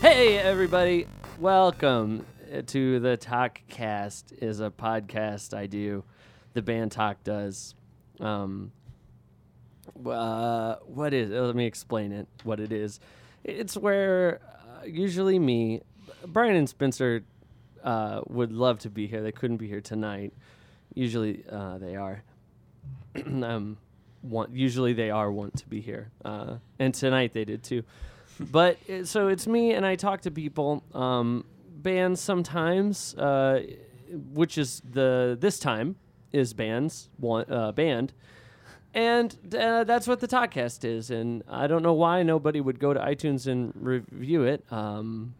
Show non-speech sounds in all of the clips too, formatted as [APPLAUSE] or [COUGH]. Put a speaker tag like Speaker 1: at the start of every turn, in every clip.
Speaker 1: Hey everybody, welcome to the Talkcast. Is a podcast I do. The band Talk does. Um, uh, what is? It? Let me explain it. What it is? It's where uh, usually me, Brian and Spencer uh, would love to be here. They couldn't be here tonight. Usually uh, they are. [CLEARS THROAT] um, want usually they are want to be here, uh, and tonight they did too. but it, so it's me and I talk to people, um, bands sometimes, uh, which is the this time is bands one uh, band. And uh, that's what the podcast is, and I don't know why nobody would go to iTunes and review it. Um,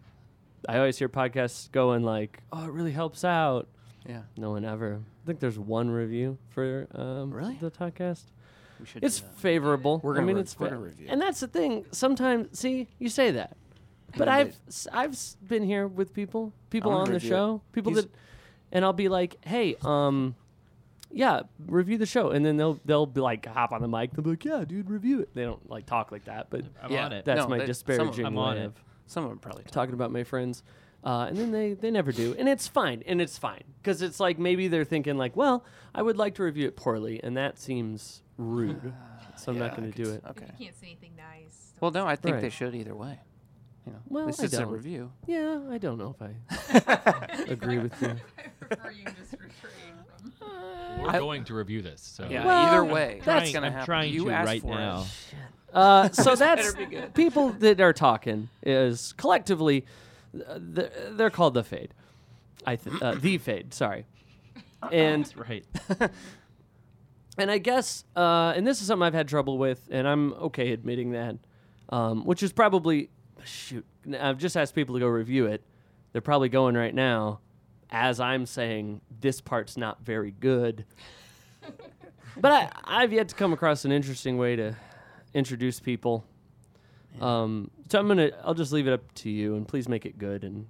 Speaker 1: I always hear podcasts going like, "Oh, it really helps out."
Speaker 2: Yeah,
Speaker 1: No one ever. I think there's one review for um,
Speaker 2: Really?
Speaker 1: the podcast.
Speaker 2: we should.
Speaker 1: It's
Speaker 2: do that.
Speaker 1: favorable.
Speaker 2: We're
Speaker 1: I
Speaker 2: gonna
Speaker 1: mean,
Speaker 2: re-
Speaker 1: it's
Speaker 2: we're gonna review.
Speaker 1: And that's the thing. Sometimes, see, you say that, but
Speaker 2: then
Speaker 1: I've
Speaker 2: they-
Speaker 1: s- I've s- been here with people, people
Speaker 2: I wanna
Speaker 1: on the
Speaker 2: review it.
Speaker 1: show, people
Speaker 2: He's-
Speaker 1: that, and I'll be like, hey, um, yeah, review the show, and then they'll they'll be like hop on the mic, they'll be like, yeah, dude, review it. They don't like talk like that, but
Speaker 3: I'm
Speaker 2: Yeah.
Speaker 3: on it.
Speaker 1: that's
Speaker 2: No,
Speaker 1: my
Speaker 2: they-
Speaker 1: disparaging
Speaker 3: I'm on
Speaker 1: way
Speaker 3: it.
Speaker 1: of
Speaker 2: Some of them probably. Talk.
Speaker 1: talking about my friends. Uh, and then they, they never do. And it's fine. And it's fine. Because it's like maybe they're thinking, like, well, I would like to review it poorly. And that seems
Speaker 2: [SIGHS]
Speaker 1: rude. So I'm
Speaker 2: Yeah,
Speaker 1: not
Speaker 2: I
Speaker 1: going to
Speaker 2: could
Speaker 1: do
Speaker 2: s-
Speaker 1: it.
Speaker 2: Okay.
Speaker 4: You can't say anything nice.
Speaker 2: Well, no, I think they
Speaker 1: Right.
Speaker 2: should either way. You know,
Speaker 1: Well,
Speaker 2: this
Speaker 1: I
Speaker 2: is a
Speaker 1: don't.
Speaker 2: review.
Speaker 1: Yeah, I don't know if I
Speaker 2: [LAUGHS]
Speaker 1: agree with you.
Speaker 4: [LAUGHS] I prefer you just refrain from.
Speaker 3: We're
Speaker 2: I-
Speaker 3: going to review this. So
Speaker 2: Yeah,
Speaker 1: Well,
Speaker 2: either way,
Speaker 3: I'm
Speaker 2: that's
Speaker 3: trying-
Speaker 2: gonna
Speaker 3: I'm
Speaker 2: happen.
Speaker 3: trying
Speaker 2: you
Speaker 3: to
Speaker 2: asked
Speaker 3: right
Speaker 2: for
Speaker 3: now.
Speaker 1: Uh, so that's people that are talking is collectively, uh, th- they're called the fade. I th- uh, the fade, sorry. And
Speaker 3: right.
Speaker 1: and I guess, uh, and this is something I've had trouble with, and I'm okay admitting that, um, which is probably, shoot, n- I've just asked people to go review it. They're probably going right now as I'm saying this part's not very good. but I, I've yet to come across an interesting way to introduce people. Um, so I'm gonna, I'll just leave it up to you, and please make it good and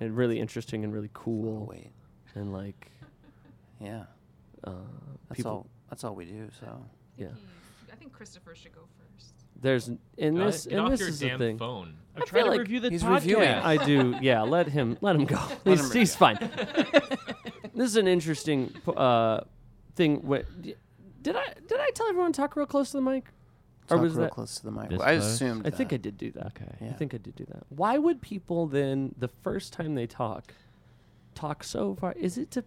Speaker 1: and really interesting and really
Speaker 2: it.
Speaker 1: cool
Speaker 2: Wait,
Speaker 1: and like
Speaker 2: yeah,
Speaker 1: uh,
Speaker 2: that's
Speaker 1: people.
Speaker 2: all. That's all we do. So
Speaker 1: Yeah.
Speaker 4: I think Christopher should go first.
Speaker 1: There's in
Speaker 3: Uh,
Speaker 1: this
Speaker 3: get
Speaker 1: in
Speaker 3: off
Speaker 1: this
Speaker 3: your
Speaker 1: is the
Speaker 3: damn
Speaker 1: thing.
Speaker 3: phone. I'm
Speaker 1: I
Speaker 3: trying
Speaker 1: feel
Speaker 3: to
Speaker 1: like
Speaker 3: review the
Speaker 2: he's
Speaker 3: podcast.
Speaker 2: reviewing it.
Speaker 1: I do. Yeah, let him let him go. [LAUGHS]
Speaker 2: Let
Speaker 1: he's
Speaker 2: him
Speaker 1: he's fine. [LAUGHS] this is an interesting p- uh, thing. What did I did I tell everyone to talk real close to the mic?
Speaker 2: talk
Speaker 1: was
Speaker 2: real
Speaker 1: that-
Speaker 2: close to the mic.
Speaker 3: This
Speaker 2: I
Speaker 3: close?
Speaker 2: assumed.
Speaker 1: I think I
Speaker 2: that.
Speaker 1: did do that.
Speaker 3: Okay.
Speaker 1: I
Speaker 2: Yeah.
Speaker 1: think I did do that. Why would people then the first time they talk talk so far? Is it to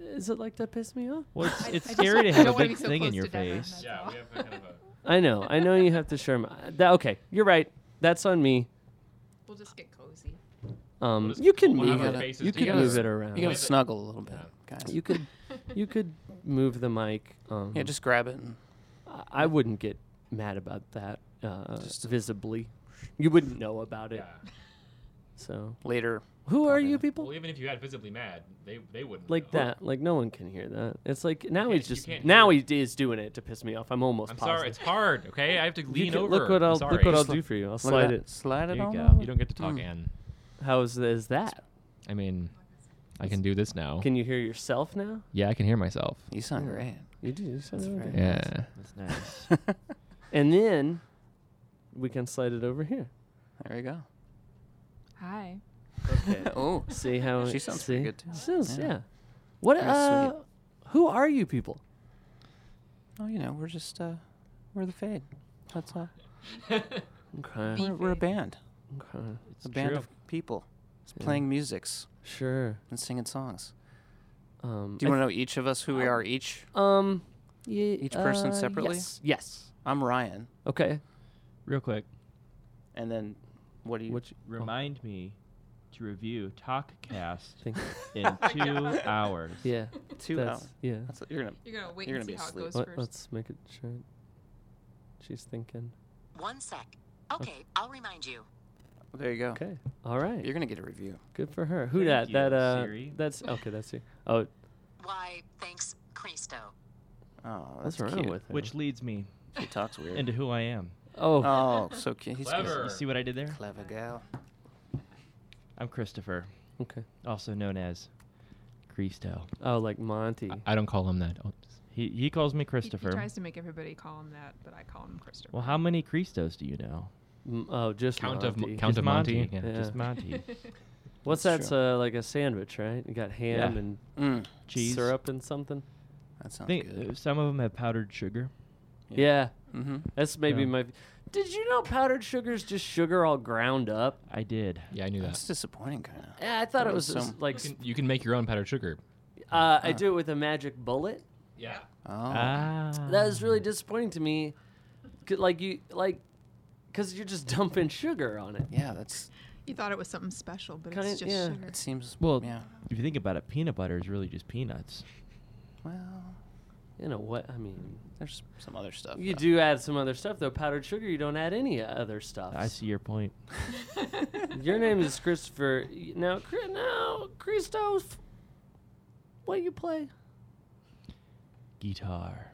Speaker 1: is it like to piss me off?
Speaker 3: Well, it's,
Speaker 4: I-
Speaker 3: it's
Speaker 4: I just-
Speaker 3: scary
Speaker 4: I
Speaker 3: to have a
Speaker 4: don't wanna
Speaker 3: big
Speaker 4: be so
Speaker 3: thing in
Speaker 4: close
Speaker 3: your
Speaker 4: to Devon,
Speaker 3: face.
Speaker 4: that's all.
Speaker 3: have kind of a.
Speaker 5: [LAUGHS]
Speaker 1: I know. I know you have to share my. That, okay, you're right. That's on me.
Speaker 4: [LAUGHS] We'll just get cozy.
Speaker 1: Um,
Speaker 3: just-
Speaker 1: you can
Speaker 3: we'll
Speaker 1: move
Speaker 3: have
Speaker 2: our
Speaker 1: it.
Speaker 3: faces
Speaker 1: You can
Speaker 2: together.
Speaker 1: move it around.
Speaker 2: You gotta snuggle a little bit, guys.
Speaker 1: You could, you could move the mic. Um,
Speaker 2: yeah, just grab it. And,
Speaker 1: I- I wouldn't get mad about that uh,
Speaker 2: Just-
Speaker 1: visibly. You wouldn't know about it. So,
Speaker 2: later.
Speaker 1: who are
Speaker 2: Probably
Speaker 1: you
Speaker 2: not.
Speaker 1: people?
Speaker 3: even if you got visibly mad, they they wouldn't.
Speaker 1: Like that? Like no one can hear that. It's like now
Speaker 3: can't-
Speaker 1: he's
Speaker 3: you
Speaker 1: just
Speaker 3: can't
Speaker 1: now he
Speaker 3: hear
Speaker 1: is doing it to piss me off. I'm almost. positive.
Speaker 3: hard. Okay, I have to
Speaker 1: You can- Look what I'll look what I'll do for you. Hmm. I'll
Speaker 2: Look at
Speaker 1: slide
Speaker 2: that.
Speaker 1: it.
Speaker 2: Slide it
Speaker 3: There you
Speaker 2: on.
Speaker 3: go.
Speaker 2: over.
Speaker 3: You don't get to talk,
Speaker 2: Mm.
Speaker 3: Anne.
Speaker 1: How is, is that?
Speaker 3: I mean, I can do this now.
Speaker 1: Can you hear yourself now?
Speaker 3: Yeah, I can hear myself.
Speaker 2: You sound great.
Speaker 1: You do. You sound
Speaker 2: That's
Speaker 1: really
Speaker 2: right.
Speaker 1: good.
Speaker 3: Yeah.
Speaker 5: That's nice.
Speaker 1: And then we can slide it over here.
Speaker 2: There you go.
Speaker 4: Hi.
Speaker 1: Okay.
Speaker 2: Oh,
Speaker 1: See how
Speaker 2: She
Speaker 1: it-
Speaker 2: sounds
Speaker 1: see?
Speaker 2: pretty good, too.
Speaker 1: She sounds- yeah.
Speaker 2: Yeah.
Speaker 1: What?
Speaker 2: Very
Speaker 1: Uh,
Speaker 2: sweet.
Speaker 1: who are you people?
Speaker 2: oh, you know, we're just uh, we're the fade. That's all.
Speaker 1: Okay.
Speaker 2: We're, we're a
Speaker 4: Fade.
Speaker 2: band.
Speaker 1: okay.
Speaker 3: It's
Speaker 2: a band
Speaker 3: true.
Speaker 2: of people It's
Speaker 1: Yeah.
Speaker 2: playing musics
Speaker 1: Sure.
Speaker 2: and singing songs.
Speaker 1: Um,
Speaker 2: Do you want to know each of us who we are each?
Speaker 1: to? Um. ye-
Speaker 2: Each person
Speaker 1: uh,
Speaker 2: separately?
Speaker 1: Yes. Yes.
Speaker 2: I'm Ryan.
Speaker 1: Okay.
Speaker 5: Real quick,
Speaker 1: Oh.
Speaker 2: And then what do you
Speaker 1: Which?
Speaker 5: remind me to review Talkcast
Speaker 1: [LAUGHS] Thank you.
Speaker 5: in
Speaker 3: [LAUGHS]
Speaker 5: two hours.
Speaker 1: Yeah.
Speaker 2: [LAUGHS] two
Speaker 1: that's,
Speaker 2: hours.
Speaker 1: Yeah.
Speaker 2: That's you're gonna
Speaker 4: You're gonna wait
Speaker 2: You're
Speaker 4: and see
Speaker 2: gonna be
Speaker 4: how
Speaker 2: asleep.
Speaker 4: it goes
Speaker 1: Let,
Speaker 4: 1st
Speaker 1: let's make it short. She's thinking.
Speaker 6: One sec. Okay, I'll remind you.
Speaker 2: oh, there you go.
Speaker 1: Okay. All right.
Speaker 2: You're gonna get a review.
Speaker 1: Good for her. Who that?
Speaker 5: Thank
Speaker 1: that
Speaker 5: you,
Speaker 1: uh.
Speaker 5: Siri.
Speaker 1: That's okay. That's you. Oh,
Speaker 6: Why, thanks, Cristo.
Speaker 2: Oh, that's
Speaker 1: what's wrong
Speaker 2: cute.
Speaker 1: with her?
Speaker 5: Which leads me
Speaker 2: She talks weird.
Speaker 5: into who I am.
Speaker 1: Oh.
Speaker 2: oh, so cute. He's
Speaker 3: Clever.
Speaker 2: clever.
Speaker 5: You see what I did there?
Speaker 2: Clever gal.
Speaker 5: I'm Christopher,
Speaker 1: okay.
Speaker 5: also known as Cristo.
Speaker 1: Oh, like Monty.
Speaker 3: I don't call him that. Oh, it's-
Speaker 5: He he calls me
Speaker 4: He, he
Speaker 5: Christopher.
Speaker 4: tries to make everybody call him that, but I call him Christopher.
Speaker 5: Well, how many Cristos do you know?
Speaker 1: M- Oh, just
Speaker 3: Count of
Speaker 1: Monty.
Speaker 3: Mo- Count
Speaker 5: Just
Speaker 3: of Monty, yeah.
Speaker 1: [LAUGHS]
Speaker 5: Just Monty.
Speaker 1: What's that?
Speaker 2: That's
Speaker 1: It's uh, like a sandwich, right? You got ham
Speaker 5: Yeah.
Speaker 1: and
Speaker 2: Mm,
Speaker 5: Cheese.
Speaker 1: syrup and something.
Speaker 2: that
Speaker 5: I
Speaker 2: sounds
Speaker 5: think uh,
Speaker 2: good.
Speaker 5: some of them have powdered sugar.
Speaker 1: Yeah,
Speaker 2: Mm-hmm.
Speaker 1: that's maybe
Speaker 3: Yeah.
Speaker 1: my. Did you know powdered sugar is just sugar all ground up?
Speaker 5: I did.
Speaker 3: Yeah, I knew that.
Speaker 2: That's disappointing, kind of.
Speaker 1: Eh, I thought it
Speaker 2: Throw
Speaker 1: was just
Speaker 2: some-
Speaker 1: like
Speaker 3: You
Speaker 1: s-
Speaker 3: can, you can make your own powdered sugar.
Speaker 1: uh, I
Speaker 2: Ah.
Speaker 1: do it with a magic bullet.
Speaker 3: Yeah.
Speaker 2: Oh,
Speaker 5: Ah.
Speaker 1: That is really disappointing to me. 'Cause, Like you like, because you're just [LAUGHS] dumping sugar on it.
Speaker 2: yeah. That's
Speaker 4: [LAUGHS] You thought it was something special, but
Speaker 1: Kinda-
Speaker 4: it's just
Speaker 1: yeah.
Speaker 4: sugar.
Speaker 2: it seems
Speaker 5: Well,
Speaker 2: Yeah.
Speaker 5: if you think about it, peanut butter is really just peanuts.
Speaker 2: Well,
Speaker 1: You know what? I mean,
Speaker 2: there's some other stuff.
Speaker 1: you
Speaker 2: though.
Speaker 1: do add some other stuff though. Powdered sugar, you don't add any other stuff.
Speaker 5: I see your point.
Speaker 1: [LAUGHS] Your name is Christopher. y- Now, Chri- now, Christoph. What you play?
Speaker 5: Guitar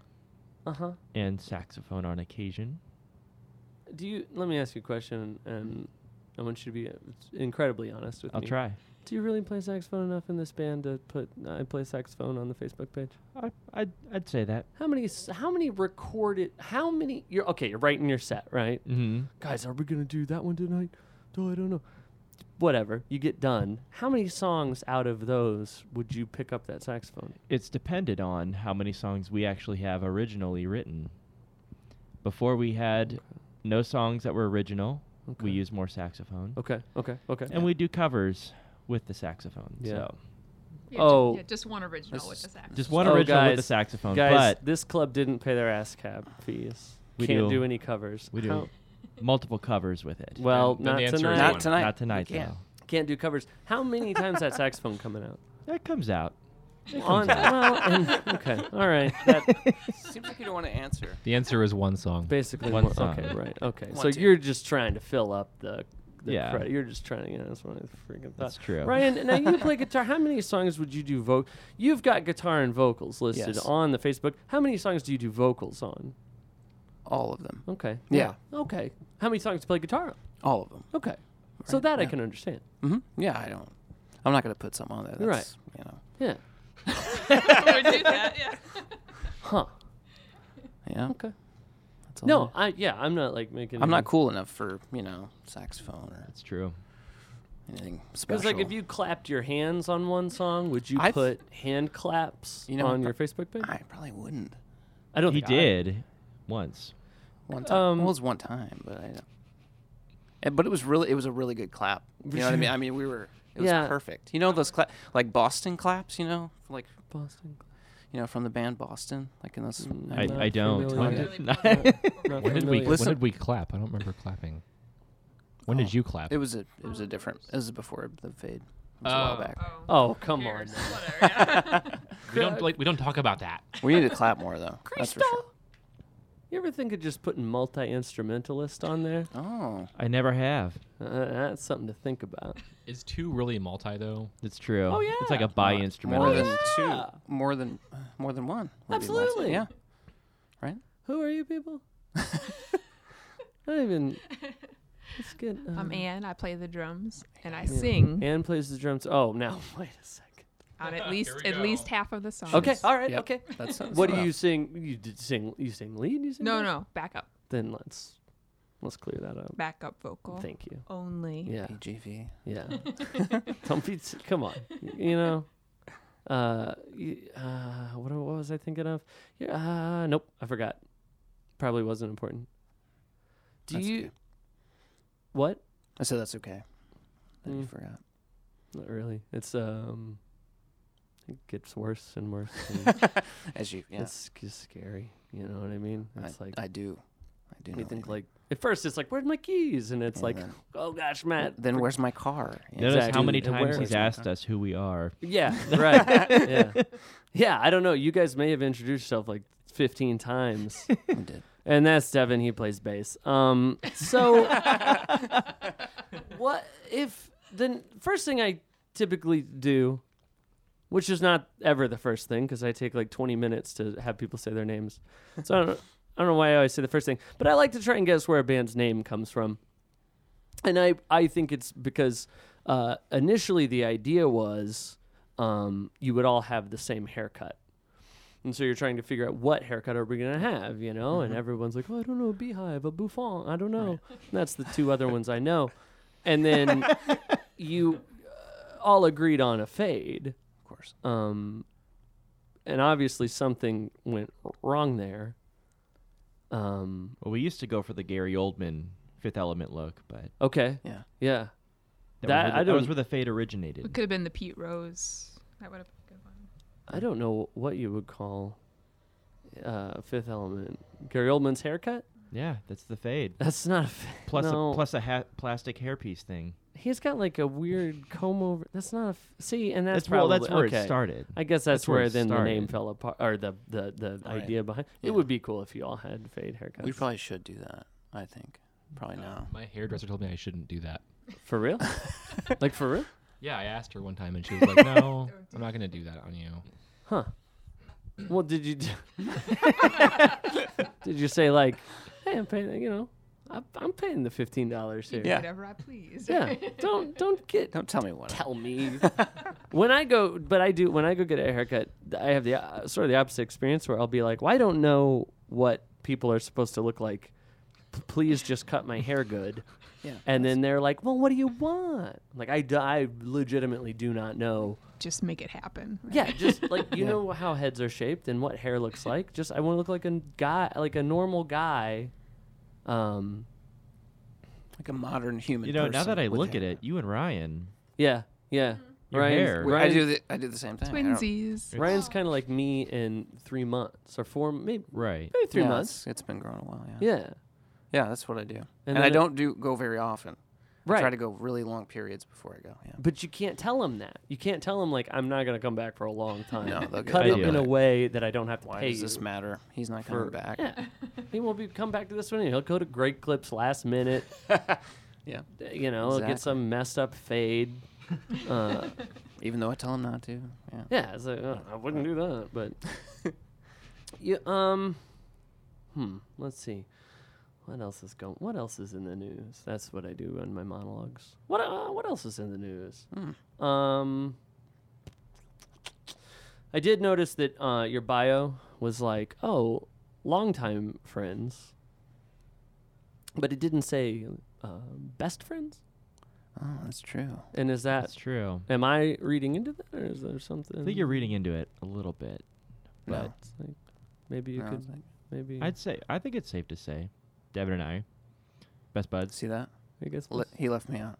Speaker 1: Uh huh.
Speaker 5: and saxophone on occasion.
Speaker 1: Do you? Let me ask you a question, and I want you to be uh, incredibly honest with
Speaker 5: I'll
Speaker 1: me.
Speaker 5: try.
Speaker 1: Do you really play saxophone enough in this band to put I play saxophone on the Facebook page?
Speaker 5: I, I'd, I'd say that.
Speaker 1: How many? s- How many recorded? How many? You're okay. You're writing your set, right?
Speaker 3: Mm-hmm.
Speaker 1: Guys, are we gonna do that one tonight? No, I don't know. Whatever. You get done. How many songs out of those would you pick up that saxophone?
Speaker 5: It's depended on how many songs we actually have originally written. Before we had no songs that were original,
Speaker 1: Okay.
Speaker 5: we used more saxophone.
Speaker 1: Okay. Okay. Okay.
Speaker 5: And we do covers with the saxophone.
Speaker 1: Yeah.
Speaker 5: So
Speaker 4: Yeah, ju-
Speaker 1: Oh.
Speaker 4: yeah, just one
Speaker 2: This
Speaker 4: original with
Speaker 2: is-
Speaker 4: the sax.
Speaker 5: just one
Speaker 1: Oh,
Speaker 4: [LAUGHS]
Speaker 5: original with the
Speaker 1: guys,
Speaker 5: saxophone.
Speaker 1: Guys, this club didn't pay their ASCAP fees.
Speaker 5: We
Speaker 1: Can't do.
Speaker 5: do.
Speaker 1: any covers.
Speaker 3: We do.
Speaker 1: How-
Speaker 5: but multiple covers with it.
Speaker 1: well,
Speaker 3: Then- then
Speaker 1: not
Speaker 3: the answer is
Speaker 1: tonight.
Speaker 3: one.
Speaker 2: Not tonight.
Speaker 5: Not tonight,
Speaker 2: You can't.
Speaker 5: though.
Speaker 1: Can't do covers. How many times that saxophone coming out?
Speaker 5: That comes out.
Speaker 1: On, well, and- okay, all right. That
Speaker 2: Seems like you don't want to answer.
Speaker 3: The answer is one song.
Speaker 1: basically
Speaker 5: One
Speaker 1: one-
Speaker 5: song.
Speaker 1: Okay, right. Okay,
Speaker 2: One,
Speaker 1: so
Speaker 2: two.
Speaker 1: you're just trying to fill up the, the
Speaker 5: Yeah.
Speaker 1: credit. You're just trying to. You know, that's what I freaking thought.
Speaker 5: That's true.
Speaker 1: Ryan, now you play guitar. How many songs would you do vocal? You've got guitar and vocals listed
Speaker 2: Yes.
Speaker 1: on the Facebook. How many songs do you do vocals on?
Speaker 2: All of them.
Speaker 1: Okay.
Speaker 2: Yeah.
Speaker 1: Okay. How many songs do you play guitar on?
Speaker 2: All of them.
Speaker 1: Okay. So that I
Speaker 2: yeah.
Speaker 1: can understand.
Speaker 2: Mm-hmm. Yeah, I don't. I'm not gonna put some on there. That's,
Speaker 1: You're right.
Speaker 2: You know.
Speaker 1: Yeah.
Speaker 4: I would do that, yeah.
Speaker 1: Huh.
Speaker 2: Yeah.
Speaker 1: Okay.
Speaker 2: That's all
Speaker 1: No, I yeah, I'm not like making.
Speaker 2: I'm not cool enough for you know saxophone or
Speaker 5: That's true.
Speaker 2: anything special.
Speaker 1: Because like if you clapped your hands on one song, would you
Speaker 2: I th-
Speaker 1: put hand claps
Speaker 2: You know,
Speaker 1: on
Speaker 2: I-
Speaker 1: your Facebook page?
Speaker 2: I probably wouldn't.
Speaker 1: I don't
Speaker 5: He
Speaker 1: think I-
Speaker 5: did once.
Speaker 2: One time. well,
Speaker 1: Um,
Speaker 2: it was one time, but I. don't- eh, But it was really, it was a really good clap. You know what I mean? I mean, we were, it was
Speaker 1: Yeah.
Speaker 2: perfect. You know those cla- like Boston claps. You know, like
Speaker 1: Boston.
Speaker 2: you know from the band Boston, like in those.
Speaker 1: Mm,
Speaker 5: I,
Speaker 1: Not
Speaker 5: I don't.
Speaker 1: familiar.
Speaker 5: [LAUGHS] When
Speaker 4: Really
Speaker 5: did-
Speaker 4: put it
Speaker 1: Not
Speaker 3: When
Speaker 4: over-
Speaker 3: did we?
Speaker 1: familiar.
Speaker 3: When
Speaker 2: Listen-
Speaker 3: did we clap? I don't remember clapping. When
Speaker 2: Oh.
Speaker 3: did you clap?
Speaker 2: It was a, it was a different. It was before the fade. It was a while
Speaker 3: Oh.
Speaker 2: back.
Speaker 4: Oh,
Speaker 1: Oh come on.
Speaker 4: cares? Whatever, yeah.
Speaker 3: we don't like. We don't talk about that.
Speaker 2: We need to clap more though. That's for sure.
Speaker 1: You ever think of just putting multi instrumentalist on there?
Speaker 2: Oh,
Speaker 5: I never have.
Speaker 1: Uh, that's something to think about.
Speaker 3: Is two really multi though?
Speaker 5: It's true.
Speaker 1: Oh,
Speaker 5: It's like
Speaker 1: yeah.
Speaker 5: a bi
Speaker 2: more
Speaker 5: instrumental.
Speaker 2: than
Speaker 1: Oh, yeah.
Speaker 2: two, more than more than one. would be lots.
Speaker 1: Absolutely. [LAUGHS]
Speaker 2: Yeah.
Speaker 1: [LAUGHS] Who are you [LAUGHS] people? I don't [LAUGHS] even. Let's get. Um,
Speaker 4: I'm Anne. I play the drums and I sing
Speaker 1: Anne plays the drums. Oh now [LAUGHS] wait a second.
Speaker 4: on at
Speaker 3: Here
Speaker 4: least
Speaker 3: we
Speaker 4: at
Speaker 3: go.
Speaker 4: least half of the songs.
Speaker 1: Okay. All right.
Speaker 2: Yep.
Speaker 1: Okay.
Speaker 2: That's
Speaker 1: What do you sing? You did sing. You sing lead. You sing
Speaker 4: No,
Speaker 1: back?
Speaker 4: no, back up,
Speaker 1: Then let's let's clear that up.
Speaker 4: back up vocal
Speaker 1: Thank you.
Speaker 4: only.
Speaker 1: Yeah,
Speaker 2: PGV. [LAUGHS]
Speaker 1: yeah. Don't be. s- Come on. You know. Uh, y- uh what, what was I thinking of? Yeah. Uh, nope. I forgot. Probably wasn't important. Do
Speaker 2: That's
Speaker 1: you
Speaker 2: okay.
Speaker 1: what?
Speaker 2: I said that's okay. That you
Speaker 1: Mm.
Speaker 2: forgot.
Speaker 1: Not really. It's um. It gets worse and
Speaker 2: [LAUGHS]
Speaker 1: worse. And
Speaker 2: As you, yeah.
Speaker 1: It's just scary. You know what I mean?
Speaker 2: I,
Speaker 1: It's like
Speaker 2: I do. I do. know
Speaker 1: you
Speaker 2: what
Speaker 1: think
Speaker 2: mean.
Speaker 1: like at first it's like where's my keys and it's
Speaker 2: And
Speaker 1: like
Speaker 2: then-
Speaker 1: oh gosh Matt
Speaker 2: Then where's my car? You know?
Speaker 5: Notice how
Speaker 1: Exactly.
Speaker 5: many
Speaker 1: And where
Speaker 5: times
Speaker 1: is
Speaker 5: he's
Speaker 1: it?
Speaker 5: asked us who we are. [LAUGHS]
Speaker 1: Yeah, right. yeah. [LAUGHS] yeah, I don't know. You guys may have introduced yourself like 15 times.
Speaker 2: We did.
Speaker 1: and that's Devin. He plays bass. Um, so, what if the first thing I typically do, which is not ever the first thing, because I take like 20 minutes to have people say their names. So, I don't, I don't know why I always say the first thing, but I like to try and guess where a band's name comes from. And I, I think it's because uh, initially the idea was um, you would all have the same haircut. And so you're trying to figure out what haircut are we gonna have, you know?
Speaker 5: Mm-hmm.
Speaker 1: And everyone's like, "Oh, I don't know, a beehive, a bouffant, I don't know." And that's the two other
Speaker 5: [LAUGHS]
Speaker 1: ones I know. And then you uh, all agreed on a fade,
Speaker 2: Of course.
Speaker 1: um, and obviously something went wrong there. Um,
Speaker 5: Well, we used to go for the Gary Oldman Fifth Element look, but
Speaker 1: okay,
Speaker 2: Yeah.
Speaker 1: yeah,
Speaker 5: that,
Speaker 1: That-
Speaker 5: was, where the,
Speaker 1: I
Speaker 5: that was
Speaker 1: don't-
Speaker 5: where the fade
Speaker 4: It
Speaker 5: originated.
Speaker 4: could have been the Pete Rose. That would have been a good one.
Speaker 1: I don't know what you would call uh, Fifth Element. Gary Oldman's haircut?
Speaker 5: Yeah, that's the [LAUGHS] fade.
Speaker 1: That's not a fa- [LAUGHS]
Speaker 5: Plus
Speaker 1: no.
Speaker 5: a plus a ha- plastic hairpiece thing.
Speaker 1: He's got like a weird comb over. That's not a f- see, and that's,
Speaker 5: That's, well, that's
Speaker 1: probably-
Speaker 5: where
Speaker 1: okay.
Speaker 5: it started.
Speaker 1: I guess that's,
Speaker 5: That's where
Speaker 1: where,
Speaker 5: it
Speaker 1: then the name
Speaker 5: started.
Speaker 1: fell apart, or the the the
Speaker 2: Right.
Speaker 1: idea behind.
Speaker 2: Yeah.
Speaker 1: It would be cool if you all had fade haircuts.
Speaker 2: We probably should do that. I think. Probably now.
Speaker 3: My hairdresser told me I shouldn't do that.
Speaker 1: for
Speaker 2: [LAUGHS]
Speaker 1: real, like for real.
Speaker 3: Yeah, I asked her one time and she [LAUGHS] was like, "No, I'm not gonna do that on you."
Speaker 1: Well, did
Speaker 2: [LAUGHS]
Speaker 1: you d- did you say like, hey, I'm paying, you know, I, I'm paying the fifteen dollars here.
Speaker 2: Yeah.
Speaker 4: Whatever I please. [LAUGHS]
Speaker 1: yeah. Don't don't get
Speaker 2: Don't tell me what. I-
Speaker 1: tell me [LAUGHS] when I go, but I do when I go get a haircut. th- I have the uh, sort of the opposite experience where I'll be like, well, I don't know what people are supposed to look like. P- Please just cut my hair good.
Speaker 2: Yeah.
Speaker 1: And then they're like, well, what do you want? Like I, d- I legitimately do not know.
Speaker 4: Just make it happen.
Speaker 1: Yeah,
Speaker 4: [LAUGHS]
Speaker 1: just like you know how heads are shaped and what hair looks like. Just I want to look like a guy, like a normal guy. Um,
Speaker 2: like a modern human.
Speaker 5: You know, now that
Speaker 2: person
Speaker 5: I
Speaker 2: with
Speaker 5: look at
Speaker 2: hair.
Speaker 5: it, you and Ryan,
Speaker 1: yeah, yeah.
Speaker 5: Your
Speaker 1: Ryan's-
Speaker 5: hair.
Speaker 2: We- I do
Speaker 1: Ryan's,
Speaker 2: the I do the same thing. I don't-
Speaker 4: Twinsies.
Speaker 1: Ryan's kind of like me in three months or four, maybe,
Speaker 5: right?
Speaker 1: maybe three
Speaker 2: yeah,
Speaker 1: months.
Speaker 2: it's- it's been growing a while. Yeah.
Speaker 1: Yeah.
Speaker 2: Yeah, that's what I do. And,
Speaker 1: And
Speaker 2: I
Speaker 1: then it-
Speaker 2: don't do go very often. I try
Speaker 1: Right.
Speaker 2: to go really long periods before I go. Yeah.
Speaker 1: But you can't tell them that. You can't tell them like I'm not gonna come back for a long time.
Speaker 2: No, they'll get
Speaker 1: cut it
Speaker 5: mad.
Speaker 1: in a way that I don't have to
Speaker 2: Why
Speaker 1: pay
Speaker 2: does this
Speaker 1: you.
Speaker 2: matter? He's not
Speaker 1: for-
Speaker 2: coming back.
Speaker 1: Yeah. he won't be come back to this one. and He'll go to great clips last minute.
Speaker 2: [LAUGHS] Yeah.
Speaker 1: d- You know,
Speaker 2: Exactly.
Speaker 1: get some messed up fade. Uh,
Speaker 2: Even though I tell him not to. Yeah.
Speaker 1: yeah, it's like uh, I wouldn't do that,
Speaker 2: [LAUGHS]
Speaker 1: but yeah. Um, hmm. Let's see. What else is going? What else is in the news? That's what I do in my monologues. What uh, What else is in the news?
Speaker 2: Hmm.
Speaker 1: Um, I did notice that uh, your bio was like, "Oh, longtime friends," but it didn't say uh, best friends.
Speaker 2: Oh, that's true.
Speaker 1: And is that?
Speaker 5: That's true.
Speaker 1: Am I reading into that, or is there something?
Speaker 5: I think you're reading into it a little bit, but
Speaker 2: No.
Speaker 1: Maybe you
Speaker 2: No,
Speaker 1: could.
Speaker 2: it's like-
Speaker 1: Maybe
Speaker 5: I'd say I think it's safe to say, Devin and I, best buds.
Speaker 2: see that?
Speaker 1: I guess
Speaker 2: Le- he left me out.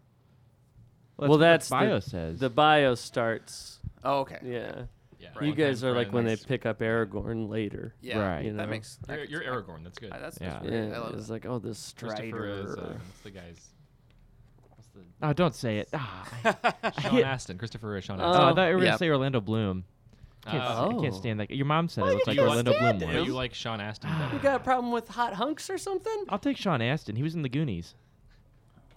Speaker 1: Well,
Speaker 5: what the
Speaker 1: that's the-
Speaker 5: bio says.
Speaker 1: the bio starts.
Speaker 2: Oh, okay.
Speaker 1: Yeah,
Speaker 3: Yeah,
Speaker 1: you
Speaker 3: long-time
Speaker 1: guys are like when they
Speaker 3: friends.
Speaker 1: pick up Aragorn later.
Speaker 2: Yeah.
Speaker 5: Right.
Speaker 1: You know.
Speaker 2: That makes. that
Speaker 3: You're,
Speaker 2: makes-
Speaker 3: you're Aragorn. That's good.
Speaker 2: I- that's,
Speaker 5: Yeah.
Speaker 2: that's
Speaker 1: Yeah,
Speaker 2: great. I love
Speaker 1: it's
Speaker 2: that.
Speaker 1: like oh this
Speaker 3: Christopher
Speaker 1: Strider.
Speaker 3: is uh, what's the guy's. What's the
Speaker 5: oh, don't say it. Ah, I,
Speaker 3: Sean
Speaker 5: hit-
Speaker 3: Astin, Christopher is Sean
Speaker 1: Oh.
Speaker 5: oh, I
Speaker 3: Astin.
Speaker 5: thought you were
Speaker 2: Yeah.
Speaker 5: gonna say Orlando Bloom. Can't, s- I
Speaker 1: Oh.
Speaker 5: can't stand that. guy. Your mom said I looked
Speaker 3: Do
Speaker 5: like
Speaker 3: you like-
Speaker 5: Orlando Bloom
Speaker 3: do
Speaker 5: once.
Speaker 3: you like Sean Astin
Speaker 1: you
Speaker 3: better?
Speaker 1: got a problem with hot hunks or something?
Speaker 5: I'll take Sean Astin. He was in the Goonies.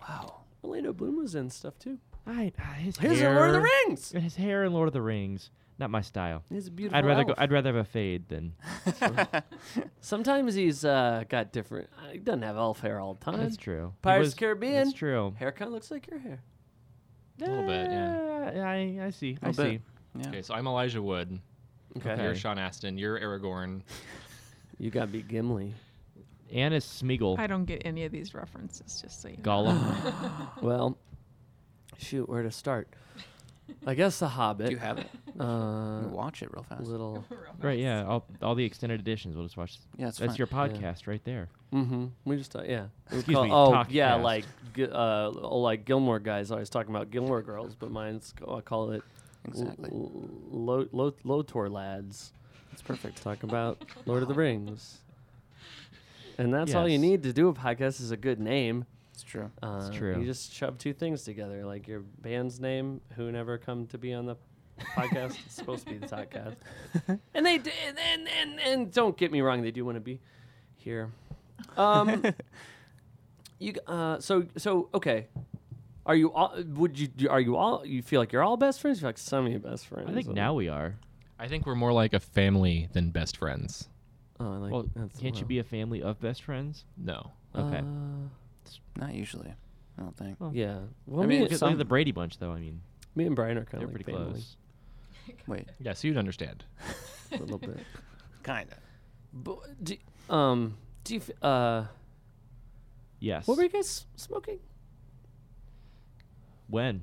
Speaker 2: wow.
Speaker 1: Orlando Bloom was in stuff too.
Speaker 5: I, ah, his
Speaker 1: His
Speaker 5: hair.
Speaker 1: in Lord of the Rings.
Speaker 5: His hair in Lord of the Rings. Not my style.
Speaker 1: He's a beautiful.
Speaker 5: I'd rather go.
Speaker 1: elf.
Speaker 5: I'd rather have a fade than.
Speaker 1: Sometimes he's uh, got different. Uh, he doesn't have elf hair all the time.
Speaker 5: That's true. He
Speaker 1: Pirates
Speaker 5: was-
Speaker 1: Caribbean.
Speaker 5: That's true.
Speaker 1: Hair kind of looks like your hair.
Speaker 5: A
Speaker 3: little bit, yeah.
Speaker 5: Uh, I I see. I
Speaker 2: Little
Speaker 5: see.
Speaker 2: bit. Yeah.
Speaker 3: Okay, so I'm Elijah Wood.
Speaker 5: Okay.
Speaker 3: You're Sean Astin. You're Aragorn.
Speaker 1: You gotta be Gimli.
Speaker 5: Anna Smeagol.
Speaker 4: I don't get any of these references, just so you
Speaker 1: [GASPS]
Speaker 4: know.
Speaker 5: Gollum.
Speaker 1: Well, shoot, where to start? I guess The Hobbit.
Speaker 2: Do you have it?
Speaker 1: uh,
Speaker 2: You watch it real fast.
Speaker 1: little.
Speaker 5: right. Yeah. All, all the extended editions. We'll just watch.
Speaker 2: Yeah, it's
Speaker 5: That's
Speaker 2: fine.
Speaker 5: your podcast right there.
Speaker 1: Mm-hmm. We just talk, yeah. We
Speaker 5: Excuse
Speaker 1: call-
Speaker 5: me,
Speaker 1: Oh
Speaker 5: talk
Speaker 1: yeah,
Speaker 5: cast.
Speaker 1: like g- uh, oh, like Gilmore guys always talking about Gilmore girls, but mine's oh, I call it
Speaker 2: Exactly.
Speaker 1: l- l- low low Lotor lads.
Speaker 2: It's perfect.
Speaker 1: Talk about Lord of the Rings. And that's all you
Speaker 5: Yes.
Speaker 1: need to do a podcast is a good name.
Speaker 2: It's true.
Speaker 1: Uh,
Speaker 5: true.
Speaker 1: You just shove two things together, like your band's name, who never come to be on the podcast. it's supposed to be the podcast,
Speaker 5: [LAUGHS]
Speaker 1: and they d- and, and and and don't get me wrong, they do want to be here.
Speaker 5: [LAUGHS]
Speaker 1: Um, you g- uh, so so okay. Are you all? Would you? do- Are you all? You feel like you're all best friends? You feel like some of you best friends?
Speaker 5: I think
Speaker 1: or-
Speaker 5: now we are.
Speaker 3: I think we're more like a family than best friends.
Speaker 1: Oh, I like,
Speaker 5: Well,
Speaker 1: that's-
Speaker 5: can't you
Speaker 1: wow.
Speaker 5: be a family of best friends?
Speaker 3: No.
Speaker 5: Okay.
Speaker 1: Uh,
Speaker 2: Not usually. I don't think.
Speaker 1: yeah. Well,
Speaker 2: I
Speaker 1: me, and-
Speaker 2: mean,
Speaker 5: Look at, look at
Speaker 2: some-
Speaker 5: the Brady Bunch, though. I mean,
Speaker 1: me and Brian are kind
Speaker 5: they're
Speaker 1: of like
Speaker 5: pretty
Speaker 1: family
Speaker 5: close.
Speaker 2: Wait.
Speaker 3: Yeah, so you'd understand.
Speaker 5: [LAUGHS]
Speaker 1: a little bit.
Speaker 2: kind of.
Speaker 1: But do, um, do you, f- uh,
Speaker 5: Yes.
Speaker 1: what were you guys smoking?
Speaker 5: when?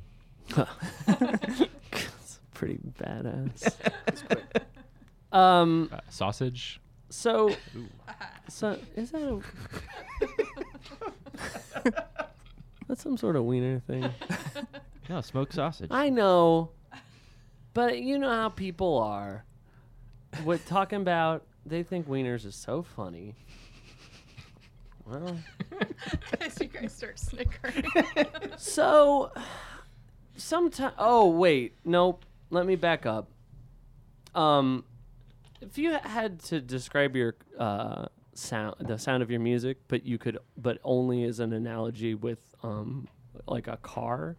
Speaker 1: It's pretty badass. um,
Speaker 3: Uh, sausage.
Speaker 1: so, so is that a, that's some sort of wiener thing?
Speaker 5: No, smoked sausage.
Speaker 1: I know, but you know how people are. What talking about? They think wieners is so funny. Well,
Speaker 4: [LAUGHS] As you guys [LAUGHS]
Speaker 1: [LAUGHS]
Speaker 4: start snickering.
Speaker 1: so sometime. Oh wait, nope. Let me back up. Um, if you had to describe your uh sound, the sound of your music, but you could, but only as an analogy with um, like a car.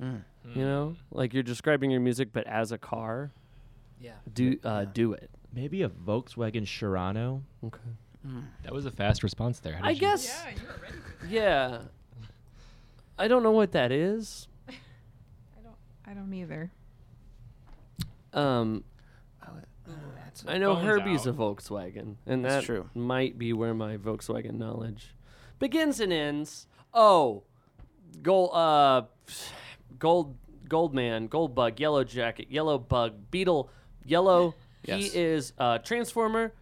Speaker 1: You know, like you're describing your music, but as a car.
Speaker 2: Yeah.
Speaker 1: Do uh, do it.
Speaker 5: Maybe a Volkswagen Shirano.
Speaker 1: Okay.
Speaker 3: That was a fast response there. How
Speaker 1: I
Speaker 3: did you-
Speaker 1: guess.
Speaker 4: yeah, you were ready. for-
Speaker 1: Yeah. I don't know what that is.
Speaker 4: I don't. I don't either.
Speaker 1: Um,
Speaker 2: that's
Speaker 1: I know
Speaker 3: Phone's
Speaker 1: Herbie's
Speaker 3: out.
Speaker 1: a Volkswagen, and that
Speaker 2: That's true.
Speaker 1: might be where my Volkswagen knowledge begins and ends. Oh, gold, uh, gold, gold man, gold bug, yellow jacket, yellow bug, beetle, yellow.
Speaker 2: Yes.
Speaker 1: He is a transformer,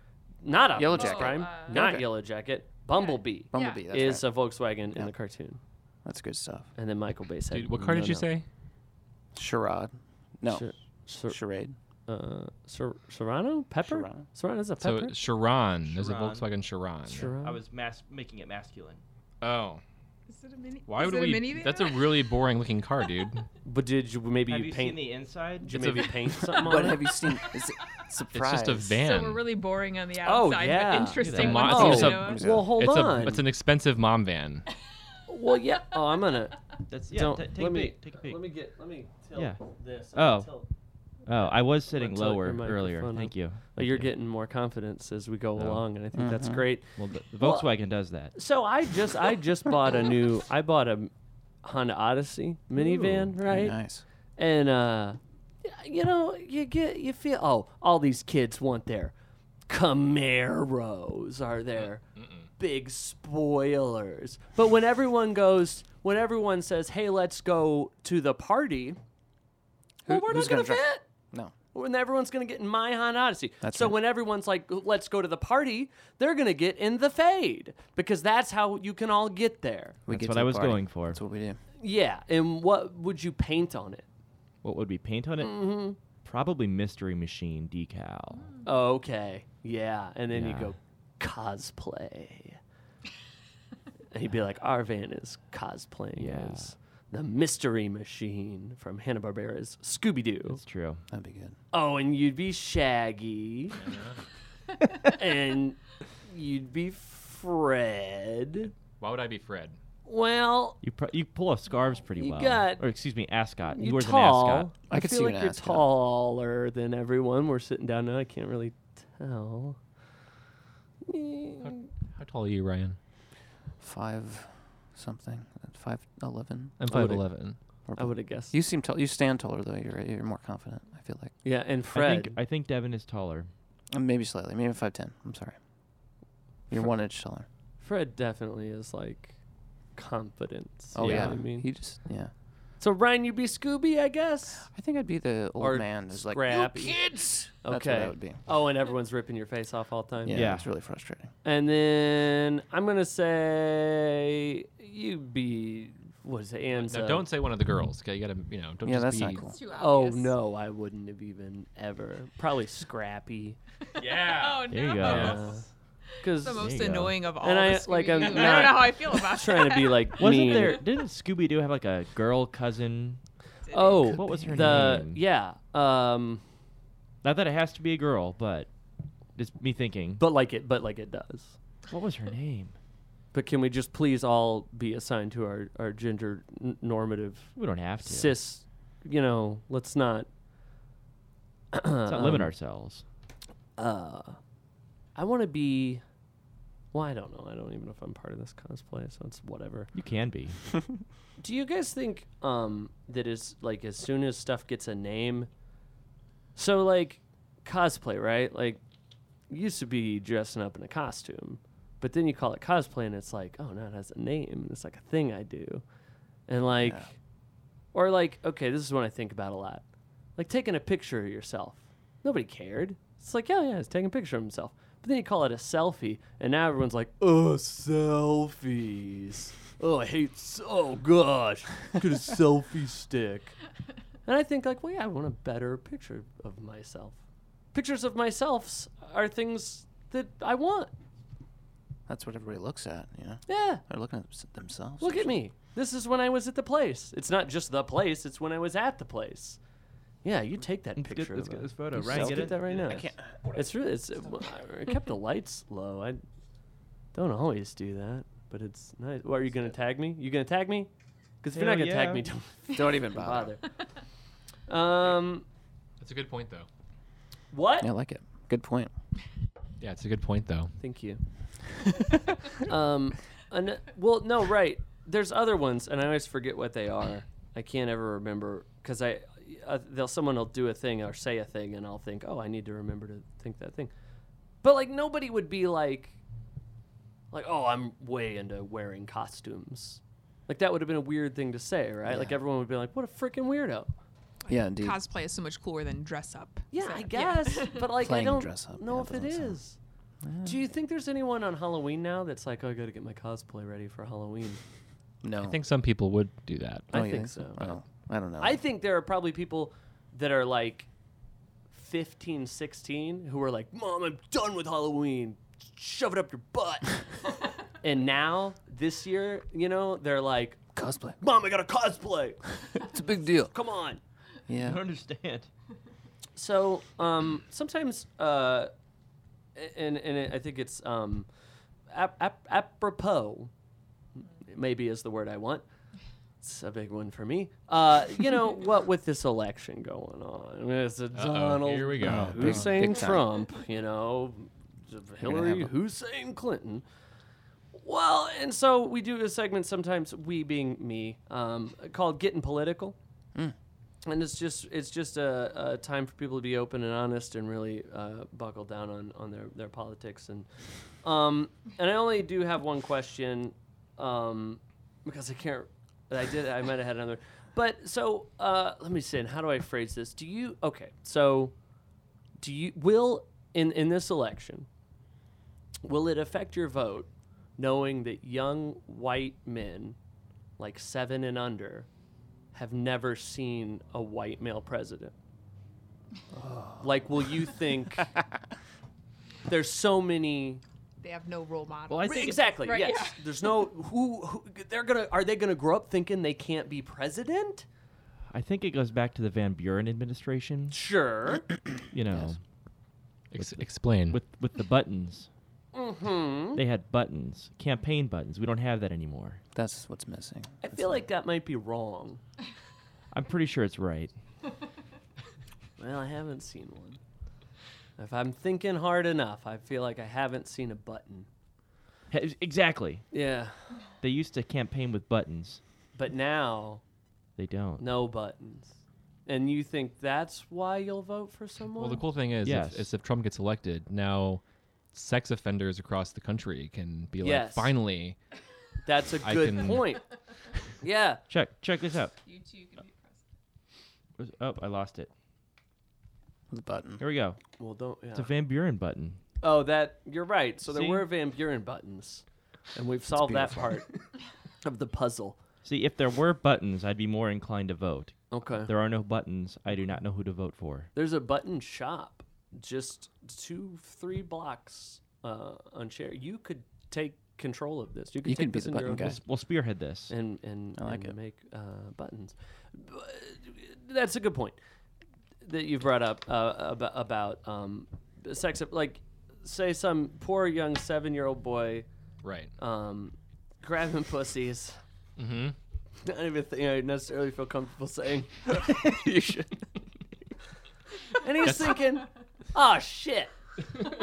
Speaker 1: not a
Speaker 2: Yellow
Speaker 1: Optimus
Speaker 2: Jacket.
Speaker 1: Prime,
Speaker 4: Oh, uh,
Speaker 1: not
Speaker 2: Okay.
Speaker 1: yellow jacket. Bumblebee
Speaker 2: Bumblebee. That's
Speaker 1: is
Speaker 2: right.
Speaker 1: a Volkswagen in the cartoon,
Speaker 2: That's good stuff.
Speaker 1: and then Michael Bay said,
Speaker 3: Dude, what car
Speaker 1: "No,
Speaker 3: did you
Speaker 1: no."
Speaker 3: say?
Speaker 2: Charade. No.
Speaker 1: Sure. Sir- [LAUGHS]
Speaker 2: Charade.
Speaker 1: uh, Ser- Serrano pepper.
Speaker 2: Serrano.
Speaker 1: Serrano's a
Speaker 3: So
Speaker 1: pepper.
Speaker 3: Chiron. There's a
Speaker 5: Chiron.
Speaker 3: Volkswagen Chiron.
Speaker 1: Serrano?
Speaker 5: I was mas- making it masculine.
Speaker 3: Oh,
Speaker 4: Is it a mini?
Speaker 3: why
Speaker 4: is
Speaker 3: would
Speaker 4: it
Speaker 3: we?
Speaker 4: A mini
Speaker 3: that's a really boring looking car, dude.
Speaker 1: but did you maybe
Speaker 5: Have
Speaker 1: you
Speaker 5: you
Speaker 1: paint?
Speaker 5: seen the inside?
Speaker 1: did
Speaker 3: It's
Speaker 1: you maybe
Speaker 5: [LAUGHS]
Speaker 3: a-
Speaker 1: paint something
Speaker 2: But
Speaker 1: on it?
Speaker 2: have you seen? Is it
Speaker 3: It's
Speaker 2: surprise?
Speaker 3: just a van.
Speaker 4: So we're really boring on the
Speaker 1: Oh,
Speaker 4: outside,
Speaker 1: yeah.
Speaker 4: but interesting.
Speaker 3: It's a
Speaker 4: on
Speaker 3: mo-
Speaker 4: the
Speaker 5: Oh.
Speaker 3: it's
Speaker 4: inside,
Speaker 3: a-
Speaker 4: you know?
Speaker 2: it's
Speaker 1: Well, hold
Speaker 3: it's
Speaker 1: on.
Speaker 3: a it's an expensive mom van.
Speaker 1: well, yeah. Oh, I'm gonna.
Speaker 5: That's yeah.
Speaker 1: Don't-
Speaker 5: ta- take
Speaker 1: let
Speaker 5: a
Speaker 1: me-
Speaker 5: peek. Take a peek.
Speaker 1: Let me get. Let me tilt
Speaker 5: Yeah.
Speaker 1: this.
Speaker 5: I'm gonna Oh.
Speaker 1: Tilt.
Speaker 5: Oh, I was sitting
Speaker 1: Tilt your
Speaker 5: lower earlier.
Speaker 1: microphone
Speaker 5: Thank
Speaker 1: up.
Speaker 5: you.
Speaker 1: Oh,
Speaker 5: Thank
Speaker 1: you're
Speaker 5: you.
Speaker 1: getting more confidence as we go
Speaker 5: Oh.
Speaker 1: along, and I think that's great.
Speaker 5: Well, the, the
Speaker 1: Well,
Speaker 5: Volkswagen does that.
Speaker 1: So I just I just bought a new. I bought a Honda Odyssey minivan, right?
Speaker 2: Very Nice.
Speaker 1: and uh y- you know you get you feel oh all these kids want their camaros are their big spoilers but when everyone goes when everyone says hey let's go to the party well, we're not
Speaker 2: who's
Speaker 1: gonna,
Speaker 2: gonna dri-
Speaker 1: fit
Speaker 2: No.
Speaker 1: when everyone's gonna get in my Han Odyssey.
Speaker 2: That's
Speaker 1: so
Speaker 2: right.
Speaker 1: when everyone's like, "Let's go to the party," they're gonna get in the fade because that's how you can all get there.
Speaker 2: We
Speaker 5: That's
Speaker 2: get
Speaker 5: what
Speaker 2: to
Speaker 5: I
Speaker 2: the
Speaker 5: was
Speaker 2: party.
Speaker 5: going for.
Speaker 2: That's what we do.
Speaker 1: Yeah, and what would you paint on it?
Speaker 5: What would be paint on it?
Speaker 1: Mm-hmm.
Speaker 5: Probably Mystery Machine decal.
Speaker 1: Mm. Okay. Yeah. And then you
Speaker 5: Yeah.
Speaker 1: go cosplay. and he'd be like, our van is cosplaying
Speaker 5: Yeah.
Speaker 1: as the mystery machine from Hanna Barbera's Scooby Doo.
Speaker 5: That's true.
Speaker 2: That'd be good.
Speaker 1: Oh, and you'd be Shaggy.
Speaker 5: Uh-huh. [LAUGHS]
Speaker 1: and you'd be Fred.
Speaker 3: Why would I be Fred?
Speaker 1: Well,
Speaker 5: You pr- you pull off scarves pretty
Speaker 1: You
Speaker 5: well.
Speaker 1: got-
Speaker 5: or excuse me, ascot. You
Speaker 1: you're
Speaker 5: wears
Speaker 1: tall.
Speaker 5: an ascot.
Speaker 2: I could
Speaker 1: feel
Speaker 2: see
Speaker 1: like
Speaker 2: an
Speaker 1: you're
Speaker 2: ascot.
Speaker 1: taller than everyone. We're sitting down now. I can't really tell.
Speaker 3: How tall are you, Ryan?
Speaker 2: Five, something. uh, Five eleven.
Speaker 3: I'm
Speaker 1: I
Speaker 3: five
Speaker 1: would've-
Speaker 3: eleven.
Speaker 2: Or
Speaker 1: I would have guessed.
Speaker 2: You seem tall. You stand taller though. You're you're more confident. I feel like
Speaker 1: yeah, and
Speaker 5: I
Speaker 1: Fred.
Speaker 5: think I think Devin is taller.
Speaker 2: Uh, maybe slightly. Maybe five ten. I'm sorry. You're one inch taller.
Speaker 1: Fred definitely is like confidence.
Speaker 2: Oh
Speaker 1: you know
Speaker 2: yeah.
Speaker 1: what I mean,
Speaker 2: he just yeah.
Speaker 1: so Ryan, you be Scooby, I guess.
Speaker 2: I think I'd be the old
Speaker 1: Or
Speaker 2: man. who's like
Speaker 1: Scrappy.
Speaker 2: you kids.
Speaker 1: Okay.
Speaker 2: That's what I would be.
Speaker 1: Oh, and everyone's ripping your face off all the time.
Speaker 2: Yeah,
Speaker 5: Yeah.
Speaker 2: It's really frustrating.
Speaker 1: And then I'm gonna say you be what is it? Anza.
Speaker 3: Now, don't say one of the girls. Okay, you gotta, you know, don't
Speaker 2: Yeah,
Speaker 3: just
Speaker 2: that's
Speaker 3: be.
Speaker 2: not cool.
Speaker 4: It's too
Speaker 1: Oh
Speaker 4: obvious.
Speaker 1: no, I wouldn't have even ever. Probably
Speaker 5: [LAUGHS]
Speaker 1: Scrappy.
Speaker 3: Yeah.
Speaker 4: [LAUGHS] Oh no.
Speaker 5: There you go.
Speaker 1: Yeah. Because
Speaker 4: The most
Speaker 5: you go.
Speaker 4: annoying of all.
Speaker 1: And I,
Speaker 4: the
Speaker 1: like, I'm
Speaker 4: Scooby-Doo. I don't
Speaker 1: not
Speaker 4: know how I feel about
Speaker 1: trying
Speaker 5: [LAUGHS]
Speaker 1: to be
Speaker 4: [LAUGHS] that.
Speaker 1: like
Speaker 5: Wasn't
Speaker 1: mean.
Speaker 5: there? Didn't Scooby Doo have like a girl cousin?
Speaker 1: Oh,
Speaker 5: What was her
Speaker 1: the
Speaker 5: name?
Speaker 1: yeah. Um,
Speaker 5: Not that it has to be a girl, but just me thinking.
Speaker 1: but like it, but like it does.
Speaker 5: what was her name?
Speaker 1: But can we just please all be assigned to our, our gender n- normative
Speaker 5: We don't have to.
Speaker 1: cis? You know, let's not.
Speaker 5: Let's
Speaker 1: uh-uh.
Speaker 5: not limit ourselves.
Speaker 1: [CLEARS THROAT] Uh, I want to be. Well, I don't know. I don't even know if I'm part of this cosplay, so it's whatever.
Speaker 5: You
Speaker 1: [LAUGHS]
Speaker 5: can be.
Speaker 1: Do you guys think um that is like as soon as stuff gets a name, so like cosplay, right? Like used to be dressing up in a costume, but then you call it cosplay, and it's like, oh no, it has a name. It's like a thing I do, and like,
Speaker 2: Yeah.
Speaker 1: or like, okay, this is one I think about a lot, like taking a picture of yourself. Nobody cared. It's like, yeah, yeah, he's taking a picture of himself. But then you call it a selfie, and now everyone's like, oh, selfies. Oh, I hate. s- Oh gosh, get a selfie stick. And I think like, well, yeah, I want a better picture of myself. Pictures of myself are things that I want.
Speaker 2: That's what everybody looks at. Yeah,
Speaker 1: Yeah,
Speaker 2: they're looking at s- themselves.
Speaker 1: look at me. This is when I was at the place. It's not just the place. It's when I was at the place. Yeah, you take that
Speaker 5: Let's get,
Speaker 1: picture.
Speaker 5: let's
Speaker 1: of
Speaker 5: get
Speaker 1: a-
Speaker 5: this photo.
Speaker 1: you
Speaker 5: Ryan,
Speaker 1: just
Speaker 5: get
Speaker 1: get
Speaker 5: it?
Speaker 1: that right now.
Speaker 2: I can't.
Speaker 1: It's really. It's. It, I kept the lights low. I don't always do that, but it's nice. Well, are you gonna tag me? You gonna tag me? Because if you're not
Speaker 5: Hell
Speaker 1: gonna
Speaker 5: yeah.
Speaker 1: tag me, don't [LAUGHS]
Speaker 2: Don't even bother.
Speaker 1: bother. um,
Speaker 3: That's a good point, though.
Speaker 1: what?
Speaker 2: Yeah, I like it. Good point.
Speaker 3: Yeah, it's a good point, though.
Speaker 1: Thank you. um, an, well, no, right. There's other ones, and I always forget what they are. I can't ever remember because I, uh, they'll someone will do a thing or say a thing, and I'll think, oh, I need to remember to think that thing. But like nobody would be like, like, oh, I'm way into wearing costumes. Like that would have been a weird thing to say, right? Like
Speaker 2: Yeah.
Speaker 1: everyone would be like, what a freaking weirdo.
Speaker 2: Yeah, indeed.
Speaker 4: Cosplay is so much cooler than dress up.
Speaker 1: Yeah,
Speaker 4: So,
Speaker 1: I guess. But like, I
Speaker 2: Playing
Speaker 1: don't
Speaker 2: dress up,
Speaker 1: know
Speaker 2: yeah,
Speaker 1: if it
Speaker 2: doesn't sound-
Speaker 1: is. Do you think there's anyone on Halloween now that's like, oh, I got to get my cosplay ready for Halloween?
Speaker 2: No,
Speaker 3: I think some people would do that.
Speaker 1: I
Speaker 2: Oh, you
Speaker 1: think so.
Speaker 2: Oh, I don't know.
Speaker 1: I think there are probably people that are like 15, 16 who are like, Mom, I'm done with Halloween. Shove it up your butt. and now, this year, you know, they're like,
Speaker 2: cosplay.
Speaker 1: Mom, I got to cosplay.
Speaker 2: It's a big deal.
Speaker 1: Come on.
Speaker 5: I
Speaker 1: [LAUGHS]
Speaker 2: Yeah.
Speaker 5: don't understand.
Speaker 1: So um, sometimes, uh, and and it, I think it's um, ap- ap- apropos, maybe is the word I want. It's a big one for me. Uh, you
Speaker 3: [LAUGHS]
Speaker 1: know what? With this election going on, I mean, it's a Donald
Speaker 3: here we go.
Speaker 2: big-
Speaker 1: Hussein
Speaker 2: big time.
Speaker 1: Trump. You know, Hillary
Speaker 2: have
Speaker 1: Hussein Clinton. Well, and so we do a segment sometimes, we being me, um, called "Getting Political," and it's just it's just a, a time for people to be open and honest and really uh, buckle down on, on their, their politics and um, and I only do have one question um, because I can't I did I might have had another but so uh, let me see and how do I phrase this do you okay so do you will in in this election will it affect your vote knowing that young white men like seven and under have never seen a white male president like will you think there's so many
Speaker 4: [LAUGHS] They have no role models.
Speaker 5: Well, I think
Speaker 1: exactly
Speaker 4: Right,
Speaker 1: yes
Speaker 4: yeah.
Speaker 1: there's no who, who they're gonna are they gonna grow up thinking they can't be president
Speaker 5: I think it goes back to the Van Buren administration.
Speaker 1: sure
Speaker 5: You know,
Speaker 3: Ex- explain.
Speaker 5: with with the buttons.
Speaker 1: mm-hmm.
Speaker 5: They had buttons, campaign buttons. We don't have that anymore.
Speaker 2: That's what's missing.
Speaker 1: i feel like that might be wrong
Speaker 5: I'm pretty sure it's right.
Speaker 1: Well, I haven't seen one. If I'm thinking hard enough, I feel like I haven't seen a button.
Speaker 5: He- Exactly.
Speaker 1: Yeah.
Speaker 5: They used to campaign with buttons.
Speaker 1: But now,
Speaker 5: They don't.
Speaker 1: no buttons. And you think that's why you'll vote for someone?
Speaker 3: Well, the cool thing is,
Speaker 5: Yes.
Speaker 3: if, is if Trump gets elected, now sex offenders across the country can be like,
Speaker 1: Yes.
Speaker 3: finally,
Speaker 1: that's a
Speaker 3: I
Speaker 1: good
Speaker 3: can-
Speaker 1: point. yeah.
Speaker 5: Check check this out.
Speaker 4: You two could be
Speaker 5: Was- Oh, I lost it.
Speaker 2: the button.
Speaker 5: Here we go.
Speaker 1: Well, don't. Yeah.
Speaker 5: It's a Van Buren button.
Speaker 1: oh, that you're right. So there
Speaker 5: See?
Speaker 1: were Van Buren buttons, and we've solved that part of the puzzle.
Speaker 5: See, if there were buttons, I'd be more inclined to vote.
Speaker 1: Okay.
Speaker 5: There are no buttons. I do not know who to vote for.
Speaker 1: There's a button shop just two, three blocks uh, on chair. You could take control of this. You could
Speaker 2: You
Speaker 1: take
Speaker 2: could be
Speaker 1: this
Speaker 2: the
Speaker 1: into your
Speaker 2: button
Speaker 1: own
Speaker 2: guy.
Speaker 1: hands
Speaker 5: We'll spearhead this.
Speaker 1: and and,
Speaker 2: I like
Speaker 1: and
Speaker 2: it.
Speaker 1: make uh, buttons. But That's a good point that you brought up uh, about, about um, sex. Like, say some poor young seven-year-old boy
Speaker 3: right.
Speaker 1: um, grabbing pussies.
Speaker 3: Mm-hmm.
Speaker 1: [LAUGHS] I don't even think I necessarily feel comfortable
Speaker 3: [LAUGHS]
Speaker 1: saying.
Speaker 2: you should.
Speaker 1: And he's thinking, oh
Speaker 3: [LAUGHS]
Speaker 1: shit. now, that,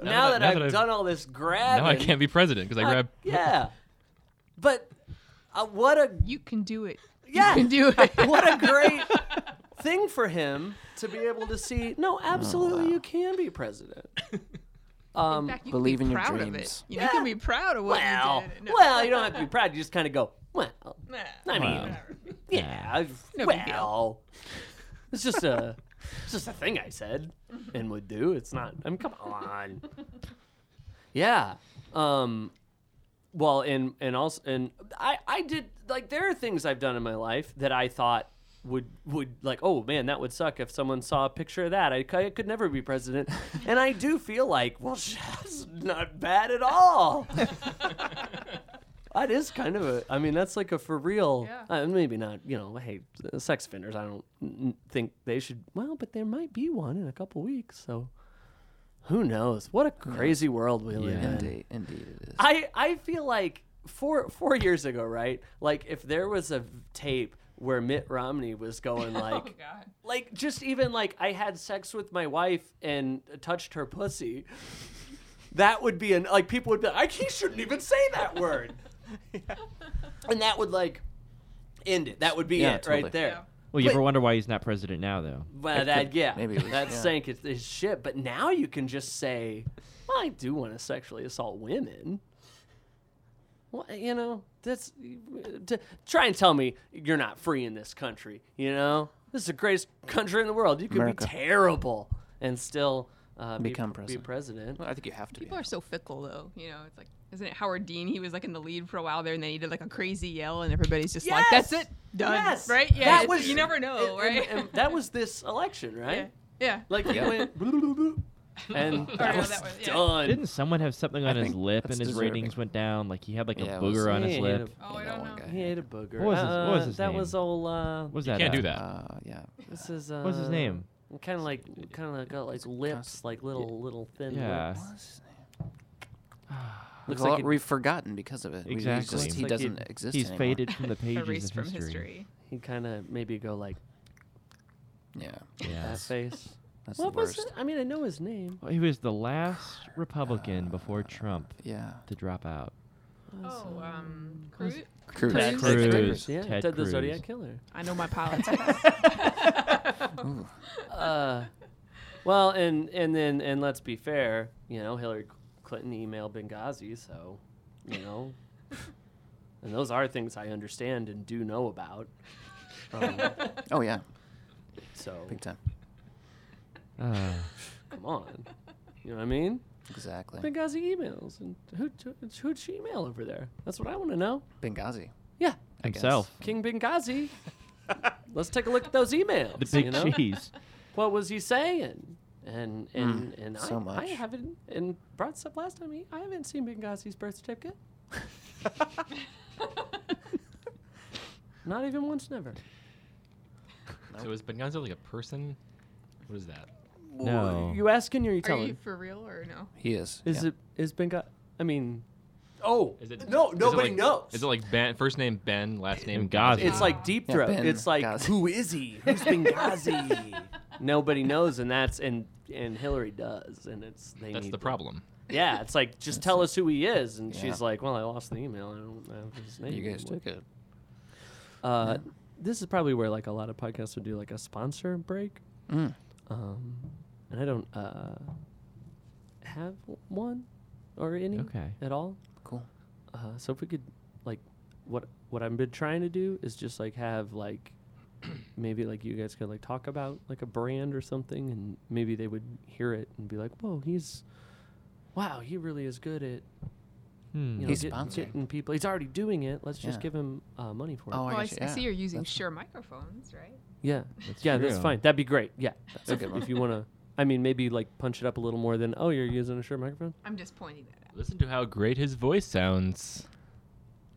Speaker 3: that- now
Speaker 1: I've
Speaker 3: that I've-
Speaker 1: done all this grabbing,
Speaker 3: Now I can't be president because I
Speaker 1: I-
Speaker 3: grabbed.
Speaker 1: [LAUGHS] yeah. But uh, what a
Speaker 4: You can do it.
Speaker 1: yeah, [LAUGHS]
Speaker 4: You can do it.
Speaker 1: what a great thing for him to be able to see. No, absolutely, you can be president.
Speaker 4: [LAUGHS] In
Speaker 1: Um,
Speaker 4: fact, you
Speaker 2: believe
Speaker 4: can
Speaker 2: in
Speaker 4: be
Speaker 2: your
Speaker 4: proud of it.
Speaker 2: dreams.
Speaker 4: You, know, you can be proud of what
Speaker 1: well,
Speaker 4: you did. No.
Speaker 1: well, you don't have to be proud. You just kind of go, well,
Speaker 4: Nah.
Speaker 1: I mean,
Speaker 4: Whatever.
Speaker 1: yeah, I've-
Speaker 4: No big deal.
Speaker 1: well, it's just a, it's just a thing I said
Speaker 4: Mm-hmm.
Speaker 1: and would do. It's not. I mean, come
Speaker 4: [LAUGHS]
Speaker 1: on. Yeah. Um. Well, and and also, and I I did like there are things I've done in my life that I thought would would like oh man that would suck if someone saw a picture of that I, c- I could never be president and I do feel like well [LAUGHS] that's not bad at all that is kind of a I mean that's like a for real
Speaker 4: Yeah.
Speaker 1: uh, maybe not you know hey uh, sex offenders I don't n- think they should well but there might be one in a couple weeks so who knows what a crazy world we live in
Speaker 2: Indeed, indeed it is.
Speaker 1: I I feel like four four years ago, right? Like if there was a tape where Mitt Romney was going
Speaker 4: [LAUGHS] Oh,
Speaker 1: like.
Speaker 4: God.
Speaker 1: Like just even like I had sex with my wife and touched her pussy, that would be an like people would be like I, he shouldn't even say that
Speaker 4: [LAUGHS]
Speaker 1: word, and that would like end it. That would be
Speaker 2: Yeah,
Speaker 1: it
Speaker 2: totally.
Speaker 1: right there.
Speaker 4: Yeah.
Speaker 5: Well, you
Speaker 1: But-
Speaker 5: ever wonder why he's not president now, though?
Speaker 1: Well, that yeah,
Speaker 2: maybe it was-
Speaker 1: that
Speaker 2: yeah.
Speaker 1: sank his, his ship. But now you can just say, well, "I do want to sexually assault women." Well, you know, that's to, try and tell me you're not free in this country. You know, this is the greatest country in the world. You can
Speaker 2: America.
Speaker 1: be terrible and still uh, be-
Speaker 2: Become
Speaker 1: Be
Speaker 2: president.
Speaker 1: president.
Speaker 2: I think you have to be.
Speaker 4: People are so fickle, though. You know, it's like, isn't it Howard Dean? He was like in the lead for a while there, and then he did like a crazy yell, and everybody's just like, "That's
Speaker 1: Yes!
Speaker 4: it, done."
Speaker 1: Yes!
Speaker 4: Right? Yeah.
Speaker 1: That
Speaker 4: it's-
Speaker 1: was-
Speaker 4: you never
Speaker 1: And-
Speaker 4: know, right?
Speaker 1: and- and that was this election, right?
Speaker 4: [LAUGHS] yeah. yeah.
Speaker 1: Like he
Speaker 2: Yeah. [LAUGHS]
Speaker 1: went bloop, bloop, bloop, and that
Speaker 4: no,
Speaker 1: was
Speaker 4: that was- yeah.
Speaker 1: done.
Speaker 5: Didn't someone have something on his
Speaker 2: think
Speaker 5: lip and
Speaker 2: that's
Speaker 5: his
Speaker 2: deserving.
Speaker 5: ratings went down? Like he had like
Speaker 2: Yeah,
Speaker 5: a
Speaker 2: it was-
Speaker 5: booger on
Speaker 1: Yeah,
Speaker 5: his
Speaker 1: he had
Speaker 5: lip.
Speaker 1: a-
Speaker 4: oh,
Speaker 2: Yeah,
Speaker 4: I
Speaker 2: that
Speaker 4: don't
Speaker 2: one
Speaker 4: know.
Speaker 2: guy.
Speaker 1: He ate a booger.
Speaker 5: What was his- what was
Speaker 1: Uh,
Speaker 5: his
Speaker 1: that
Speaker 5: name?
Speaker 1: was all. Uh,
Speaker 5: What was
Speaker 3: You
Speaker 5: that?
Speaker 3: can't
Speaker 5: uh,
Speaker 3: do that.
Speaker 2: Uh, yeah.
Speaker 1: this is. Uh,
Speaker 5: What's his name?
Speaker 1: Kind of like, kind of got like lips, like little, little thin
Speaker 5: Yeah.
Speaker 1: lips.
Speaker 2: What's his name?
Speaker 1: Looks
Speaker 2: Well,
Speaker 1: like it-
Speaker 2: we've forgotten because of it. We- he's
Speaker 5: Exactly.
Speaker 2: just- he
Speaker 1: Looks like he-
Speaker 2: doesn't exist
Speaker 5: He's
Speaker 2: anymore. [LAUGHS]
Speaker 5: faded
Speaker 4: [LAUGHS]
Speaker 5: from the pages
Speaker 4: Erased
Speaker 5: of
Speaker 4: from history.
Speaker 1: He kind of maybe go like
Speaker 2: Yeah.
Speaker 1: that
Speaker 5: Yes.
Speaker 1: face.
Speaker 2: That's
Speaker 1: what
Speaker 2: the
Speaker 1: was
Speaker 2: worst.
Speaker 1: it? I mean, I know his name.
Speaker 5: Well, he was the last Republican before Trump
Speaker 2: Yeah.
Speaker 5: to drop out.
Speaker 4: Oh, um, Groot?
Speaker 2: Cruz.
Speaker 5: Ted
Speaker 2: Cruz.
Speaker 5: Cruz.
Speaker 1: Yeah,
Speaker 5: Ted
Speaker 1: Ted the
Speaker 5: Cruz.
Speaker 1: Zodiac Killer.
Speaker 4: I [LAUGHS] know my politics.
Speaker 2: Ooh.
Speaker 1: Uh, well, and and then and let's be fair, you know, Hillary Clinton emailed Benghazi, so you
Speaker 2: [LAUGHS]
Speaker 1: know, and those are things I understand and do know about. Um,
Speaker 2: [LAUGHS] Oh yeah,
Speaker 1: so
Speaker 2: big time.
Speaker 5: Uh,
Speaker 1: come on, you know what I mean?
Speaker 2: Exactly.
Speaker 1: Benghazi emails and who who'd she email over there? That's what I want to know.
Speaker 2: Benghazi.
Speaker 1: Yeah,
Speaker 2: I guess.
Speaker 5: [LAUGHS] himself.
Speaker 1: King [LAUGHS] Benghazi. Let's take a look at those emails.
Speaker 5: The big
Speaker 1: you know? [LAUGHS]
Speaker 5: cheese.
Speaker 1: What was he saying? And and and
Speaker 2: so
Speaker 1: I, I
Speaker 2: much.
Speaker 1: haven't and brought this up last time. he- I haven't seen Benghazi's birth certificate. Not even once, never.
Speaker 3: So is Benganza like a person? What is that?
Speaker 5: No.
Speaker 1: You asking or you
Speaker 4: Are
Speaker 1: telling?
Speaker 4: you for real or no?
Speaker 2: He is.
Speaker 1: is
Speaker 2: yeah.
Speaker 1: it is Benghazi? I mean, oh
Speaker 3: Is it
Speaker 1: no,
Speaker 3: is it
Speaker 1: nobody
Speaker 3: like-
Speaker 1: knows.
Speaker 3: Is it like Ben? First name Ben, last name
Speaker 5: Benghazi.
Speaker 3: Ghazi.
Speaker 1: It's like deep
Speaker 2: Yeah,
Speaker 1: throat.
Speaker 2: Ben
Speaker 1: it's like
Speaker 2: Ghazi.
Speaker 1: who is he? Who's Benghazi?
Speaker 2: [LAUGHS]
Speaker 1: Nobody knows, and that's and and Hillary does, and it's they
Speaker 3: that's
Speaker 1: need
Speaker 3: the
Speaker 1: to-
Speaker 3: problem.
Speaker 1: Yeah, it's like just tell us who he is, and
Speaker 2: Yeah.
Speaker 1: she's like, "Well, I lost the email. I don't have his name."
Speaker 2: You guys
Speaker 1: anymore."
Speaker 2: did good.
Speaker 1: Uh, This is probably where like a lot of podcasts would do like a sponsor break,
Speaker 2: Mm.
Speaker 1: um, and I don't uh, have one or any
Speaker 5: Okay.
Speaker 1: at all.
Speaker 2: Cool.
Speaker 1: Uh, so if we could, like, what what I've been trying to do is just like have like [CLEARS THROAT] maybe like you guys could like talk about like a brand or something, and maybe they would hear it and be like, "Whoa, he's wow, he really is good at
Speaker 5: Hmm.
Speaker 1: you know
Speaker 2: He's
Speaker 1: get-
Speaker 2: sponsoring.
Speaker 1: getting people. He's already doing it. Let's just
Speaker 2: Yeah.
Speaker 1: give him uh, money for it."
Speaker 2: Oh, I
Speaker 4: well, I,
Speaker 2: guess-
Speaker 4: s- I
Speaker 2: yeah.
Speaker 4: see you're using
Speaker 2: That's-
Speaker 4: Sure microphones, right?
Speaker 1: Yeah,
Speaker 5: That's
Speaker 1: yeah, that's
Speaker 5: true.
Speaker 1: fine. That'd be great. Yeah,
Speaker 2: That's a
Speaker 1: if,
Speaker 2: good
Speaker 1: if
Speaker 2: one.
Speaker 1: you wanna. I mean, maybe like punch it up a little more than oh, you're using a shirt microphone.
Speaker 4: I'm just pointing that out.
Speaker 3: Listen to how great his voice sounds.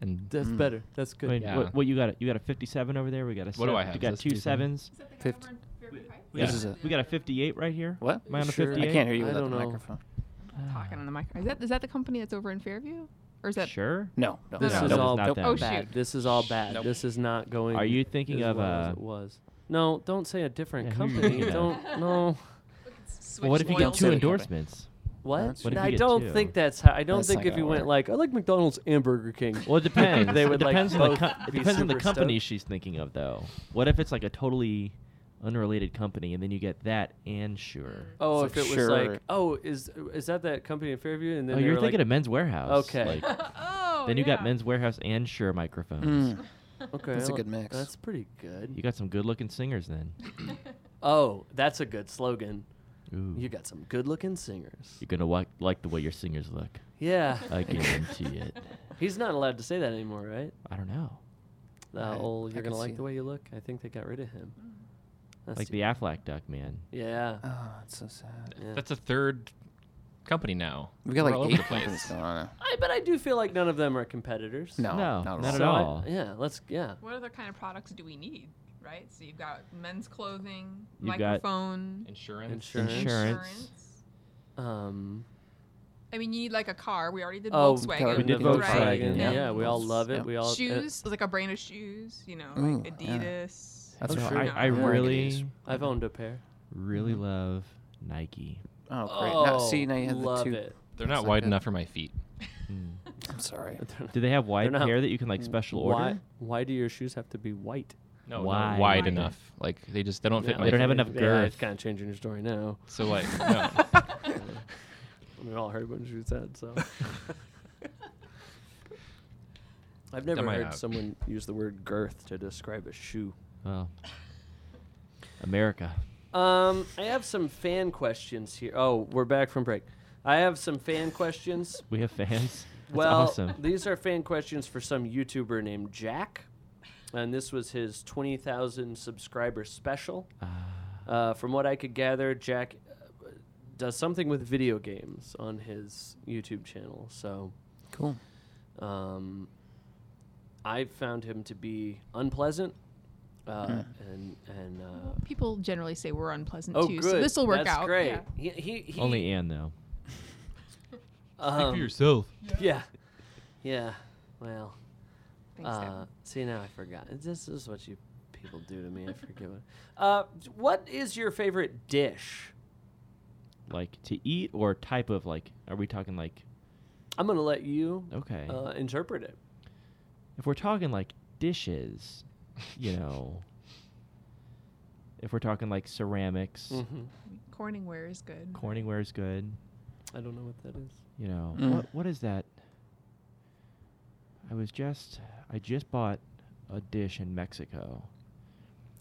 Speaker 3: And
Speaker 1: That's
Speaker 2: Mm.
Speaker 1: better. That's
Speaker 5: I
Speaker 1: good.
Speaker 5: mean,
Speaker 3: Yeah.
Speaker 5: what, what you got? a- You got a 57 over there. We got a.
Speaker 3: What do
Speaker 5: seven-
Speaker 3: I have?
Speaker 5: You
Speaker 3: Is
Speaker 5: got
Speaker 3: this
Speaker 5: two
Speaker 3: 57?
Speaker 5: sevens.
Speaker 2: Fifty-
Speaker 5: We
Speaker 3: Yeah.
Speaker 5: got
Speaker 2: This is
Speaker 5: a-
Speaker 2: a-
Speaker 5: we got a 58 right here. Uh,
Speaker 2: What?
Speaker 5: Am I on a
Speaker 1: Sure. I
Speaker 5: 58?
Speaker 2: I can't hear you
Speaker 1: I
Speaker 2: without the
Speaker 1: don't know.
Speaker 2: microphone.
Speaker 4: Talking on the mic. Is that is that the company that's over in Fairview, or is that
Speaker 5: Sure.
Speaker 2: No, no.
Speaker 1: This
Speaker 2: no,
Speaker 1: is
Speaker 2: no,
Speaker 1: all-
Speaker 5: not
Speaker 2: nope.
Speaker 5: them.
Speaker 4: Oh,
Speaker 1: bad.
Speaker 4: shoot.
Speaker 1: This is all bad.
Speaker 2: Nope.
Speaker 1: This is not going.
Speaker 5: Are you thinking
Speaker 1: as
Speaker 5: of
Speaker 1: well as
Speaker 5: uh,
Speaker 1: it was? No, don't say a different
Speaker 5: Yeah, who are you
Speaker 1: company.
Speaker 5: thinking of?
Speaker 1: Don't no.
Speaker 5: well, what if you
Speaker 2: Don't
Speaker 5: get
Speaker 2: say
Speaker 5: two
Speaker 2: the
Speaker 5: endorsements?
Speaker 1: What?
Speaker 2: That's What
Speaker 5: if you
Speaker 1: I
Speaker 5: get
Speaker 1: don't
Speaker 5: two?
Speaker 1: think that's how. I don't
Speaker 2: That's
Speaker 1: think
Speaker 2: not
Speaker 1: if you
Speaker 2: gonna
Speaker 1: went
Speaker 2: work.
Speaker 1: like I like McDonald's and Burger King. [LAUGHS]
Speaker 5: Well, it depends.
Speaker 1: They
Speaker 5: It
Speaker 1: would, like,
Speaker 5: depends on the
Speaker 1: both
Speaker 5: co- it
Speaker 1: be
Speaker 5: depends on the
Speaker 1: super
Speaker 5: company
Speaker 1: stoked.
Speaker 5: she's thinking of, though. What if it's like a totally unrelated company, and then you get that and
Speaker 4: [LAUGHS]
Speaker 5: sure.
Speaker 1: Oh,
Speaker 2: It's
Speaker 1: if
Speaker 2: like,
Speaker 1: it was like,
Speaker 2: sure.
Speaker 1: oh, is is that that company in Fairview? And then
Speaker 5: oh,
Speaker 1: they
Speaker 5: you're
Speaker 1: were
Speaker 5: thinking
Speaker 1: like,
Speaker 5: of Men's Warehouse.
Speaker 1: Okay.
Speaker 5: like,
Speaker 4: oh,
Speaker 5: then you got
Speaker 4: yeah.
Speaker 5: Men's Warehouse and Sure
Speaker 2: Mm.
Speaker 5: microphones.
Speaker 1: okay,
Speaker 2: That's a
Speaker 1: well,
Speaker 2: good mix.
Speaker 1: That's pretty good.
Speaker 5: You got some good-looking singers then.
Speaker 1: Oh, that's a good slogan.
Speaker 5: Ooh.
Speaker 1: You got some good-looking singers.
Speaker 5: You're gonna wa- like the way your singers look.
Speaker 1: Yeah, [LAUGHS]
Speaker 5: I guarantee it.
Speaker 1: he's not allowed to say that anymore, right?
Speaker 5: I don't know.
Speaker 1: The
Speaker 2: I-
Speaker 1: whole
Speaker 2: I
Speaker 1: "you're
Speaker 2: can
Speaker 1: gonna like
Speaker 2: see
Speaker 1: the way you look." I think they got rid of him.
Speaker 3: Mm.
Speaker 1: That's
Speaker 5: like
Speaker 1: too-
Speaker 5: the Affleck duck man.
Speaker 2: [LAUGHS]
Speaker 1: yeah.
Speaker 2: Oh, it's so sad.
Speaker 1: yeah.
Speaker 3: That's a third company now.
Speaker 2: We got
Speaker 3: We're all
Speaker 2: like
Speaker 3: over
Speaker 2: eight
Speaker 3: the place.
Speaker 2: companies going on.
Speaker 1: I but I do feel like none of them are competitors.
Speaker 2: No,
Speaker 5: No,
Speaker 2: not
Speaker 5: not
Speaker 2: at
Speaker 5: at
Speaker 1: So
Speaker 2: all.
Speaker 1: I-
Speaker 5: all.
Speaker 1: yeah, let's yeah.
Speaker 4: What other kind of products do we need? Right. So you've got men's clothing,
Speaker 5: You've got-
Speaker 4: microphone,
Speaker 3: Insurance.
Speaker 1: Insurance.
Speaker 5: Insurance.
Speaker 1: Um,
Speaker 4: I mean, you need like a car. We already did
Speaker 1: oh,
Speaker 4: Volkswagen.
Speaker 5: We did
Speaker 1: the
Speaker 5: Volkswagen,
Speaker 1: Volkswagen.
Speaker 5: yeah.
Speaker 1: Yeah. we all love it.
Speaker 2: Yeah.
Speaker 1: We all uh,
Speaker 4: shoes, like a brand of shoes. You know,
Speaker 2: Ooh,
Speaker 4: like
Speaker 2: Mm, yeah.
Speaker 4: Adidas.
Speaker 2: That's
Speaker 1: Oh,
Speaker 2: what
Speaker 1: sure. Mm.
Speaker 5: I,
Speaker 4: No,
Speaker 5: I
Speaker 4: we're
Speaker 2: gonna
Speaker 5: really,
Speaker 2: use-
Speaker 1: I've owned a pair.
Speaker 5: really love Nike.
Speaker 2: Oh, great. now, see, now you have
Speaker 1: Oh, love
Speaker 2: the two.
Speaker 1: it.
Speaker 3: They're not
Speaker 2: That's
Speaker 3: wide
Speaker 2: good.
Speaker 3: enough for my feet.
Speaker 5: Mm.
Speaker 2: I'm sorry. [LAUGHS]
Speaker 5: Do they have wide
Speaker 1: not-
Speaker 5: hair that you can like
Speaker 1: Mm.
Speaker 5: special order?
Speaker 1: Why? Why do your shoes have to be white?
Speaker 3: No, wide,
Speaker 5: Wide.
Speaker 3: wide enough. Like they just they don't fit.
Speaker 1: Yeah,
Speaker 3: my
Speaker 5: They don't have
Speaker 3: feet.
Speaker 5: enough
Speaker 1: Yeah,
Speaker 5: girth.
Speaker 1: it's kind of changing your story now.
Speaker 3: So [LAUGHS] like,
Speaker 4: [LAUGHS]
Speaker 3: no.
Speaker 1: We all heard what you said,
Speaker 3: [LAUGHS]
Speaker 1: so. I've never
Speaker 3: might
Speaker 1: heard
Speaker 3: not.
Speaker 1: someone use the word girth to describe a shoe.
Speaker 5: Well, Oh. America.
Speaker 1: Um, I have some fan questions here. Oh, we're back from break. I have some fan questions.
Speaker 5: We have fans. [LAUGHS] That's
Speaker 1: well,
Speaker 5: awesome.
Speaker 1: these are fan questions for some YouTuber named Jack, and this was his 20,000 subscriber special.
Speaker 5: Ah.
Speaker 1: Uh, from what I could gather, Jack uh, does something with video games on his YouTube channel. So
Speaker 2: Cool.
Speaker 1: um, I found him to be unpleasant, uh, and and uh,
Speaker 4: People generally say we're unpleasant
Speaker 1: oh,
Speaker 4: too,
Speaker 1: good,
Speaker 4: so this will work
Speaker 1: That's
Speaker 4: out.
Speaker 1: Great.
Speaker 4: Yeah.
Speaker 1: He, he, he,
Speaker 5: Only Anne though.
Speaker 1: um,
Speaker 3: yourself.
Speaker 1: yeah, yeah. Well,
Speaker 4: Thanks, Dad.
Speaker 1: uh, see now I forgot. This is what you people do to me. I forget what. [LAUGHS] Uh, what is your favorite dish?
Speaker 5: Like to eat or type of like. Are we talking like?
Speaker 1: I'm gonna let you
Speaker 5: Okay.
Speaker 1: uh, interpret it.
Speaker 5: if we're talking like dishes, you know. if we're talking like ceramics,
Speaker 1: Mhm.
Speaker 4: Corningware is good.
Speaker 5: Corningware is good.
Speaker 1: I don't know what that is.
Speaker 5: You know
Speaker 2: Mm.
Speaker 5: what? What is that? I was just. I just bought a dish in Mexico.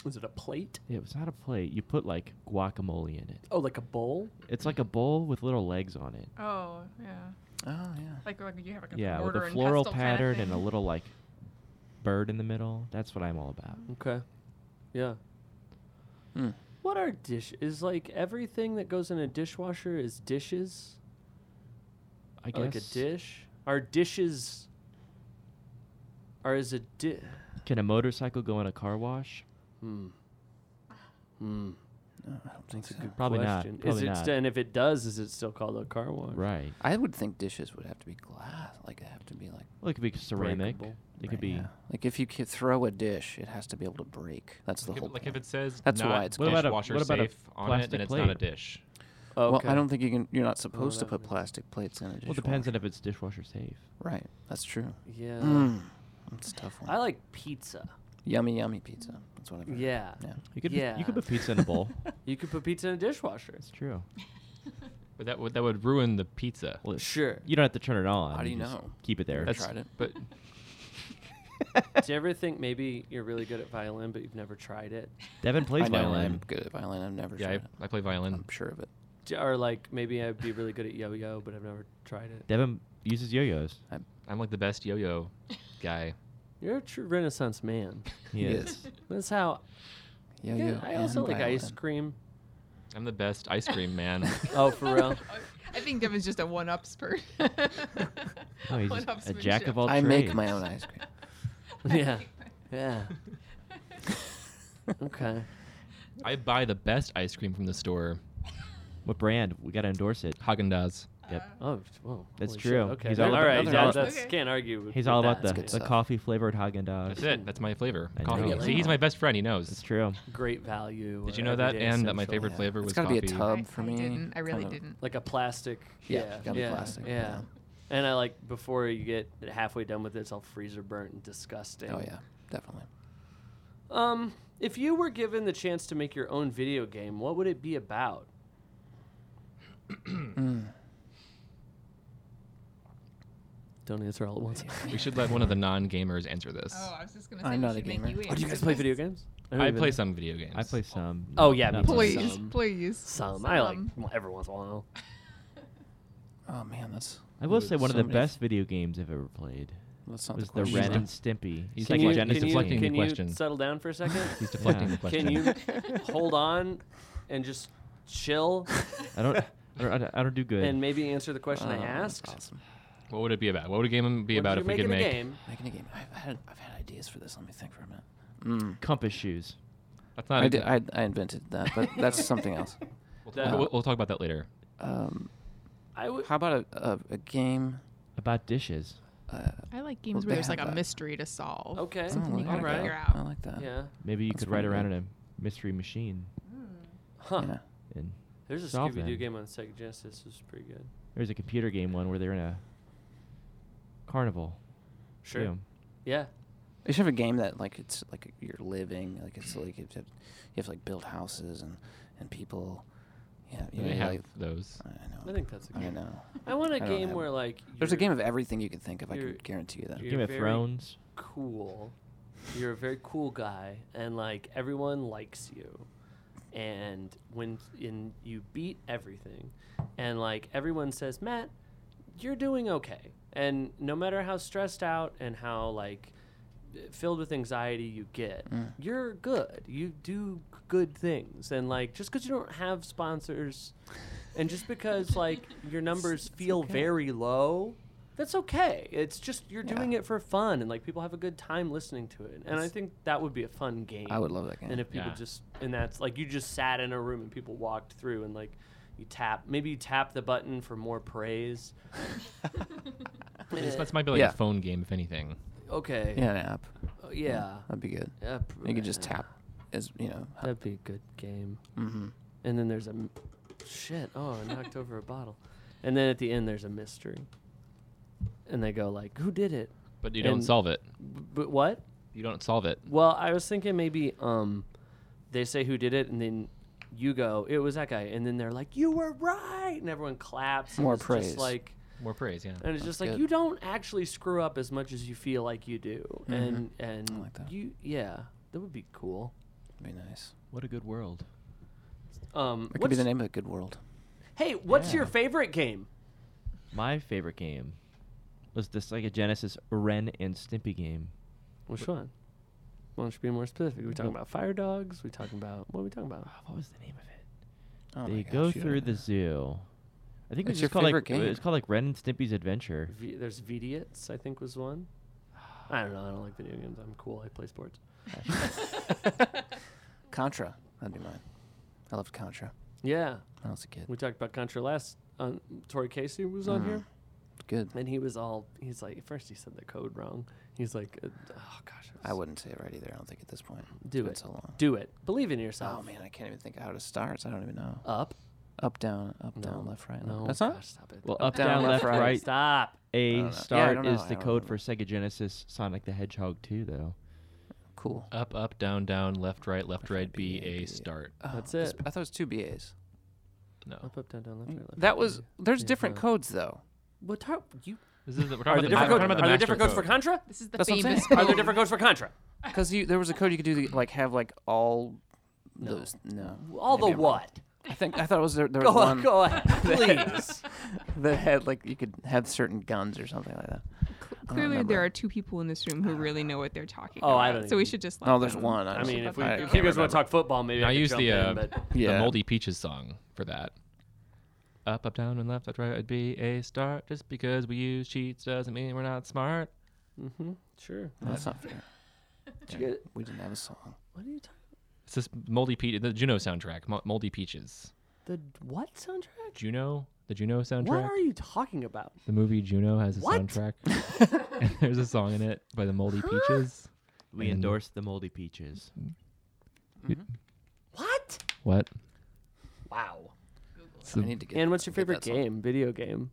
Speaker 1: Is it a plate?
Speaker 5: It was not a plate. You put like guacamole in it.
Speaker 1: Oh, like a bowl?
Speaker 5: It's like a bowl with little legs on it.
Speaker 4: Oh yeah,
Speaker 2: Oh yeah.
Speaker 4: like like you have like a
Speaker 5: yeah, with
Speaker 4: mortar
Speaker 5: a
Speaker 4: and
Speaker 5: floral
Speaker 4: pestle kind
Speaker 5: pattern
Speaker 4: of
Speaker 5: and a
Speaker 4: thing. [LAUGHS]
Speaker 5: little like bird in the middle. That's what I'm all about.
Speaker 1: Okay. Yeah.
Speaker 2: Hmm.
Speaker 1: What are dish? Is like everything that goes in a dishwasher is dishes?
Speaker 5: I guess.
Speaker 1: Or Like a dish? Are dishes. Or is a di.
Speaker 5: Can a motorcycle go in a car wash?
Speaker 1: Hmm. Hmm.
Speaker 2: No, I don't think
Speaker 1: That's a
Speaker 2: so.
Speaker 1: good
Speaker 5: Probably not,
Speaker 1: question. is
Speaker 5: probably
Speaker 1: it
Speaker 5: not.
Speaker 1: st- and if it does, is it still called a car wash?
Speaker 5: Right.
Speaker 2: I would think dishes would have to be glass. Like they have to be like.
Speaker 5: Well, it could be ceramic.
Speaker 1: Breakable.
Speaker 5: It could be.
Speaker 2: yeah. Like if you ki- throw a dish, it has to be able to break. That's the
Speaker 3: Like
Speaker 2: whole.
Speaker 3: if, like
Speaker 2: point.
Speaker 3: if it says
Speaker 2: That's
Speaker 3: not
Speaker 2: why it's
Speaker 5: What about a-
Speaker 3: dishwasher
Speaker 5: what about a
Speaker 3: safe on it,
Speaker 5: plastic
Speaker 3: then it's not a
Speaker 5: plate?
Speaker 3: dish.
Speaker 1: Okay.
Speaker 2: Well, I don't think you can. You're not supposed to
Speaker 1: that
Speaker 2: put
Speaker 1: makes-
Speaker 2: plastic plates in a dishwasher.
Speaker 5: Well, it depends on if it's dishwasher safe.
Speaker 2: Right. That's true.
Speaker 1: Yeah.
Speaker 2: Mm. That's a tough one.
Speaker 1: I like pizza.
Speaker 2: yummy, yummy pizza. That's what I've heard.
Speaker 1: Yeah.
Speaker 2: Yeah.
Speaker 5: You could put, you
Speaker 1: Yeah.
Speaker 5: could put pizza in a bowl.
Speaker 1: [LAUGHS] You could put pizza in a dishwasher.
Speaker 5: It's true.
Speaker 3: But that would that would ruin the pizza.
Speaker 5: Well, it-
Speaker 1: Sure.
Speaker 5: You don't have to turn it on.
Speaker 2: How do you
Speaker 5: just
Speaker 2: know?
Speaker 5: Keep it there.
Speaker 2: Never tried it.
Speaker 3: But
Speaker 1: Do you ever think maybe you're really good at violin, but you've never tried it?
Speaker 5: Devin
Speaker 2: [LAUGHS]
Speaker 5: plays
Speaker 2: I know
Speaker 5: violin.
Speaker 2: I'm good at violin. I've never
Speaker 3: yeah,
Speaker 2: tried it.
Speaker 3: I, I play violin.
Speaker 2: I'm sure of it.
Speaker 1: J- Or like maybe I'd be really good at yo-yo, but I've never tried it.
Speaker 5: Devin uses yo-yos.
Speaker 3: I'm like the best yo-yo guy.
Speaker 1: You're a true Renaissance man.
Speaker 5: He,
Speaker 2: He
Speaker 5: is.
Speaker 2: is.
Speaker 1: That's how.
Speaker 2: Yeah,
Speaker 1: Yeah,
Speaker 2: yeah.
Speaker 1: I also
Speaker 2: and
Speaker 1: like ice
Speaker 2: violin.
Speaker 1: cream.
Speaker 3: I'm the best ice cream
Speaker 5: [LAUGHS]
Speaker 3: man.
Speaker 1: Oh, for real.
Speaker 4: I think Devin's just a one [LAUGHS] upspert.
Speaker 5: Oh, he's just a jack of all
Speaker 2: I
Speaker 5: trades.
Speaker 2: make my own ice cream.
Speaker 4: [LAUGHS]
Speaker 1: Yeah,
Speaker 2: [LAUGHS]
Speaker 1: yeah. Okay.
Speaker 3: I buy the best ice cream from the store,
Speaker 5: [LAUGHS] What brand? We gotta endorse it.
Speaker 3: Haagen Dazs.
Speaker 5: Yep.
Speaker 1: Oh, whoa.
Speaker 5: That's
Speaker 1: holy
Speaker 5: true.
Speaker 1: Okay.
Speaker 5: He's
Speaker 1: all
Speaker 5: all about-
Speaker 1: right.
Speaker 2: Okay.
Speaker 1: Yeah,
Speaker 2: Okay.
Speaker 1: that's can't argue. With,
Speaker 5: He's
Speaker 1: with
Speaker 5: all
Speaker 1: that.
Speaker 5: about the,
Speaker 2: good
Speaker 5: the
Speaker 2: stuff.
Speaker 5: coffee flavored Haagen
Speaker 3: That's
Speaker 5: Dazs.
Speaker 3: it. That's my flavor.
Speaker 5: I know.
Speaker 3: Coffee.
Speaker 2: Yeah.
Speaker 3: See, he's my best friend. He knows.
Speaker 5: It's true.
Speaker 1: Great value.
Speaker 3: Did
Speaker 1: uh,
Speaker 3: you know that,
Speaker 1: everyday
Speaker 3: and that
Speaker 2: [LAUGHS]
Speaker 3: my
Speaker 1: essential.
Speaker 3: favorite
Speaker 2: Yeah.
Speaker 3: flavor
Speaker 2: It's
Speaker 3: was
Speaker 2: gotta
Speaker 3: coffee?
Speaker 2: be a tub for me.
Speaker 4: didn't. I really
Speaker 2: kind of-
Speaker 4: didn't.
Speaker 1: Like a plastic.
Speaker 2: Yeah,
Speaker 1: Yeah.
Speaker 2: gotta be plastic,
Speaker 1: Yeah.
Speaker 2: yeah.
Speaker 1: And I like before you get halfway done with it, it's all freezer burnt and disgusting.
Speaker 2: Oh yeah, definitely.
Speaker 1: Um, if you were given the chance to make your own video game, what would it be about?
Speaker 2: Hmm.
Speaker 1: Don't answer all at
Speaker 3: [LAUGHS]
Speaker 1: once.
Speaker 3: We should let one of the non-gamers answer this.
Speaker 4: Oh, I was just gonna say
Speaker 2: I'm
Speaker 4: we
Speaker 2: not a
Speaker 4: should
Speaker 2: gamer.
Speaker 4: make you
Speaker 1: Oh, do you guys play video games?
Speaker 3: I play some video games.
Speaker 5: I play some.
Speaker 1: Oh, yeah, me
Speaker 5: not
Speaker 1: too.
Speaker 5: much.
Speaker 4: Please,
Speaker 1: Some.
Speaker 4: please.
Speaker 1: Some. I like
Speaker 4: Some.
Speaker 1: well, every once in a while.
Speaker 2: Oh man, that's
Speaker 5: I will
Speaker 3: Dude,
Speaker 5: say one of the
Speaker 2: so many-
Speaker 5: best video games I've ever played
Speaker 2: that's not
Speaker 5: was
Speaker 2: the
Speaker 5: the
Speaker 2: question. [LAUGHS]
Speaker 5: Ren and Stimpy.
Speaker 3: He's
Speaker 1: Can
Speaker 3: like
Speaker 1: you,
Speaker 3: a Genesis
Speaker 1: can you,
Speaker 3: deflecting the
Speaker 1: can you
Speaker 3: question.
Speaker 1: settle down for a second?
Speaker 3: [LAUGHS] He's deflecting
Speaker 5: Yeah.
Speaker 3: the question.
Speaker 1: can
Speaker 2: [LAUGHS]
Speaker 1: you hold on and just chill
Speaker 5: I
Speaker 1: [LAUGHS]
Speaker 5: don't, I don't, I don't- I don't do good.
Speaker 1: and maybe answer the question I
Speaker 2: Oh, that's
Speaker 1: asked?
Speaker 2: awesome.
Speaker 3: What would it be about? What would a game be
Speaker 1: What
Speaker 3: about
Speaker 1: you
Speaker 3: if we
Speaker 1: making
Speaker 3: could make?
Speaker 1: a game?
Speaker 2: Making a game. I've had I've had ideas for this. Let me think for a minute. Mm.
Speaker 5: compass shoes.
Speaker 3: That's not.
Speaker 2: I,
Speaker 3: a
Speaker 2: did,
Speaker 3: game.
Speaker 2: I I invented that, but
Speaker 3: [LAUGHS]
Speaker 2: that's something else.
Speaker 3: we'll,
Speaker 1: that-
Speaker 3: we'll- we'll talk about that later.
Speaker 2: Um,
Speaker 1: I would.
Speaker 2: how about a a, a game?
Speaker 5: About dishes.
Speaker 2: Uh,
Speaker 4: I like games
Speaker 2: Well,
Speaker 4: where
Speaker 2: they
Speaker 4: there's like
Speaker 2: have
Speaker 4: a
Speaker 2: that.
Speaker 4: mystery to solve.
Speaker 1: Okay.
Speaker 4: Something you
Speaker 2: I
Speaker 4: can
Speaker 2: like
Speaker 4: figure
Speaker 2: that. I
Speaker 4: out.
Speaker 2: Oh, like that.
Speaker 1: Yeah.
Speaker 5: Maybe you
Speaker 2: That's
Speaker 5: could write
Speaker 2: pretty
Speaker 5: around
Speaker 2: good.
Speaker 5: in a mystery machine.
Speaker 4: Hmm.
Speaker 1: Huh.
Speaker 2: Yeah.
Speaker 5: And
Speaker 1: There's a
Speaker 5: Solve
Speaker 1: Scooby Doo
Speaker 5: them.
Speaker 1: game on Sega Genesis. It was pretty good.
Speaker 5: there's a computer game one where they're in a carnival.
Speaker 1: Sure.
Speaker 5: too.
Speaker 1: Yeah.
Speaker 2: They should have a game that like it's like you're living, like it's like you have to, you have to like build houses and and people. Yeah, you
Speaker 3: They
Speaker 2: know,
Speaker 3: have
Speaker 2: like,
Speaker 3: those.
Speaker 2: I know.
Speaker 1: I think that's a
Speaker 2: I
Speaker 1: game.
Speaker 2: know.
Speaker 1: I want a
Speaker 2: I don't
Speaker 1: game
Speaker 2: have-
Speaker 1: where like
Speaker 2: There's a
Speaker 1: you're
Speaker 2: game of everything you can think of. I
Speaker 1: you're-
Speaker 2: can guarantee you that.
Speaker 1: you're
Speaker 5: Game of
Speaker 1: very-
Speaker 5: Thrones.
Speaker 1: cool. You're a very cool guy, and like everyone likes you. And when in you beat everything, and like everyone says, Matt, you're doing okay. And no matter how stressed out and how like filled with anxiety you get, you're good. You do good things, and like just because you don't have sponsors, and just because like your numbers feel very low, that's okay. It's just you're doing it for fun, and like people have a good time listening to it. And I think that would be a fun game.
Speaker 2: I would love that game.
Speaker 1: And if people
Speaker 3: Yeah.
Speaker 1: just and that's like you just sat in a room and people walked through and like you tap maybe you tap the button for more praise. [LAUGHS]
Speaker 3: This might be like
Speaker 2: Yeah.
Speaker 3: a phone game, if anything.
Speaker 1: Okay.
Speaker 2: yeah, an app.
Speaker 1: Uh, yeah.
Speaker 2: That'd be good.
Speaker 1: Yeah, pr-
Speaker 2: You could just
Speaker 1: yeah.
Speaker 2: tap, as you know. how-
Speaker 1: That'd be a good game. Mm-hmm. And then there's a m- shit. Oh, I knocked over a bottle. And then at the end there's a mystery. And they go like, "Who did it?"
Speaker 3: But you don't
Speaker 1: And-
Speaker 3: solve it.
Speaker 1: But what?
Speaker 3: You don't solve it.
Speaker 1: Well, I was thinking maybe um, they say who did it, and then you go, "It was that guy," and then they're like, "You were right," and everyone claps. and
Speaker 2: More
Speaker 1: it's
Speaker 2: praise.
Speaker 1: Just like,
Speaker 3: More praise, yeah.
Speaker 1: and it's just like
Speaker 2: good.
Speaker 1: you don't actually screw up as much as you feel like you do, and and
Speaker 2: Mm-hmm. like that.
Speaker 1: you yeah, that would be cool.
Speaker 2: Be nice.
Speaker 5: What a good world.
Speaker 1: Um,
Speaker 2: That could be
Speaker 1: what's-
Speaker 2: the name of a good world.
Speaker 1: hey, what's your favorite game?
Speaker 5: My favorite game was this like a Genesis Ren and Stimpy game.
Speaker 1: Which one? Why don't you be more specific? Are we talking about fire dogs? we talking about what are we talking about?
Speaker 5: Oh, what was the name of it?
Speaker 2: Oh my
Speaker 5: they
Speaker 2: gosh,
Speaker 5: go
Speaker 2: you
Speaker 5: through
Speaker 2: don't
Speaker 5: the
Speaker 2: know.
Speaker 5: zoo. I think it was
Speaker 2: It's
Speaker 5: just
Speaker 2: your
Speaker 5: called like
Speaker 2: favorite game.
Speaker 5: it's called like Ren and Stimpy's Adventure.
Speaker 1: V- there's Vidiots, I think was one. I don't know. I don't like video games. I'm cool. I play sports. [LAUGHS]
Speaker 2: Contra. That'd be mine. I loved Contra
Speaker 1: Yeah,
Speaker 2: when I was a kid.
Speaker 1: we talked about Contra last. On Tori Casey was on here,
Speaker 2: Mm-hmm. Good.
Speaker 1: and he was all he's like. At first, he said the code wrong. He's like, uh, oh gosh,
Speaker 2: I wouldn't say it right either. I don't think at this point.
Speaker 1: Do
Speaker 2: It's been
Speaker 1: it.
Speaker 2: so long.
Speaker 1: do it. Believe in yourself.
Speaker 2: Oh man, I can't even think of how it starts. I don't even know.
Speaker 1: Up.
Speaker 2: Up, down, up, down,
Speaker 1: No.
Speaker 2: left, right.
Speaker 1: No,
Speaker 2: left. that's not.
Speaker 1: gosh, stop it.
Speaker 5: Well, up, down, left, right.
Speaker 1: Stop.
Speaker 5: A
Speaker 2: know. Yeah, I
Speaker 5: start
Speaker 2: don't know.
Speaker 5: is
Speaker 2: I
Speaker 5: the
Speaker 2: don't
Speaker 5: code
Speaker 2: remember.
Speaker 5: for Sega Genesis Sonic the Hedgehog 2, though.
Speaker 2: Cool.
Speaker 3: Up, up, down, down, left, right, left, right, B, A, start.
Speaker 1: That's
Speaker 2: Oh, This-
Speaker 1: it.
Speaker 2: I thought it was two BAs.
Speaker 3: No.
Speaker 1: Up, up, down, down, left, right, left.
Speaker 2: That was. There's different
Speaker 1: no.
Speaker 2: codes though.
Speaker 1: What tar- you?
Speaker 3: This is the, we're
Speaker 1: Are there different
Speaker 3: talking about the, we're
Speaker 1: codes?
Speaker 3: talking about the
Speaker 1: Are there
Speaker 3: master
Speaker 1: different codes for
Speaker 3: code.
Speaker 1: Contra?
Speaker 4: This is the
Speaker 2: That's what I'm saying.
Speaker 4: famous.
Speaker 1: Are there
Speaker 4: quote.
Speaker 1: different codes for Contra?
Speaker 2: Because there was a code you could do the, like have like all those. [LAUGHS] No.
Speaker 1: [LAUGHS] All the
Speaker 2: Maybe I'm wrong.
Speaker 1: what?
Speaker 2: I think I thought it was there, there was
Speaker 1: Go on,
Speaker 2: one
Speaker 1: go
Speaker 2: [LAUGHS]
Speaker 1: on, please.
Speaker 2: that had like you could have certain guns or something like that.
Speaker 4: Clearly,
Speaker 2: remember.
Speaker 4: there are two people in this room who really know what they're talking
Speaker 1: Oh,
Speaker 4: about.
Speaker 1: I don't
Speaker 4: So we
Speaker 1: even-
Speaker 4: should just. let
Speaker 2: No, Oh, there's
Speaker 4: them-
Speaker 2: one.
Speaker 1: I mean, if we,
Speaker 2: I
Speaker 1: if
Speaker 2: can't
Speaker 1: you guys want
Speaker 2: remember.
Speaker 1: to talk football, maybe
Speaker 3: Now
Speaker 1: I can
Speaker 3: use
Speaker 1: jump
Speaker 3: the, uh,
Speaker 1: in,
Speaker 2: [LAUGHS]
Speaker 1: but
Speaker 2: Yeah.
Speaker 3: The Moldy Peaches song for that. Up, up, down, and left, left, right, B, A, start. Just because we use cheats doesn't mean we're not smart.
Speaker 1: sure.
Speaker 2: That's not fair.
Speaker 1: Did you guys-
Speaker 2: We didn't have a song.
Speaker 1: What are you talking?
Speaker 3: It's this Moldy Peach, the Juno soundtrack, Mo- Moldy Peaches.
Speaker 1: The what soundtrack?
Speaker 3: Juno, the Juno soundtrack.
Speaker 1: What are you talking about?
Speaker 3: The movie Juno has a
Speaker 1: What?
Speaker 3: soundtrack. and there's a song in it by the Moldy Peaches.
Speaker 5: We
Speaker 3: And-
Speaker 5: endorse the moldy peaches.
Speaker 1: What?
Speaker 3: What?
Speaker 1: Wow.
Speaker 2: I need to get.
Speaker 1: And what's your
Speaker 2: get
Speaker 1: favorite
Speaker 2: that song.
Speaker 1: game? Video game.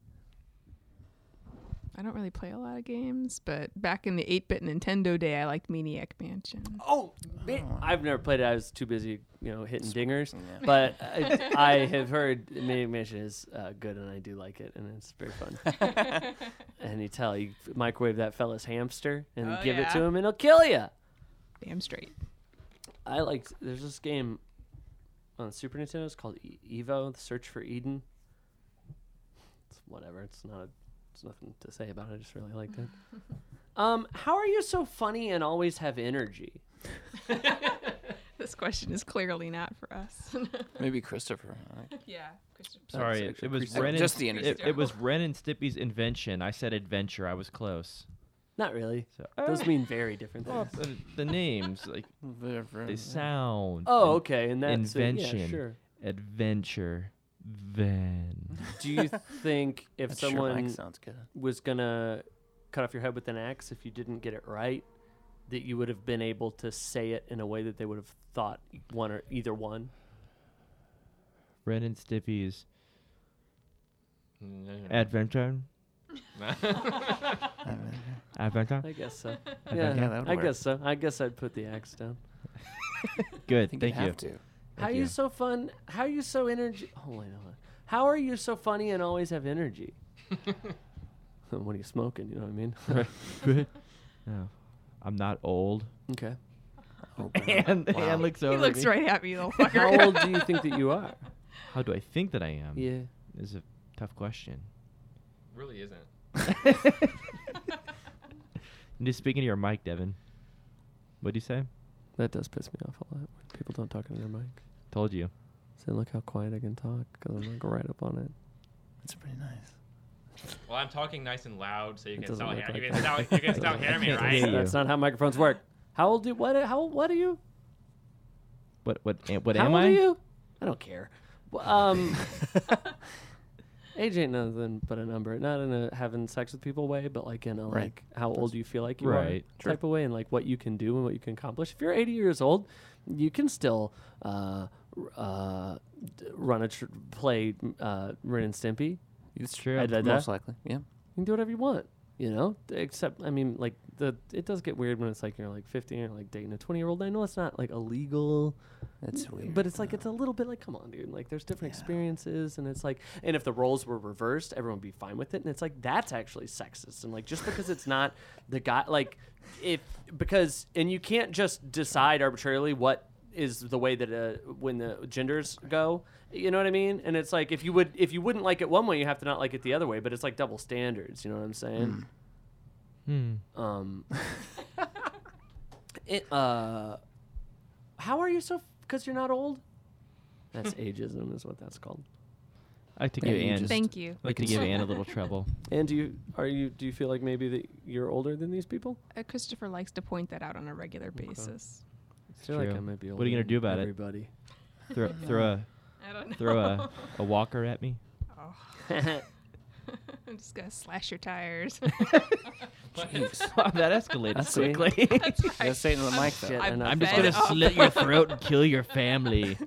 Speaker 4: I I don't really play a lot of games, but back in the 8-bit Nintendo day, I liked Maniac Mansion.
Speaker 1: Oh, man. I've never played it. I was too busy, you know, hitting
Speaker 4: [LAUGHS]
Speaker 1: dingers.
Speaker 2: Yeah.
Speaker 1: But I, I have heard Maniac Mansion is uh, good, and I do like it, and it's very
Speaker 4: [LAUGHS]
Speaker 1: fun. and you tell you microwave that fella's hamster and
Speaker 4: Oh,
Speaker 1: give it to
Speaker 4: yeah.
Speaker 1: him, and he'll kill you.
Speaker 4: Damn straight. [LAUGHS]
Speaker 1: I liked. There's this game on Super Nintendo. It's called E- Evo: The Search for Eden. It's whatever. It's not. It's nothing to say about it. I just really liked
Speaker 4: [LAUGHS]
Speaker 1: it. um, how are you so funny and always have energy?
Speaker 4: This question is clearly not for us. [LAUGHS]
Speaker 2: Maybe Christopher. I-
Speaker 4: yeah, Christian.
Speaker 5: Sorry, it,
Speaker 2: extra
Speaker 5: it was
Speaker 2: creases.
Speaker 5: Ren and,
Speaker 2: Just the
Speaker 5: it,
Speaker 4: energy.
Speaker 5: it was Ren and Stimpy's invention. I said adventure. I was close.
Speaker 1: Not [LAUGHS] really.
Speaker 5: So
Speaker 1: Those mean very different
Speaker 5: Well,
Speaker 1: things. [LAUGHS]
Speaker 5: the, the names like
Speaker 2: [LAUGHS]
Speaker 5: they sound.
Speaker 1: Oh, okay. And that's
Speaker 5: invention.
Speaker 1: yeah, sure.
Speaker 5: Adventure. Van.
Speaker 1: Do you think if
Speaker 2: That sure mic
Speaker 1: someone
Speaker 2: sounds good.
Speaker 1: was gonna cut off your head with an axe if you didn't get it right, that you would have been able to say it in a way that they would have thought one or either one?
Speaker 5: Ren and Stimpy's
Speaker 3: Mm, I
Speaker 5: adventure. Adventure.
Speaker 1: I guess [LAUGHS] so.
Speaker 5: I
Speaker 1: yeah,
Speaker 5: think- yeah,
Speaker 2: that would
Speaker 1: I
Speaker 2: work.
Speaker 1: guess so. I guess I'd put the axe down.
Speaker 5: Good.
Speaker 2: I think
Speaker 5: Thank
Speaker 2: you
Speaker 5: you.
Speaker 2: have to.
Speaker 1: how are
Speaker 5: Thank
Speaker 1: you
Speaker 5: you.
Speaker 1: so fun? How are you so energy? Oh wait, hold on. How are you so funny and always have [LAUGHS] energy? what are you smoking? You know what I mean? [LAUGHS]
Speaker 5: No, I'm not old.
Speaker 1: okay.
Speaker 2: Open.
Speaker 5: And
Speaker 2: Wow.
Speaker 5: Anne looks over.
Speaker 4: He
Speaker 5: at
Speaker 4: looks
Speaker 5: me.
Speaker 4: right
Speaker 2: [LAUGHS]
Speaker 4: at me, little fucker.
Speaker 1: How old do you think that you are?
Speaker 5: How do I think that I am?
Speaker 1: Yeah.
Speaker 5: This is a tough question.
Speaker 3: really isn't.
Speaker 5: I'm just speaking to your mic, Devin. What do you say?
Speaker 1: That does piss me off a lot when people don't talk into their mic.
Speaker 5: Told you.
Speaker 1: Say, look how quiet I can talk because I'm like right up on it.
Speaker 2: That's pretty nice.
Speaker 3: Well, I'm talking nice and loud, so you
Speaker 1: It
Speaker 3: can
Speaker 1: doesn't
Speaker 3: still
Speaker 1: look
Speaker 3: hear.
Speaker 1: like
Speaker 3: You
Speaker 1: that.
Speaker 3: can still, you can still hear me,
Speaker 5: Can't hear
Speaker 3: right?
Speaker 5: you.
Speaker 1: That's not how microphones work. How old do what? How old? What are you?
Speaker 5: What? What? a- What
Speaker 1: how
Speaker 5: am
Speaker 1: old
Speaker 5: I?
Speaker 1: are you? I don't care. Well, Um, [LAUGHS] age ain't nothing but a number. Not in a having sex with people way, but like in a
Speaker 2: Right.
Speaker 1: like how old you feel like you
Speaker 5: Right.
Speaker 1: are type of way, and like what you can do and what you can accomplish. If you're 80 years old, you can still uh, r- uh, d- run a tr- play uh, Ren and Stimpy.
Speaker 2: It's
Speaker 5: true.
Speaker 1: I did
Speaker 2: Most
Speaker 1: that.
Speaker 2: likely. Yeah.
Speaker 1: you can do whatever you want you know except i mean like the it does get weird when it's like you're like 15 and you're like dating a 20 year old i know it's not like illegal
Speaker 2: That's weird.
Speaker 1: but it's like it's a little bit like come on dude like there's different experiences and it's like and if the roles were reversed everyone would be fine with it and it's like that's actually sexist and like just because it's not the guy like if because and you can't just decide arbitrarily what is the way that uh, when the genders go you know what i mean and it's like if you would if you wouldn't like it one way you have to not like it the other way but it's like double standards you know what i'm saying
Speaker 5: Hmm.
Speaker 1: um, it, uh, how are you so? Because you're not old. That's ageism, is what that's called.
Speaker 5: I like to
Speaker 2: Yeah,
Speaker 5: give
Speaker 2: you
Speaker 5: Anne.
Speaker 2: just-
Speaker 5: I
Speaker 4: Thank you. Uh,
Speaker 5: like to give Anne a little trouble.
Speaker 1: And do you are you do you feel like maybe that you're older than these people?
Speaker 4: Uh, Christopher likes to point that out on a regular basis.
Speaker 1: I feel like
Speaker 5: true.
Speaker 1: I might be older.
Speaker 5: What are you gonna
Speaker 1: than
Speaker 5: do about it?
Speaker 1: everybody.
Speaker 5: Throw, throw a
Speaker 4: I don't know.
Speaker 5: throw a, a walker at me.
Speaker 4: Oh, [LAUGHS]
Speaker 5: [LAUGHS]
Speaker 4: I'm just gonna slash your tires. [LAUGHS]
Speaker 1: [LAUGHS]
Speaker 5: Wow, that escalated
Speaker 2: That's it.
Speaker 5: quickly.
Speaker 2: That's saying in the mic though.
Speaker 1: Shit,
Speaker 4: I'm-
Speaker 1: enough.
Speaker 5: I'm just
Speaker 4: Fed [LAUGHS]
Speaker 5: gonna
Speaker 4: up.
Speaker 5: slit your throat and kill your family.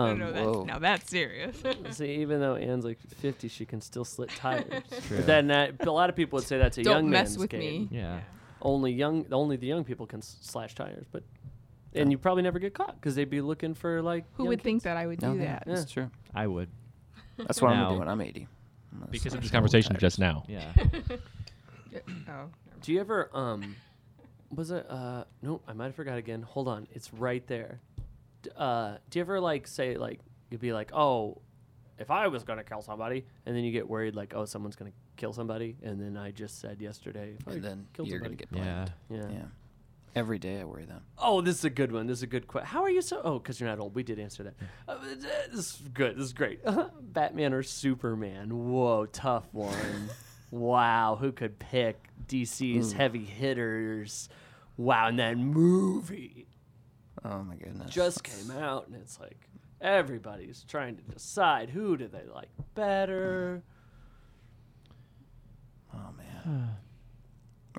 Speaker 1: [LAUGHS] Um,
Speaker 4: no, that's,
Speaker 2: whoa.
Speaker 4: now that's serious.
Speaker 1: See, even though Anne's like 50, she can still
Speaker 4: [LAUGHS]
Speaker 1: slit tires.
Speaker 5: True.
Speaker 1: But then that, a lot of people would say that's a
Speaker 4: don't
Speaker 1: young
Speaker 4: mess
Speaker 1: man's
Speaker 4: with
Speaker 1: game.
Speaker 4: me.
Speaker 5: Yeah.
Speaker 1: Only young, only the young people can s- slash tires, but and you probably never get caught because they'd be looking for like
Speaker 4: Who
Speaker 1: young
Speaker 4: would
Speaker 1: kids.
Speaker 4: think that I would
Speaker 2: Oh,
Speaker 4: do that?
Speaker 1: Yeah.
Speaker 2: That's true.
Speaker 5: I would.
Speaker 2: That's what I'm gonna
Speaker 5: Now-
Speaker 2: do when I'm 80. I'm gonna
Speaker 3: Because of
Speaker 2: slash
Speaker 3: this
Speaker 2: all the
Speaker 3: conversation
Speaker 2: tires.
Speaker 3: just now.
Speaker 5: Yeah.
Speaker 4: Oh,
Speaker 1: Do you ever um was it uh no, I might have forgot again. Hold on. It's right there. D- uh do you ever like say like you'd be like, "Oh, if I was going to kill somebody." And then you get worried like, "Oh, someone's going to kill somebody." And then I just said yesterday, if I
Speaker 2: And then
Speaker 1: killed
Speaker 2: you're gonna
Speaker 1: somebody.
Speaker 2: get
Speaker 5: Yeah.
Speaker 2: blamed.
Speaker 1: yeah.
Speaker 2: Yeah. Every day I worry that.
Speaker 1: Oh, this is a good one. This is a good question. How are you so? Oh, because you're not old. We did answer that. Uh, this is good. This is great. [LAUGHS] Batman or Superman? Whoa, tough
Speaker 2: [LAUGHS]
Speaker 1: one. wow, who could pick
Speaker 2: Mm.
Speaker 1: DC's heavy hitters? Wow, and that movie
Speaker 2: Oh my goodness.
Speaker 1: just came out, and it's like everybody's trying to decide who do they like better.
Speaker 2: Mm. Oh man.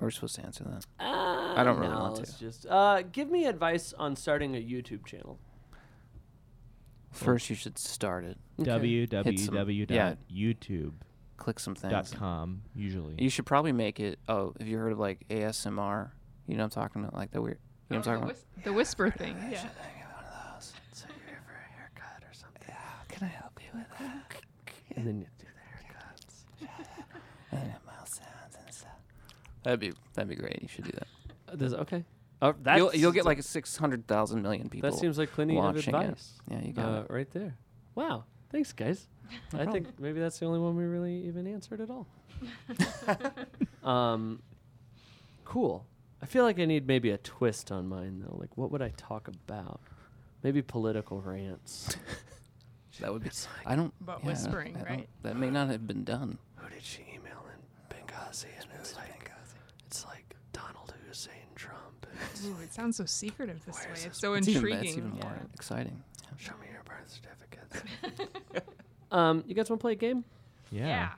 Speaker 2: We're supposed to answer that.
Speaker 1: Uh,
Speaker 2: don't really
Speaker 1: no,
Speaker 2: want to.
Speaker 1: let's Just uh, give me advice on starting a YouTube channel.
Speaker 2: First, you should start it.
Speaker 1: Okay.
Speaker 5: www.youtube.
Speaker 2: Yeah. click some things.
Speaker 5: dot com usually.
Speaker 2: You should probably make it. Oh, have you heard of like ASMR? You know what I'm talking about? Like the weird. You know what I'm talking
Speaker 4: the,
Speaker 2: about?
Speaker 4: whis- the whisper thing. [LAUGHS] Yeah.
Speaker 1: So you're here for a haircut or something. Yeah, can I help you with that? and then you do the
Speaker 2: And it mouth sounds and stuff. That'd be that'd be great. You should do that.
Speaker 1: haircuts. Does, okay. Oh, that's,
Speaker 2: you'll you'll get like 600,000 million people.
Speaker 1: That seems like plenty of
Speaker 2: watching it.
Speaker 1: advice.
Speaker 2: Yeah, you got
Speaker 1: Uh,
Speaker 2: it.
Speaker 1: right there. Wow. Thanks, [LAUGHS] guys. I think maybe that's the only one we really even answered at [LAUGHS] all. um, cool. I feel like I need maybe a twist on mine though. Like, what would I talk about? Maybe political rants.
Speaker 2: That would be. I don't.
Speaker 4: But
Speaker 2: yeah,
Speaker 4: whispering,
Speaker 2: I don't-
Speaker 4: right?
Speaker 2: That may not have been done.
Speaker 1: [LAUGHS] Who did she email in Benghazi? And it was like, it's like Donald Hussein Trump. [LAUGHS]
Speaker 4: Ooh, it sounds so secretive this way.
Speaker 1: is
Speaker 4: It's so
Speaker 2: It's even-
Speaker 4: intriguing.
Speaker 2: That's even more
Speaker 4: Yeah.
Speaker 2: exciting.
Speaker 1: Show me your birth certificates. [LAUGHS] um, you guys want to play a game?
Speaker 5: yeah.
Speaker 4: Yeah.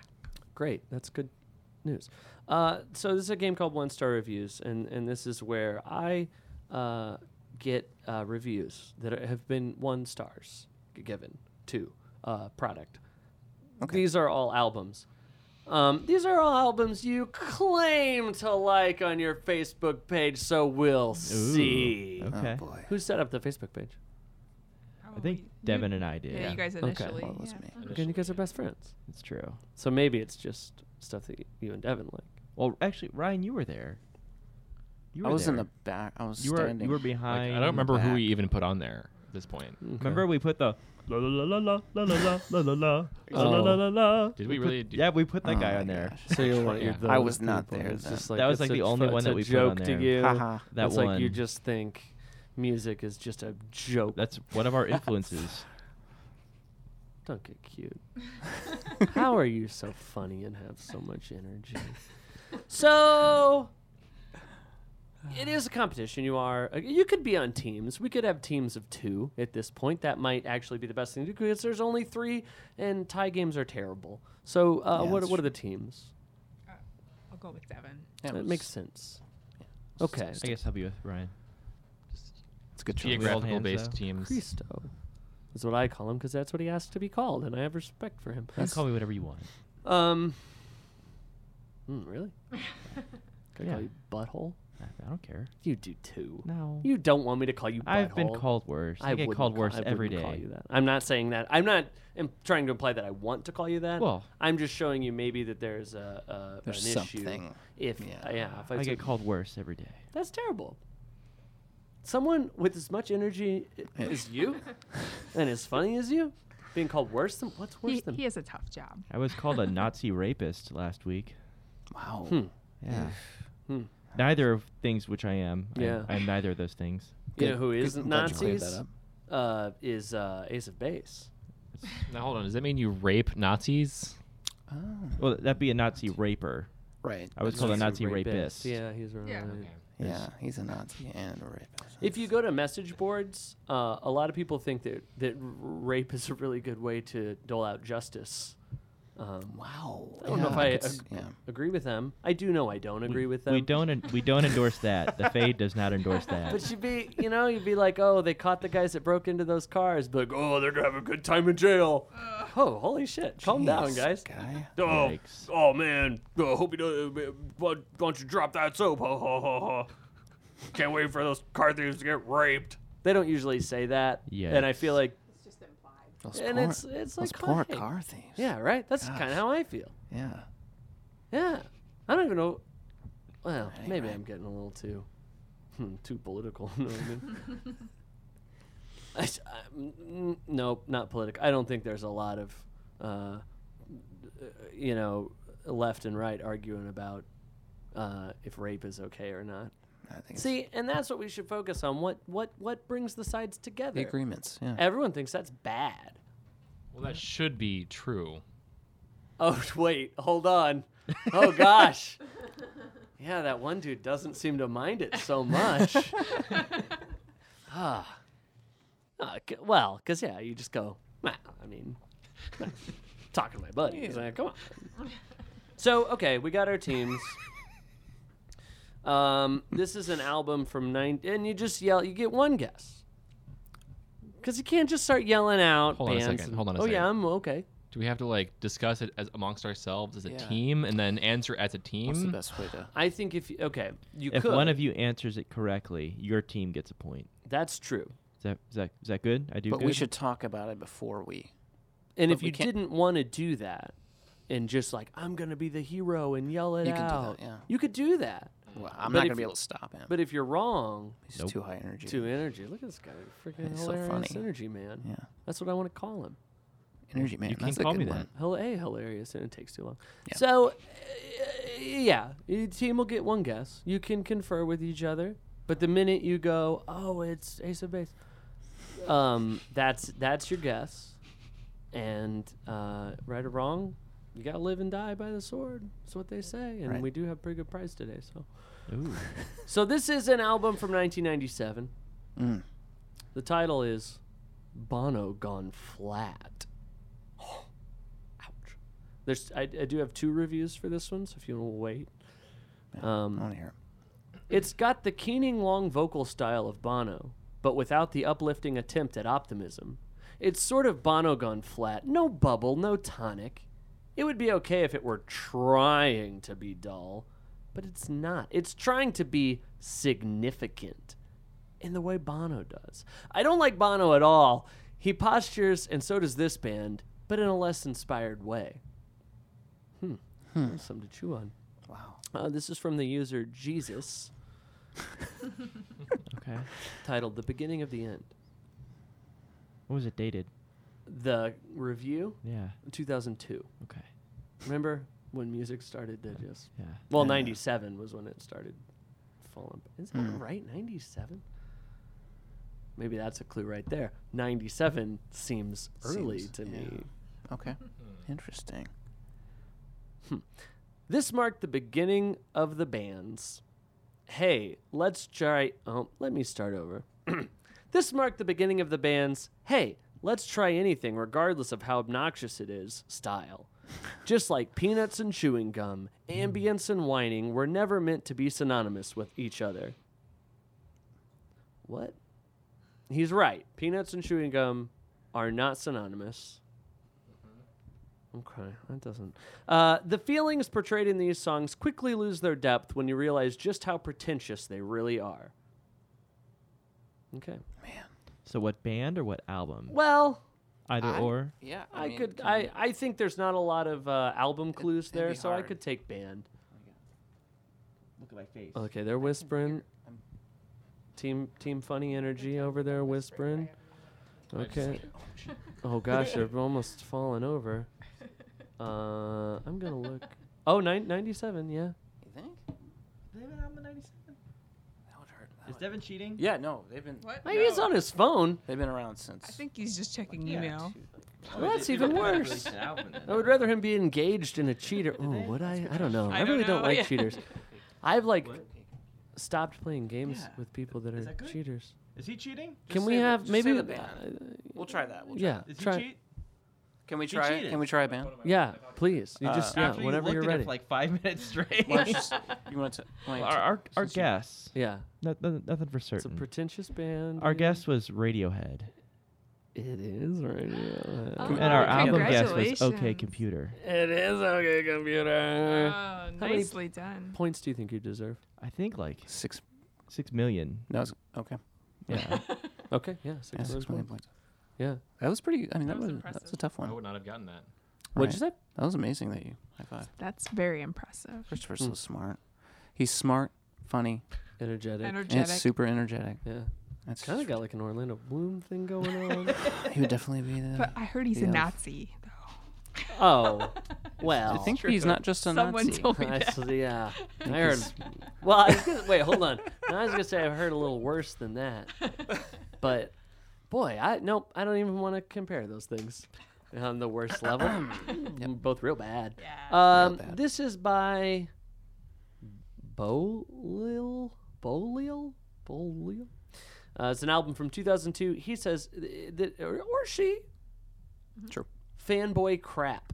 Speaker 1: Great. That's good news. Uh, so this is a game called One Star Reviews, and and this is where I uh, get uh, reviews that are- have been one stars g- given to uh, product. These are all albums. Um, these are all albums you claim to like on your Facebook page, so we'll
Speaker 5: Ooh,
Speaker 1: see.
Speaker 5: Okay.
Speaker 2: Oh boy.
Speaker 1: Who set up the Facebook page?
Speaker 5: I think Devin and I did.
Speaker 4: Yeah, you guys
Speaker 1: Okay.
Speaker 4: initially.
Speaker 2: Well, it was
Speaker 4: yeah.
Speaker 2: me.
Speaker 1: Again, you guys are best friends,
Speaker 5: It's true.
Speaker 1: so maybe it's just stuff that y- you and Devin like.
Speaker 5: Well, actually, Ryan, you were there. You
Speaker 2: I
Speaker 5: were
Speaker 2: was in
Speaker 5: there.
Speaker 2: the back. I was
Speaker 5: You were
Speaker 2: standing.
Speaker 5: you were
Speaker 3: Like,
Speaker 5: behind.
Speaker 3: I don't remember who
Speaker 2: back.
Speaker 3: we even put on there at this point.
Speaker 5: Remember we put the la la la la la la la la la la la
Speaker 1: Oh.
Speaker 5: la la la.
Speaker 3: Did we
Speaker 5: put-
Speaker 3: really do-
Speaker 5: Yeah, we put that
Speaker 2: Oh
Speaker 5: guy
Speaker 2: my
Speaker 5: on there.
Speaker 2: gosh.
Speaker 1: So you're one
Speaker 3: Yeah.
Speaker 1: you're the
Speaker 2: I was not
Speaker 1: people
Speaker 2: there
Speaker 1: that's
Speaker 2: then.
Speaker 1: just like,
Speaker 5: That was
Speaker 1: it's
Speaker 5: like
Speaker 1: a
Speaker 5: the only
Speaker 1: fu-
Speaker 5: one
Speaker 1: it's
Speaker 5: that
Speaker 1: a
Speaker 5: we put on
Speaker 1: joke
Speaker 5: there.
Speaker 1: to you.
Speaker 2: Haha.
Speaker 5: That
Speaker 1: it's
Speaker 5: one.
Speaker 1: like you just think music is just a joke.
Speaker 5: That's one of our influences.
Speaker 1: Don't get
Speaker 2: [LAUGHS]
Speaker 1: cute. How are you so funny and have so much
Speaker 2: [LAUGHS]
Speaker 1: energy? So it is a competition. You are uh, you could be on teams. We could have teams of two at this point. That might actually be the best thing to do because there's only three, and tie games are terrible. So uh,
Speaker 2: Yeah,
Speaker 1: what
Speaker 2: that's
Speaker 1: what are the teams?
Speaker 4: I'll go with Devin.
Speaker 2: Yeah, it
Speaker 1: That
Speaker 2: was-
Speaker 1: makes sense. Okay,
Speaker 5: I guess I'll be with Ryan.
Speaker 2: It's a good choice.
Speaker 5: Geographic-
Speaker 3: Geographical based
Speaker 5: hands, though.
Speaker 3: teams.
Speaker 1: Cristo is what I call him because that's what he asked to be called, and I have respect for him.
Speaker 5: You can call me whatever you want.
Speaker 1: Um, mm,
Speaker 5: [LAUGHS]
Speaker 1: really? Can I
Speaker 5: Yeah.
Speaker 1: call you butthole?
Speaker 5: I I don't care.
Speaker 1: You do too.
Speaker 5: No.
Speaker 1: You don't want me to call you butthole.
Speaker 5: I've been called worse. I, get
Speaker 1: wouldn't
Speaker 5: called
Speaker 1: ca-
Speaker 5: worse
Speaker 1: I
Speaker 5: every
Speaker 1: wouldn't
Speaker 5: day.
Speaker 1: Call you that. I'm not saying that. I'm not im- trying to imply that I want to call you that.
Speaker 5: Well-
Speaker 1: I'm just showing you maybe that there's a, a
Speaker 2: There's
Speaker 1: an issue.
Speaker 2: something.
Speaker 1: If
Speaker 2: Yeah.
Speaker 1: yeah, yeah if I,
Speaker 5: I
Speaker 1: took-
Speaker 5: get called worse every day.
Speaker 1: that's terrible. Someone with as much energy i-
Speaker 2: Yeah.
Speaker 1: as
Speaker 5: [LAUGHS]
Speaker 1: you, and as funny as you, being called worse than what's worse
Speaker 4: He,
Speaker 1: than
Speaker 4: he has a tough job.
Speaker 5: I was
Speaker 1: [LAUGHS]
Speaker 5: called a Nazi rapist last week.
Speaker 2: Wow.
Speaker 5: Yeah.
Speaker 1: Hmm.
Speaker 5: Neither of things which I am. I'm-
Speaker 1: Yeah.
Speaker 5: I'm, neither of those things.
Speaker 1: You know
Speaker 2: Good-
Speaker 1: who
Speaker 2: good-
Speaker 1: is
Speaker 2: I'm glad you cleared
Speaker 1: Nazis?
Speaker 2: that up.
Speaker 1: Uh, is uh, Ace of Base.
Speaker 3: Now hold on. Does that mean you rape Nazis?
Speaker 2: Oh,
Speaker 5: Well, that'd be a Nazi raper.
Speaker 2: right.
Speaker 5: I was
Speaker 2: That's
Speaker 5: called a
Speaker 2: true.
Speaker 5: Nazi rapist.
Speaker 1: Yeah, he's right.
Speaker 4: Yeah.
Speaker 2: Yeah, he's a Nazi and a rapist.
Speaker 1: If you go to message boards, uh, a lot of people think that that r- rape is a really good way to dole out justice. Um,
Speaker 2: wow.
Speaker 1: I don't know
Speaker 2: Yeah,
Speaker 1: if I uh,
Speaker 2: could s-
Speaker 1: ag-
Speaker 2: yeah.
Speaker 1: agree with them. I do know I don't agree with them.
Speaker 5: We don't. en- we don't endorse that. The Fade does
Speaker 1: [LAUGHS]
Speaker 5: not endorse that.
Speaker 1: But you'd be, you know, you'd be like, oh, they caught the guys that broke into those cars. Be like, oh, they're gonna have a good time in jail. oh, holy shit! Calm down,
Speaker 2: Jeez,
Speaker 1: guys.
Speaker 2: Guy.
Speaker 1: Oh,
Speaker 5: Yikes.
Speaker 1: oh man. Oh, hope you don't. Uh, why don't you drop that soap? Ha ha ha ha. Can't wait for those car thieves to get raped. They don't usually say that. And I feel
Speaker 5: Yikes.
Speaker 1: like,
Speaker 2: Those
Speaker 1: and
Speaker 2: poor,
Speaker 1: it's it's like
Speaker 2: those poor
Speaker 1: hey.
Speaker 2: car thieves.
Speaker 1: Yeah, right. That's
Speaker 2: Gosh.
Speaker 1: kind of how I feel.
Speaker 2: Yeah.
Speaker 1: Yeah. I don't even know. Well,
Speaker 2: Right,
Speaker 1: maybe
Speaker 2: right.
Speaker 1: I'm getting a little too hmm, too political. [LAUGHS] you know what I mean? I s- I- mm, mm, nope, not political. I don't think there's a lot of, uh, you know, left and right arguing about uh, if rape is okay or not.
Speaker 2: I think it's
Speaker 1: See, and that's what we should focus on. What what what brings the sides together?
Speaker 2: the agreements. Yeah.
Speaker 1: Everyone thinks that's bad.
Speaker 3: Well, that should be true.
Speaker 1: Oh [LAUGHS] wait, hold on. Oh gosh. Yeah, that one dude doesn't seem to mind it so
Speaker 3: [LAUGHS]
Speaker 1: much. ah. Ah, c- well, because yeah, you just go. "Nah, I mean, talking to my buddy. He's like, come on.
Speaker 3: [LAUGHS]
Speaker 1: So okay, we got our teams. Um, this is an album from nine, and you just yell. You get one guess. Because you can't just start yelling out
Speaker 3: Hold on a
Speaker 1: bands.
Speaker 3: second,
Speaker 1: and-
Speaker 3: hold on a
Speaker 1: oh yeah,
Speaker 3: second.
Speaker 1: I'm okay.
Speaker 3: Do we have to like discuss it as amongst ourselves as a
Speaker 2: Yeah.
Speaker 3: team and then answer as a team?
Speaker 2: What's the best way to?
Speaker 1: I think if you, okay, you
Speaker 5: if
Speaker 1: could.
Speaker 5: one of you answers it correctly, your team gets a point.
Speaker 1: that's true.
Speaker 5: Is that is that, is that good? I do.
Speaker 2: But
Speaker 5: good?
Speaker 2: we should talk about it before we.
Speaker 1: And
Speaker 2: But
Speaker 1: if
Speaker 2: we
Speaker 1: you
Speaker 2: can't-
Speaker 1: didn't want to do that, and just like I'm gonna be the hero and yell it
Speaker 2: You can do that,
Speaker 1: out,
Speaker 2: yeah.
Speaker 1: you could do that.
Speaker 2: Well, I'm
Speaker 1: But
Speaker 2: not
Speaker 1: if
Speaker 2: gonna be
Speaker 1: you-
Speaker 2: able to stop him.
Speaker 1: But if you're wrong,
Speaker 2: He's
Speaker 5: Nope.
Speaker 2: too high energy.
Speaker 1: to energy. Look at this guy, freaking
Speaker 2: It's so
Speaker 1: hilarious
Speaker 2: funny.
Speaker 1: energy man.
Speaker 2: yeah,
Speaker 1: That's what I want to call him.
Speaker 2: energy man.
Speaker 5: you can
Speaker 2: That's a
Speaker 5: call
Speaker 2: good
Speaker 5: me
Speaker 2: one.
Speaker 5: that.
Speaker 1: Hell, a hilarious, and it takes too long.
Speaker 2: Yeah.
Speaker 1: So, uh, yeah, your team will get one guess. You can confer with each other, but the minute you go, oh, it's Ace of Base, um, that's that's your guess, and uh, right or wrong, you gotta live and die by the sword. That's what they say, and
Speaker 2: Right.
Speaker 1: we do have pretty good prize today. So,
Speaker 5: Ooh.
Speaker 1: [LAUGHS] so this is an album from 1997.
Speaker 2: Mm.
Speaker 1: The title is Bono Gone Flat. Ouch. There's I, I do have two reviews for this one, so if you want to wait.
Speaker 2: I
Speaker 1: Um,
Speaker 2: want to hear.
Speaker 1: it's got the keening long vocal style of Bono, but without the uplifting attempt at optimism. It's sort of Bono gone flat. No bubble, no tonic. It would be okay if it were trying to be dull, but it's not. It's trying to be significant in the way Bono does. I don't like Bono at all. He postures, and so does this band, but in a less inspired way. Hmm. That's Something to chew on.
Speaker 2: It. Wow.
Speaker 1: Uh, this is from the user Jesus,
Speaker 5: Okay.
Speaker 1: titled "The Beginning of the End."
Speaker 5: What was it dated?
Speaker 1: The review,
Speaker 5: Yeah.
Speaker 1: 2002.
Speaker 5: Okay.
Speaker 1: Remember when music started to just
Speaker 5: Yeah.
Speaker 1: well,
Speaker 2: Yeah.
Speaker 1: 97 was when it started falling. Is that
Speaker 2: Hmm.
Speaker 1: right? 97. Maybe that's a clue right there. 97 seems early
Speaker 2: Seems-
Speaker 1: to
Speaker 2: yeah.
Speaker 1: me.
Speaker 2: Okay.
Speaker 5: Hmm.
Speaker 2: Interesting.
Speaker 1: This marked the beginning of the band's. Hey, let's try. Oh, let me start over. [CLEARS THROAT] this marked the beginning of the band's. Hey, let's try anything, regardless of how obnoxious it is. Style, just like peanuts and chewing gum, ambience and whining were never meant to be synonymous with each other. What? He's right. Peanuts and chewing gum are not synonymous. Okay, that doesn't. Uh, the feelings portrayed in these songs quickly lose their depth when you realize just how pretentious they really are.
Speaker 2: Hmm.
Speaker 1: Okay.
Speaker 5: So what band or what album?
Speaker 1: Well,
Speaker 5: Either
Speaker 2: I-
Speaker 5: or.
Speaker 2: Yeah,
Speaker 1: I,
Speaker 2: mean,
Speaker 1: could.
Speaker 2: can
Speaker 1: I,
Speaker 2: you-
Speaker 1: I think there's not a lot of uh, album clues
Speaker 2: it'd
Speaker 1: there,
Speaker 2: be
Speaker 1: so I
Speaker 2: hard.
Speaker 1: could take band.
Speaker 5: Look at my face.
Speaker 1: Okay, they're whispering. Team Team Funny Energy over there whispering. Okay. Oh
Speaker 2: [LAUGHS]
Speaker 1: gosh, they're almost falling over. Uh, I'm gonna look. Oh, nine, 97, yeah.
Speaker 2: You think? That would hurt. That
Speaker 5: Is
Speaker 2: would-
Speaker 5: Devin cheating?
Speaker 2: Yeah, no, they've been
Speaker 4: What?
Speaker 1: Maybe he's on his phone.
Speaker 2: they've been around since.
Speaker 4: I think he's just checking
Speaker 5: Yeah,
Speaker 4: email.
Speaker 2: two-
Speaker 5: Oh,
Speaker 1: Well, that's even worse. Oh. I would rather him be engaged in a cheater. Oh, would I? I don't know. I,
Speaker 4: I don't
Speaker 1: really don't
Speaker 4: know,
Speaker 1: like
Speaker 4: yeah.
Speaker 1: cheaters. I've like
Speaker 5: What?
Speaker 1: stopped playing games
Speaker 5: Yeah.
Speaker 1: with people that are
Speaker 5: that good?
Speaker 1: cheaters.
Speaker 5: Is he cheating?
Speaker 2: Just
Speaker 1: Can we
Speaker 2: say the-
Speaker 1: have
Speaker 2: just say
Speaker 1: maybe?
Speaker 2: the band. Uh, We'll try that. We'll try
Speaker 1: yeah,
Speaker 2: that.
Speaker 1: try.
Speaker 2: Can we
Speaker 5: He
Speaker 2: try?
Speaker 5: cheated.
Speaker 2: Can we try a band?
Speaker 1: Yeah, please. You
Speaker 2: Uh,
Speaker 1: just yeah, whenever are ready.
Speaker 5: like five [LAUGHS] minutes straight.
Speaker 2: Why don't you s- you want to? why
Speaker 5: our
Speaker 2: don't you-
Speaker 5: our, our
Speaker 2: since you-
Speaker 5: guess.
Speaker 1: yeah,
Speaker 5: No, no- nothing for
Speaker 1: it's a
Speaker 5: certain.
Speaker 1: pretentious band.
Speaker 5: our
Speaker 1: yeah.
Speaker 5: guess was Radiohead,
Speaker 1: It is right. here.
Speaker 4: Oh,
Speaker 5: and our album guess was
Speaker 4: congratulations.
Speaker 5: OK Computer.
Speaker 1: It is okay, computer.
Speaker 2: Uh,
Speaker 4: Oh,
Speaker 1: many
Speaker 4: nicely done.
Speaker 1: Points do you think you deserve?
Speaker 5: I think like
Speaker 2: Six.
Speaker 5: six million.
Speaker 2: No, it's okay.
Speaker 5: Yeah.
Speaker 1: Okay, yeah, six
Speaker 2: Yeah,
Speaker 1: of those
Speaker 2: six million
Speaker 1: points.
Speaker 2: points.
Speaker 1: Yeah.
Speaker 2: That was pretty. I mean, that, was, that
Speaker 4: That was
Speaker 2: was a
Speaker 4: impressive.
Speaker 2: tough
Speaker 3: I
Speaker 2: one.
Speaker 3: would not have gotten that.
Speaker 1: What'd you say?
Speaker 2: That was amazing that you high five.
Speaker 4: That's very impressive.
Speaker 2: Christopher's
Speaker 1: Mm.
Speaker 2: so smart. He's smart, funny,
Speaker 1: Energetic.
Speaker 4: Energetic.
Speaker 2: and super energetic.
Speaker 1: yeah.
Speaker 2: That's
Speaker 1: Kind of got like an Orlando Bloom thing going on.
Speaker 2: he would definitely be the.
Speaker 4: But I heard he's
Speaker 2: Yeah.
Speaker 4: a Nazi. though.
Speaker 1: oh, well.
Speaker 2: I think he's not just a
Speaker 4: Someone
Speaker 1: [LAUGHS]
Speaker 2: Nazi.
Speaker 4: [LAUGHS] told me
Speaker 1: I
Speaker 4: that.
Speaker 1: s- yeah, I
Speaker 2: think
Speaker 1: heard.
Speaker 2: he's-
Speaker 1: Well, I was gonna, wait, hold on. No, I was gonna say I've heard a little worse than that, but boy, I nope. I don't even want to compare those things on the worst level. Mm, Both real bad. Um,
Speaker 2: bad.
Speaker 1: This is by Bolil. Bolil. Bolil. Uh, it's an album from 2002. He says th- that, or or she.
Speaker 2: Sure.
Speaker 1: Fanboy crap.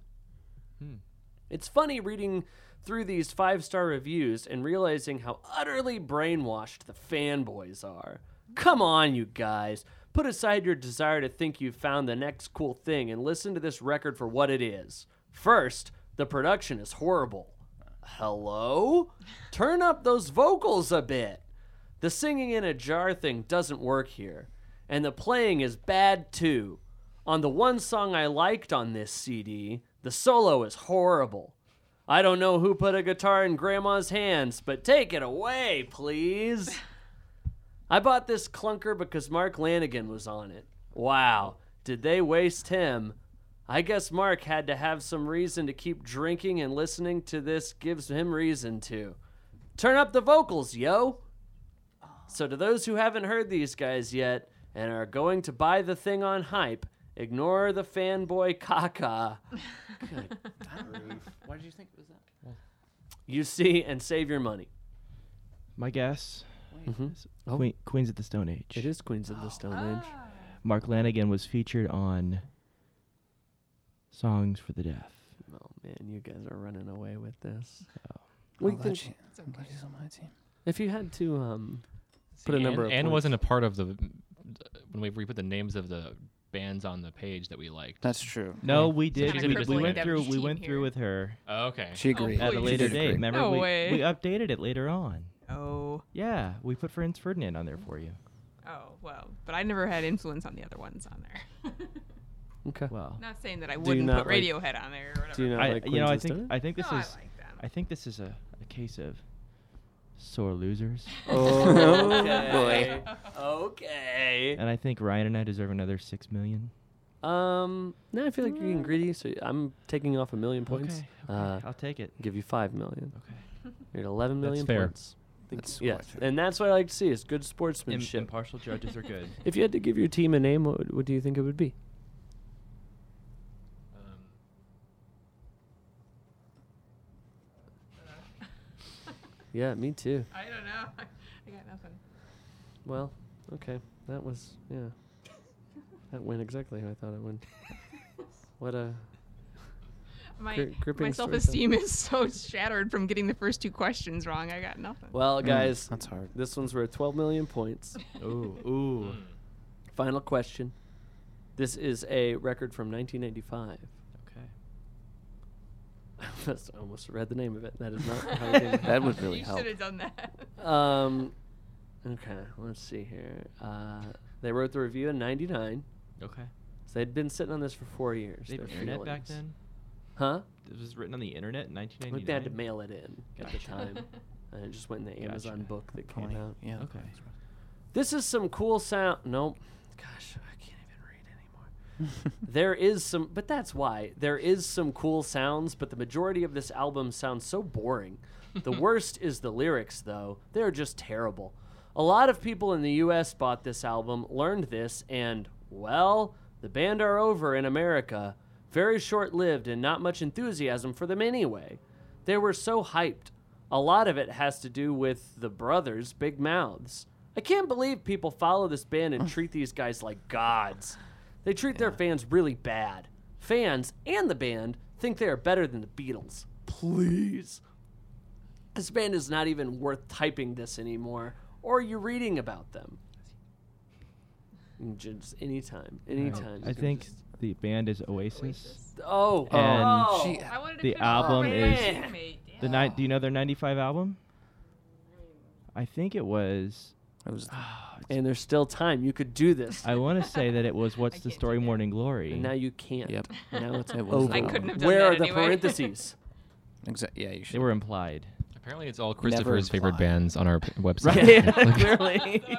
Speaker 1: It's funny reading through these five star reviews and realizing how utterly brainwashed the fanboys are. Come on, you guys. Put aside your desire to think you've found the next cool thing and listen to this record for what it is. First, the production is horrible. Hello? Turn up those vocals a bit. The singing in a jar thing doesn't work here, and the playing is bad too. On the one song I liked on this CD, the solo is horrible. I don't know who put a guitar in Grandma's hands, but take it away, please. I bought this clunker because Mark Lanigan was on it. Wow, did they waste him? I guess Mark had to have some reason to keep drinking, and listening to this gives him reason to. Turn up the vocals, yo! So, to those who haven't heard these guys yet and are going to buy the thing on hype, ignore the fanboy caca
Speaker 2: Why did you think it was that?
Speaker 1: you see and save your money.
Speaker 5: My guess. is
Speaker 1: Oh.
Speaker 5: Queen, Queens of the Stone Age.
Speaker 1: It is Queens of the
Speaker 5: Oh,
Speaker 1: Stone Age.
Speaker 5: ah. Mark Lanigan was featured on Songs for the Deaf.
Speaker 1: Oh man, you guys are running away with this.
Speaker 2: I'll
Speaker 1: We
Speaker 2: let
Speaker 1: can-
Speaker 2: you-
Speaker 4: It's
Speaker 2: I'm glad
Speaker 4: okay.
Speaker 2: she's on my team.
Speaker 1: if you had to, um, Put a number
Speaker 3: Anne,
Speaker 1: of
Speaker 3: Anne
Speaker 1: points.
Speaker 3: wasn't a part of the when we, we put the names of the bands on the page that we liked.
Speaker 2: That's true.
Speaker 5: No, we did.
Speaker 3: she's a
Speaker 5: we, we
Speaker 3: purple
Speaker 5: went
Speaker 3: and
Speaker 5: through.
Speaker 4: Deaf
Speaker 5: We
Speaker 4: team
Speaker 5: went
Speaker 4: here.
Speaker 5: through with her
Speaker 3: Oh, okay.
Speaker 2: She agreed.
Speaker 5: at a
Speaker 4: please.
Speaker 5: later
Speaker 2: She did
Speaker 5: date.
Speaker 2: agree.
Speaker 5: Remember,
Speaker 4: No
Speaker 5: we,
Speaker 4: way.
Speaker 5: we updated it later on.
Speaker 4: Oh,
Speaker 5: Yeah, we put Franz Ferdinand on there for you.
Speaker 4: oh, well, but I never had influence on the other ones on there.
Speaker 1: okay.
Speaker 5: Well,
Speaker 4: not saying that I wouldn't
Speaker 1: not
Speaker 4: put
Speaker 1: like-
Speaker 4: Radiohead on there or whatever.
Speaker 1: Do you not
Speaker 5: I,
Speaker 1: like
Speaker 5: you know, I
Speaker 1: Queens of
Speaker 5: think
Speaker 1: Stone
Speaker 5: I think this
Speaker 4: no,
Speaker 5: is
Speaker 4: I like them.
Speaker 5: I think this is a, a case of sore losers,
Speaker 1: Oh, okay. okay.
Speaker 5: and I think Ryan and I deserve another six million.
Speaker 1: Um, no, I feel like you're being greedy, so I'm taking off a million points.
Speaker 5: Mm. Okay, okay,
Speaker 1: Uh,
Speaker 5: I'll take it.
Speaker 1: give you five million.
Speaker 5: Okay,
Speaker 1: [LAUGHS] You're at eleven
Speaker 3: That's
Speaker 1: million
Speaker 3: fair.
Speaker 1: points.
Speaker 2: That's
Speaker 1: Yes,
Speaker 2: quite fair.
Speaker 1: and that's what I like to see is good sportsmanship.
Speaker 5: impartial judges are good.
Speaker 1: if you had to give your team a name, what, what do you think it would be?
Speaker 3: [LAUGHS] Um,
Speaker 1: Yeah, me too.
Speaker 4: I don't know. [LAUGHS] I got nothing.
Speaker 1: Well, okay, that was
Speaker 2: [LAUGHS]
Speaker 1: yeah. That went exactly how I thought it would. What a
Speaker 4: My,
Speaker 1: Gri- gripping
Speaker 4: my
Speaker 1: storytelling.
Speaker 4: self-esteem is so shattered from getting the first two questions wrong. I got nothing. [LAUGHS]
Speaker 1: well,
Speaker 2: Mm,
Speaker 1: guys.
Speaker 2: that's hard.
Speaker 1: This one's worth 12 million points.
Speaker 5: [LAUGHS] ooh, ooh.
Speaker 1: Final question. This is a record from 1995.
Speaker 5: Okay.
Speaker 1: [LAUGHS] I almost- I almost read the name of it. That is not how
Speaker 2: [LAUGHS]
Speaker 1: it came
Speaker 2: That would really
Speaker 4: you
Speaker 2: help.
Speaker 4: should have done that.
Speaker 1: Um, okay, let's see here. Uh, they wrote the review in 99.
Speaker 5: Okay.
Speaker 1: So they'd been sitting on this for four years.
Speaker 5: They had
Speaker 1: their
Speaker 5: internet back
Speaker 1: feelings.
Speaker 5: then.
Speaker 1: Huh?
Speaker 5: This was written on the internet in
Speaker 1: I think they had to
Speaker 5: 1999.
Speaker 1: mail it in at the
Speaker 5: Gotcha. [LAUGHS]
Speaker 1: time. And it just went in the
Speaker 5: Gotcha.
Speaker 1: Amazon book that came
Speaker 2: Point.
Speaker 1: out.
Speaker 2: Yeah. the
Speaker 5: Okay.
Speaker 2: points.
Speaker 1: This is some cool sound. Nope. Gosh, I can't even read anymore. there is some, but that's why. There is some cool sounds, but the majority of this album sounds so boring. The worst is the lyrics, though. They're just terrible. A lot of people in the US bought this album, learned this, and, well, the band are over in America. Very short lived and not much enthusiasm for them anyway. They were so hyped. A lot of it has to do with the brothers' big mouths. I can't believe people follow this band and treat these guys like gods. They treat their fans really bad. Fans and the band think they are better than the Beatles. Please. This band is not even worth typing this anymore, or you reading about them. Just anytime, anytime.
Speaker 5: I think the band is Oasis.
Speaker 1: Oh,
Speaker 5: And
Speaker 1: oh.
Speaker 2: She,
Speaker 4: I wanted to
Speaker 5: The
Speaker 4: finish
Speaker 5: album
Speaker 4: my
Speaker 5: is-
Speaker 4: roommate. Yeah.
Speaker 5: The night. Do you know their '95 album? I think it was.
Speaker 2: I was
Speaker 1: and there's still time. You could do this.
Speaker 5: I want to say that
Speaker 4: [LAUGHS]
Speaker 5: it was
Speaker 4: I
Speaker 5: "What's the
Speaker 4: can't
Speaker 5: Story?"
Speaker 4: do that.
Speaker 5: Morning Glory.
Speaker 1: And now you can't.
Speaker 2: Yep.
Speaker 1: Now it's
Speaker 2: [LAUGHS] It was
Speaker 1: over.
Speaker 2: I
Speaker 4: couldn't have done
Speaker 1: Where
Speaker 4: that
Speaker 1: are the
Speaker 4: anyway. [LAUGHS]
Speaker 1: parentheses?
Speaker 2: Exa- yeah, you
Speaker 5: they
Speaker 2: should.
Speaker 5: were implied.
Speaker 3: apparently, it's all Christopher's favorite
Speaker 2: implied.
Speaker 3: bands on our p- website.
Speaker 1: Right.
Speaker 3: [LAUGHS]
Speaker 5: [LAUGHS]
Speaker 3: Like,
Speaker 1: Clearly.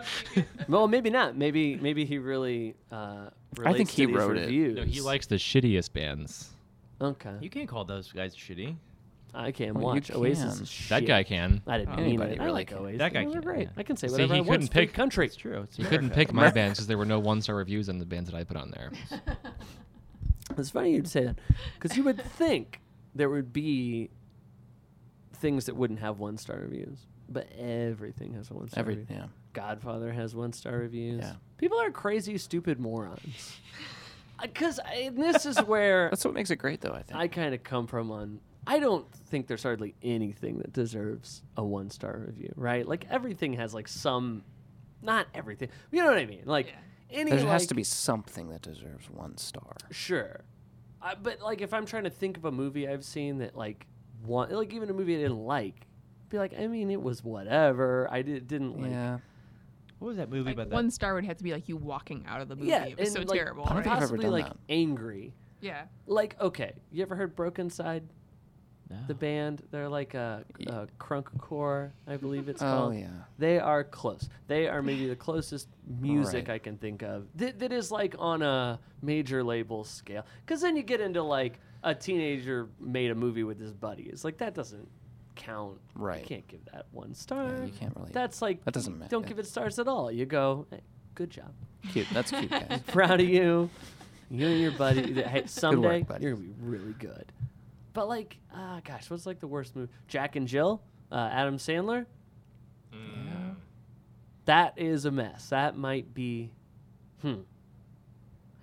Speaker 1: well, maybe not. Maybe maybe he really. Uh, relates
Speaker 2: think
Speaker 1: to
Speaker 2: he
Speaker 1: these
Speaker 2: wrote it.
Speaker 1: reviews.
Speaker 3: no, he likes the shittiest bands.
Speaker 1: Okay.
Speaker 5: You can't call those guys shitty.
Speaker 1: I can
Speaker 2: Well, you
Speaker 1: watch Oasis.
Speaker 2: can.
Speaker 1: is shit.
Speaker 3: That guy can.
Speaker 1: I didn't
Speaker 5: Oh.
Speaker 1: mean
Speaker 2: Anybody
Speaker 1: it. I
Speaker 2: really
Speaker 1: like
Speaker 2: can.
Speaker 1: Oasis.
Speaker 5: That guy
Speaker 1: They're
Speaker 5: can,
Speaker 1: great.
Speaker 5: yeah.
Speaker 1: I can say
Speaker 3: See,
Speaker 1: whatever
Speaker 3: he
Speaker 1: I want.
Speaker 3: couldn't
Speaker 1: It's free
Speaker 3: pick-
Speaker 1: country.
Speaker 5: It's true. It's
Speaker 3: He couldn't
Speaker 5: America.
Speaker 3: pick my bands because there were no one-star reviews on the bands that I put on there.
Speaker 4: [LAUGHS]
Speaker 1: It's funny you'd say that because you [LAUGHS] would think there would be things that wouldn't have one star reviews, but everything has a one star
Speaker 2: Every
Speaker 1: review.
Speaker 2: yeah.
Speaker 1: Godfather has one star reviews.
Speaker 2: Yeah.
Speaker 1: People are crazy, stupid morons. [LAUGHS] Because this is [LAUGHS] where
Speaker 2: That's what makes it great, though. I think.
Speaker 1: I kind of come from on. I don't think there's hardly anything that deserves a one star review, right? Like everything has like some, not everything. You know what I mean? Like
Speaker 4: Yeah.
Speaker 1: any.
Speaker 2: There has
Speaker 1: like-
Speaker 2: to be something that deserves one star.
Speaker 1: Sure, I, but like if I'm trying to think of a movie I've seen that like one, like even a movie I didn't like, be like, I mean, it was whatever. I did, didn't like.
Speaker 2: yeah.
Speaker 5: What was that movie
Speaker 4: Like,
Speaker 5: about that?
Speaker 4: one star would have to be like you walking out of the movie.
Speaker 1: Yeah,
Speaker 4: it was
Speaker 1: and,
Speaker 4: so
Speaker 1: like,
Speaker 4: terrible.
Speaker 2: I don't
Speaker 4: right?
Speaker 2: think I've ever
Speaker 1: Possibly
Speaker 2: done
Speaker 1: like
Speaker 2: that.
Speaker 1: angry.
Speaker 4: Yeah.
Speaker 1: Like okay, you ever heard Broken Side?
Speaker 5: No.
Speaker 1: The band, they're like a, a crunk core, I believe it's
Speaker 2: Oh
Speaker 1: called.
Speaker 2: yeah.
Speaker 1: They are close. They are maybe the closest music
Speaker 2: Right.
Speaker 1: I can think of that, that is like on a major label scale. Because then you get into like a teenager made a movie with his buddy. It's like that doesn't count.
Speaker 2: Right.
Speaker 1: You can't give that one star.
Speaker 2: Yeah, you can't really.
Speaker 1: That's like
Speaker 2: That doesn't matter.
Speaker 1: Don't give it stars at all. You go, "Hey, good job,
Speaker 2: cute. That's
Speaker 1: [LAUGHS]
Speaker 2: cute, guys.
Speaker 1: proud of you. You and your [LAUGHS] buddy. that- Hey, someday
Speaker 2: buddy.
Speaker 1: you're gonna be really good. But like, ah, gosh, what's like the worst movie? Jack and Jill, uh, Adam Sandler. That is a mess. That might be, hmm.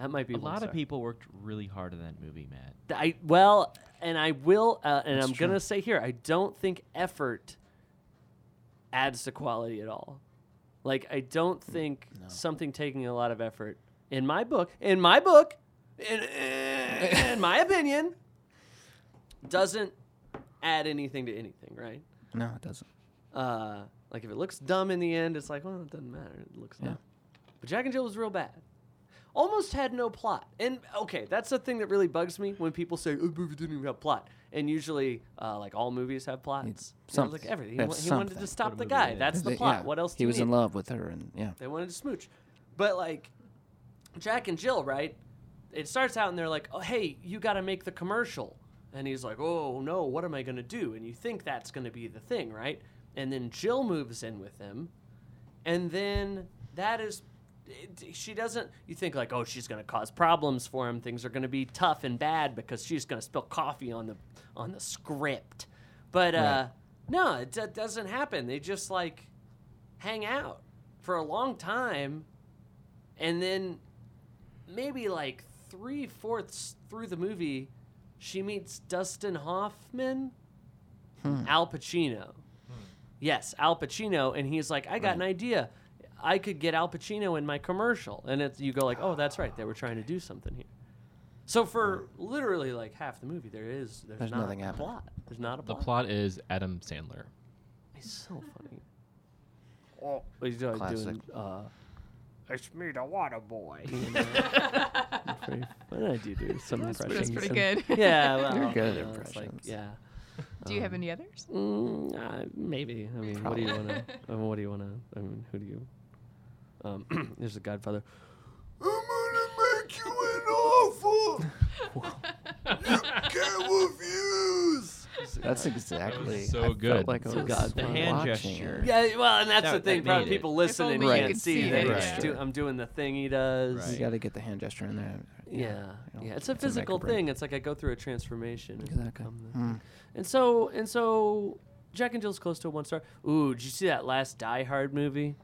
Speaker 1: That might be
Speaker 5: a
Speaker 1: one
Speaker 5: lot of
Speaker 1: star.
Speaker 5: people worked really hard on that movie, Matt.
Speaker 1: I well, and I will, uh, and
Speaker 2: That's
Speaker 1: I'm
Speaker 2: true.
Speaker 1: gonna say here, I don't think effort adds to quality at all. Like I don't
Speaker 2: Hmm.
Speaker 1: think something taking a lot of effort in my book, in my book, in, in
Speaker 2: [LAUGHS]
Speaker 1: my opinion, doesn't add anything to anything, right?
Speaker 2: No, it doesn't.
Speaker 1: Uh, like if it looks dumb in the end, it's like, well, it doesn't matter. It looks
Speaker 2: Yeah.
Speaker 1: dumb. But Jack and Jill was real bad. Almost had no plot. And okay, that's the thing that really bugs me when people say oh, movie didn't even have plot. And usually, uh, like all movies have plots.
Speaker 2: It's
Speaker 1: You know, like
Speaker 2: something.
Speaker 1: everything. He,
Speaker 2: They
Speaker 1: wa-
Speaker 2: have
Speaker 1: he wanted to
Speaker 2: something.
Speaker 1: stop
Speaker 5: Put a
Speaker 1: the
Speaker 5: movie
Speaker 1: guy.
Speaker 5: in.
Speaker 1: that's the
Speaker 2: They-
Speaker 1: plot.
Speaker 2: yeah.
Speaker 1: What else? Do
Speaker 2: He
Speaker 1: you
Speaker 2: was in
Speaker 1: need?
Speaker 2: love with her, and yeah.
Speaker 1: They wanted to smooch. But like Jack and Jill, right? It starts out and they're like, "Oh, hey, you got to make the commercial." And he's like, "Oh, no, what am I going to do?" And you think that's going to be the thing, right? And then Jill moves in with him. And then that is it- she doesn't you think like, "Oh, she's going to cause problems for him. Things are going to be tough and bad because she's going to spill coffee on the on the script." But uh no, it d- doesn't happen. They just like hang out for a long time and then maybe like three fourths through the movie she meets dustin hoffman
Speaker 2: Hmm.
Speaker 1: al pacino yes al pacino and he's like i got an idea i could get al pacino in my commercial and it's you go like oh that's right they were trying to do something here so for literally like half the movie there is there's,
Speaker 2: There's
Speaker 1: not
Speaker 2: nothing
Speaker 1: a
Speaker 2: happening.
Speaker 1: plot there's not a
Speaker 3: The
Speaker 1: plot
Speaker 3: plot is Adam Sandler.
Speaker 1: it's so funny oh he's doing,
Speaker 2: Classic.
Speaker 1: uh, E
Speaker 7: It's me, the water boy.
Speaker 1: pretty, what did I do? do some
Speaker 4: That's pretty-
Speaker 1: impressions.
Speaker 4: that's pretty
Speaker 1: and- [LAUGHS]
Speaker 4: good. [LAUGHS]
Speaker 1: Yeah, well,
Speaker 2: You're good at
Speaker 1: you know, it's
Speaker 2: impressions.
Speaker 1: Like, yeah.
Speaker 4: Do you have any others?
Speaker 1: Mm, uh, maybe. I mean, what do you want to? I mean, what do you want to? I mean, who do you? Um, [CLEARS THROAT] there's the Godfather.
Speaker 7: I'm gonna make you an offer. you can't refuse.
Speaker 2: That's exactly.
Speaker 3: so
Speaker 2: I felt
Speaker 3: good.
Speaker 2: Like I
Speaker 1: So
Speaker 2: was
Speaker 1: good.
Speaker 5: The hand
Speaker 2: watching it.
Speaker 5: gesture.
Speaker 1: Yeah, well, and that's
Speaker 5: That-
Speaker 1: the thing.
Speaker 5: that
Speaker 1: Probably
Speaker 5: made it.
Speaker 1: people listening,
Speaker 4: only
Speaker 1: you
Speaker 4: you
Speaker 1: can
Speaker 4: could
Speaker 1: see
Speaker 4: see
Speaker 1: that
Speaker 4: it,
Speaker 1: he's
Speaker 2: yeah.
Speaker 1: do- I'm doing the thing he does.
Speaker 5: Right.
Speaker 2: You got to get the hand gesture in there.
Speaker 1: Yeah,
Speaker 2: you know,
Speaker 1: yeah. It's a
Speaker 2: make or
Speaker 1: physical
Speaker 2: break.
Speaker 1: thing. It's like I go through a transformation. and
Speaker 2: Exactly.
Speaker 1: become the-
Speaker 2: Mm.
Speaker 1: And so and so Jack and Jill's close to a one star. Ooh, did you see that last Die Hard movie?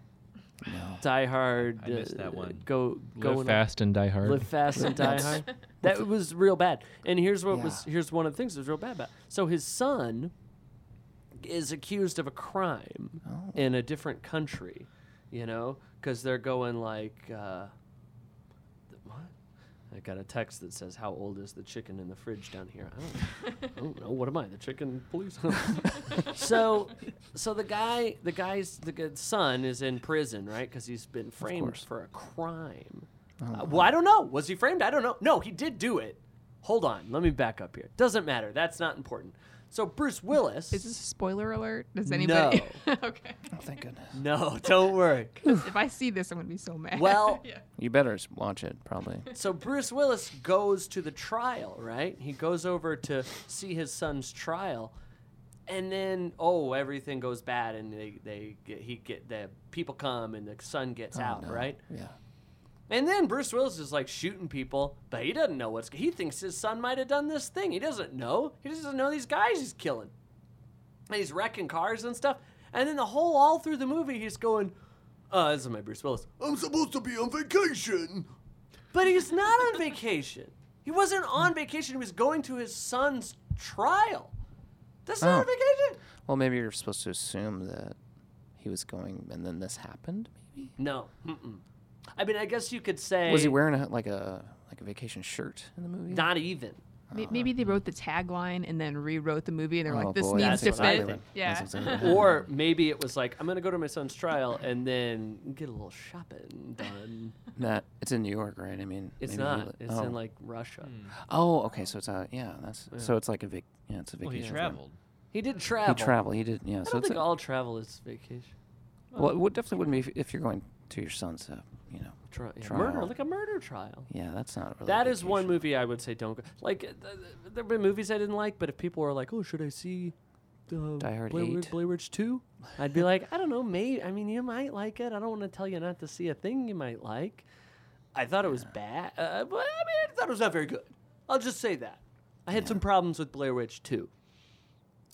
Speaker 2: No.
Speaker 1: Die Hard. uh,
Speaker 5: I missed that one.
Speaker 1: Go go
Speaker 3: Live fast and die hard.
Speaker 1: live fast and die
Speaker 2: That's-
Speaker 1: hard. That was real bad. And here's what was
Speaker 2: Yeah.
Speaker 1: here's one of the things that was real bad about. So his son is accused of a crime
Speaker 2: Oh.
Speaker 1: in a different country, you know, because they're going like. Uh, th- what? I got a text that says, "How old is the chicken in the fridge down here?" I
Speaker 4: [LAUGHS]
Speaker 1: don't I don't know. What am I, the chicken police? so, so the guy, the guy's, the good son is in prison, right? Because he's been framed
Speaker 2: course.
Speaker 1: for a crime.
Speaker 2: Oh,
Speaker 1: Uh, well, I don't know. Was he framed? I don't know. No, he did do it. Hold on. Let me back up here. Doesn't matter. That's not important. So Bruce Willis.
Speaker 4: Is this a spoiler alert? Does anybody? okay.
Speaker 2: Oh, thank goodness.
Speaker 1: no, don't
Speaker 4: [LAUGHS]
Speaker 1: worry.
Speaker 4: 'Cause if I see this, I'm gonna be so mad.
Speaker 1: Well-
Speaker 4: yeah.
Speaker 2: You better s- watch it, probably.
Speaker 1: so Bruce Willis goes to the trial, right? He goes over to see his son's trial, and then oh, everything goes bad, and they they get, he get the people come and the son gets out,
Speaker 2: No.
Speaker 1: right?
Speaker 2: Yeah.
Speaker 1: And then Bruce Willis is like shooting people, but he doesn't know what's. He thinks his son might have done this thing. He doesn't know. He doesn't know these guys he's killing. And he's wrecking cars and stuff. And then the whole all through the movie, he's going, "Uh, this is my Bruce Willis."
Speaker 7: I'm supposed to be on vacation.
Speaker 1: But he's not on vacation. He wasn't on vacation. He was going to his son's trial. That's not
Speaker 2: Oh.
Speaker 1: on vacation.
Speaker 2: Well, maybe you're supposed to assume that he was going, and then this happened. Maybe.
Speaker 1: No. Mm-mm. I mean, I guess you could say
Speaker 2: Was he wearing a, like a like a vacation shirt in the movie?
Speaker 1: not even.
Speaker 4: May- Maybe they wrote the tagline and then rewrote the movie, and they're
Speaker 2: Oh,
Speaker 4: like, "This
Speaker 2: boy,
Speaker 4: needs
Speaker 1: that's
Speaker 4: to
Speaker 1: what I
Speaker 4: fit."
Speaker 1: think.
Speaker 4: Yeah.
Speaker 2: That's exactly-
Speaker 1: [LAUGHS]
Speaker 2: [LAUGHS]
Speaker 1: or maybe it was like, I'm gonna go to my son's trial and then get a little shopping done.
Speaker 2: Not, it's in New York, right? I mean,
Speaker 1: It's
Speaker 2: maybe he
Speaker 1: not.
Speaker 2: li-
Speaker 1: It's
Speaker 2: oh.
Speaker 1: in like Russia.
Speaker 2: Oh, okay. So it's a yeah. That's so it's like a vac. Yeah, it's a
Speaker 5: Well,
Speaker 2: vacation.
Speaker 5: he
Speaker 2: for him.
Speaker 5: traveled.
Speaker 1: He did travel.
Speaker 2: He traveled. He did. Yeah.
Speaker 1: I
Speaker 2: so
Speaker 1: don't
Speaker 2: it's
Speaker 1: think
Speaker 2: a,
Speaker 1: all travel is vacation.
Speaker 2: well, it would, definitely wouldn't be if, if you're going to your son's. Uh, you know.
Speaker 1: Tri- yeah, Murder,
Speaker 2: Trial.
Speaker 1: like a murder trial.
Speaker 2: Yeah, that's not really.
Speaker 1: That is one
Speaker 2: vacation.
Speaker 1: movie I would say don't go. Like, th- th- there have been movies I didn't like, but if people were like, "Oh, should I see uh,
Speaker 2: Die Hard
Speaker 1: Blair, Wi-
Speaker 2: 8?
Speaker 1: Blair Witch 2? I'd
Speaker 2: [LAUGHS]
Speaker 1: be like, "I don't know, maybe. I mean, you might like it. I don't want to tell you not to see a thing you might like." I thought it was bad, uh, but I mean, I thought it was not very good. I'll just say that. I had some problems with Blair Witch 2.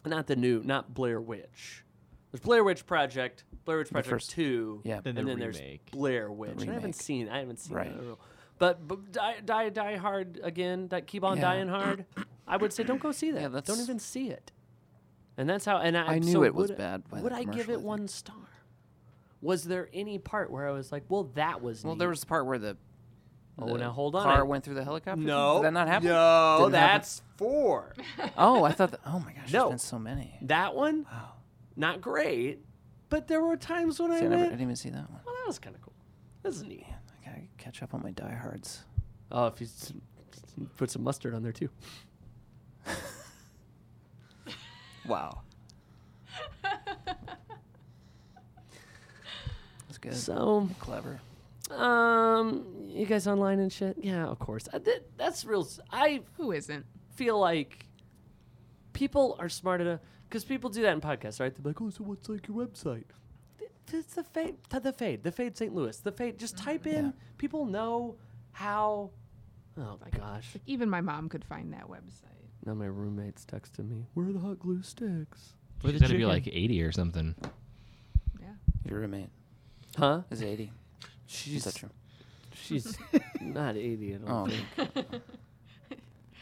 Speaker 1: Not the new, not Blair Witch. There's Blair Witch Project, Blair Witch Project
Speaker 2: first-
Speaker 1: 2,
Speaker 2: yeah.
Speaker 5: Then
Speaker 1: and
Speaker 5: the
Speaker 1: then
Speaker 5: remake.
Speaker 1: there's Blair Witch. And I haven't
Speaker 2: remake.
Speaker 1: seen. I haven't seen.
Speaker 2: Right.
Speaker 1: Right. But, but die, die, die hard again. That keep on
Speaker 2: Yeah.
Speaker 1: dying hard. I would say don't go see that.
Speaker 2: Yeah,
Speaker 1: don't
Speaker 2: that's-
Speaker 1: even see it. And that's how. And I,
Speaker 2: I knew
Speaker 1: so
Speaker 2: it was
Speaker 1: would-
Speaker 2: bad by the
Speaker 1: Would I give
Speaker 2: commercial, I
Speaker 1: it
Speaker 2: think.
Speaker 1: one star? Was there any part where I was like, "Well, that was"?
Speaker 2: Well,
Speaker 1: neat.
Speaker 2: there was the part where the,
Speaker 1: Oh,
Speaker 2: the
Speaker 1: now hold on.
Speaker 2: car
Speaker 1: I-
Speaker 2: went through the helicopter.
Speaker 1: no.
Speaker 2: Did that not happen?
Speaker 1: No,
Speaker 2: Didn't happen?
Speaker 1: Oh, that's four.
Speaker 2: Oh, I thought. That, oh my gosh,
Speaker 1: No.
Speaker 2: there's been so many.
Speaker 1: [LAUGHS] That one, not great. But there were times when
Speaker 2: See,
Speaker 1: I
Speaker 2: I, never, I
Speaker 1: went,
Speaker 2: didn't even see that one.
Speaker 1: "Well, that was kind of cool. That was neat."
Speaker 2: I gotta catch up on my diehards.
Speaker 1: Oh, if you s- put some mustard on there too.
Speaker 2: [LAUGHS] Wow. That's good.
Speaker 1: So
Speaker 2: clever.
Speaker 1: Um, you guys online and shit? Yeah, of course. I, that, that's real. s- I
Speaker 4: Who isn't?
Speaker 1: feel like people are smart enough because people do that in podcasts, right? They're like, "Oh, so what's like your website?" Th- It's the fade, to the fade, the fade St. Louis, the fade. Just type in.
Speaker 2: Yeah.
Speaker 1: People know how. Oh gosh!
Speaker 4: Like, even my mom could find that website.
Speaker 1: Now my roommate's texting me. Where are the hot glue sticks?
Speaker 5: Where
Speaker 3: He's
Speaker 5: the
Speaker 3: gonna be
Speaker 5: chicken?
Speaker 3: like 80 or something.
Speaker 4: Yeah.
Speaker 2: Your roommate
Speaker 1: Huh?
Speaker 2: is 80. Is that
Speaker 1: She's
Speaker 2: true?
Speaker 1: [LAUGHS] she's not eighty at
Speaker 2: Oh,
Speaker 1: all.
Speaker 2: okay.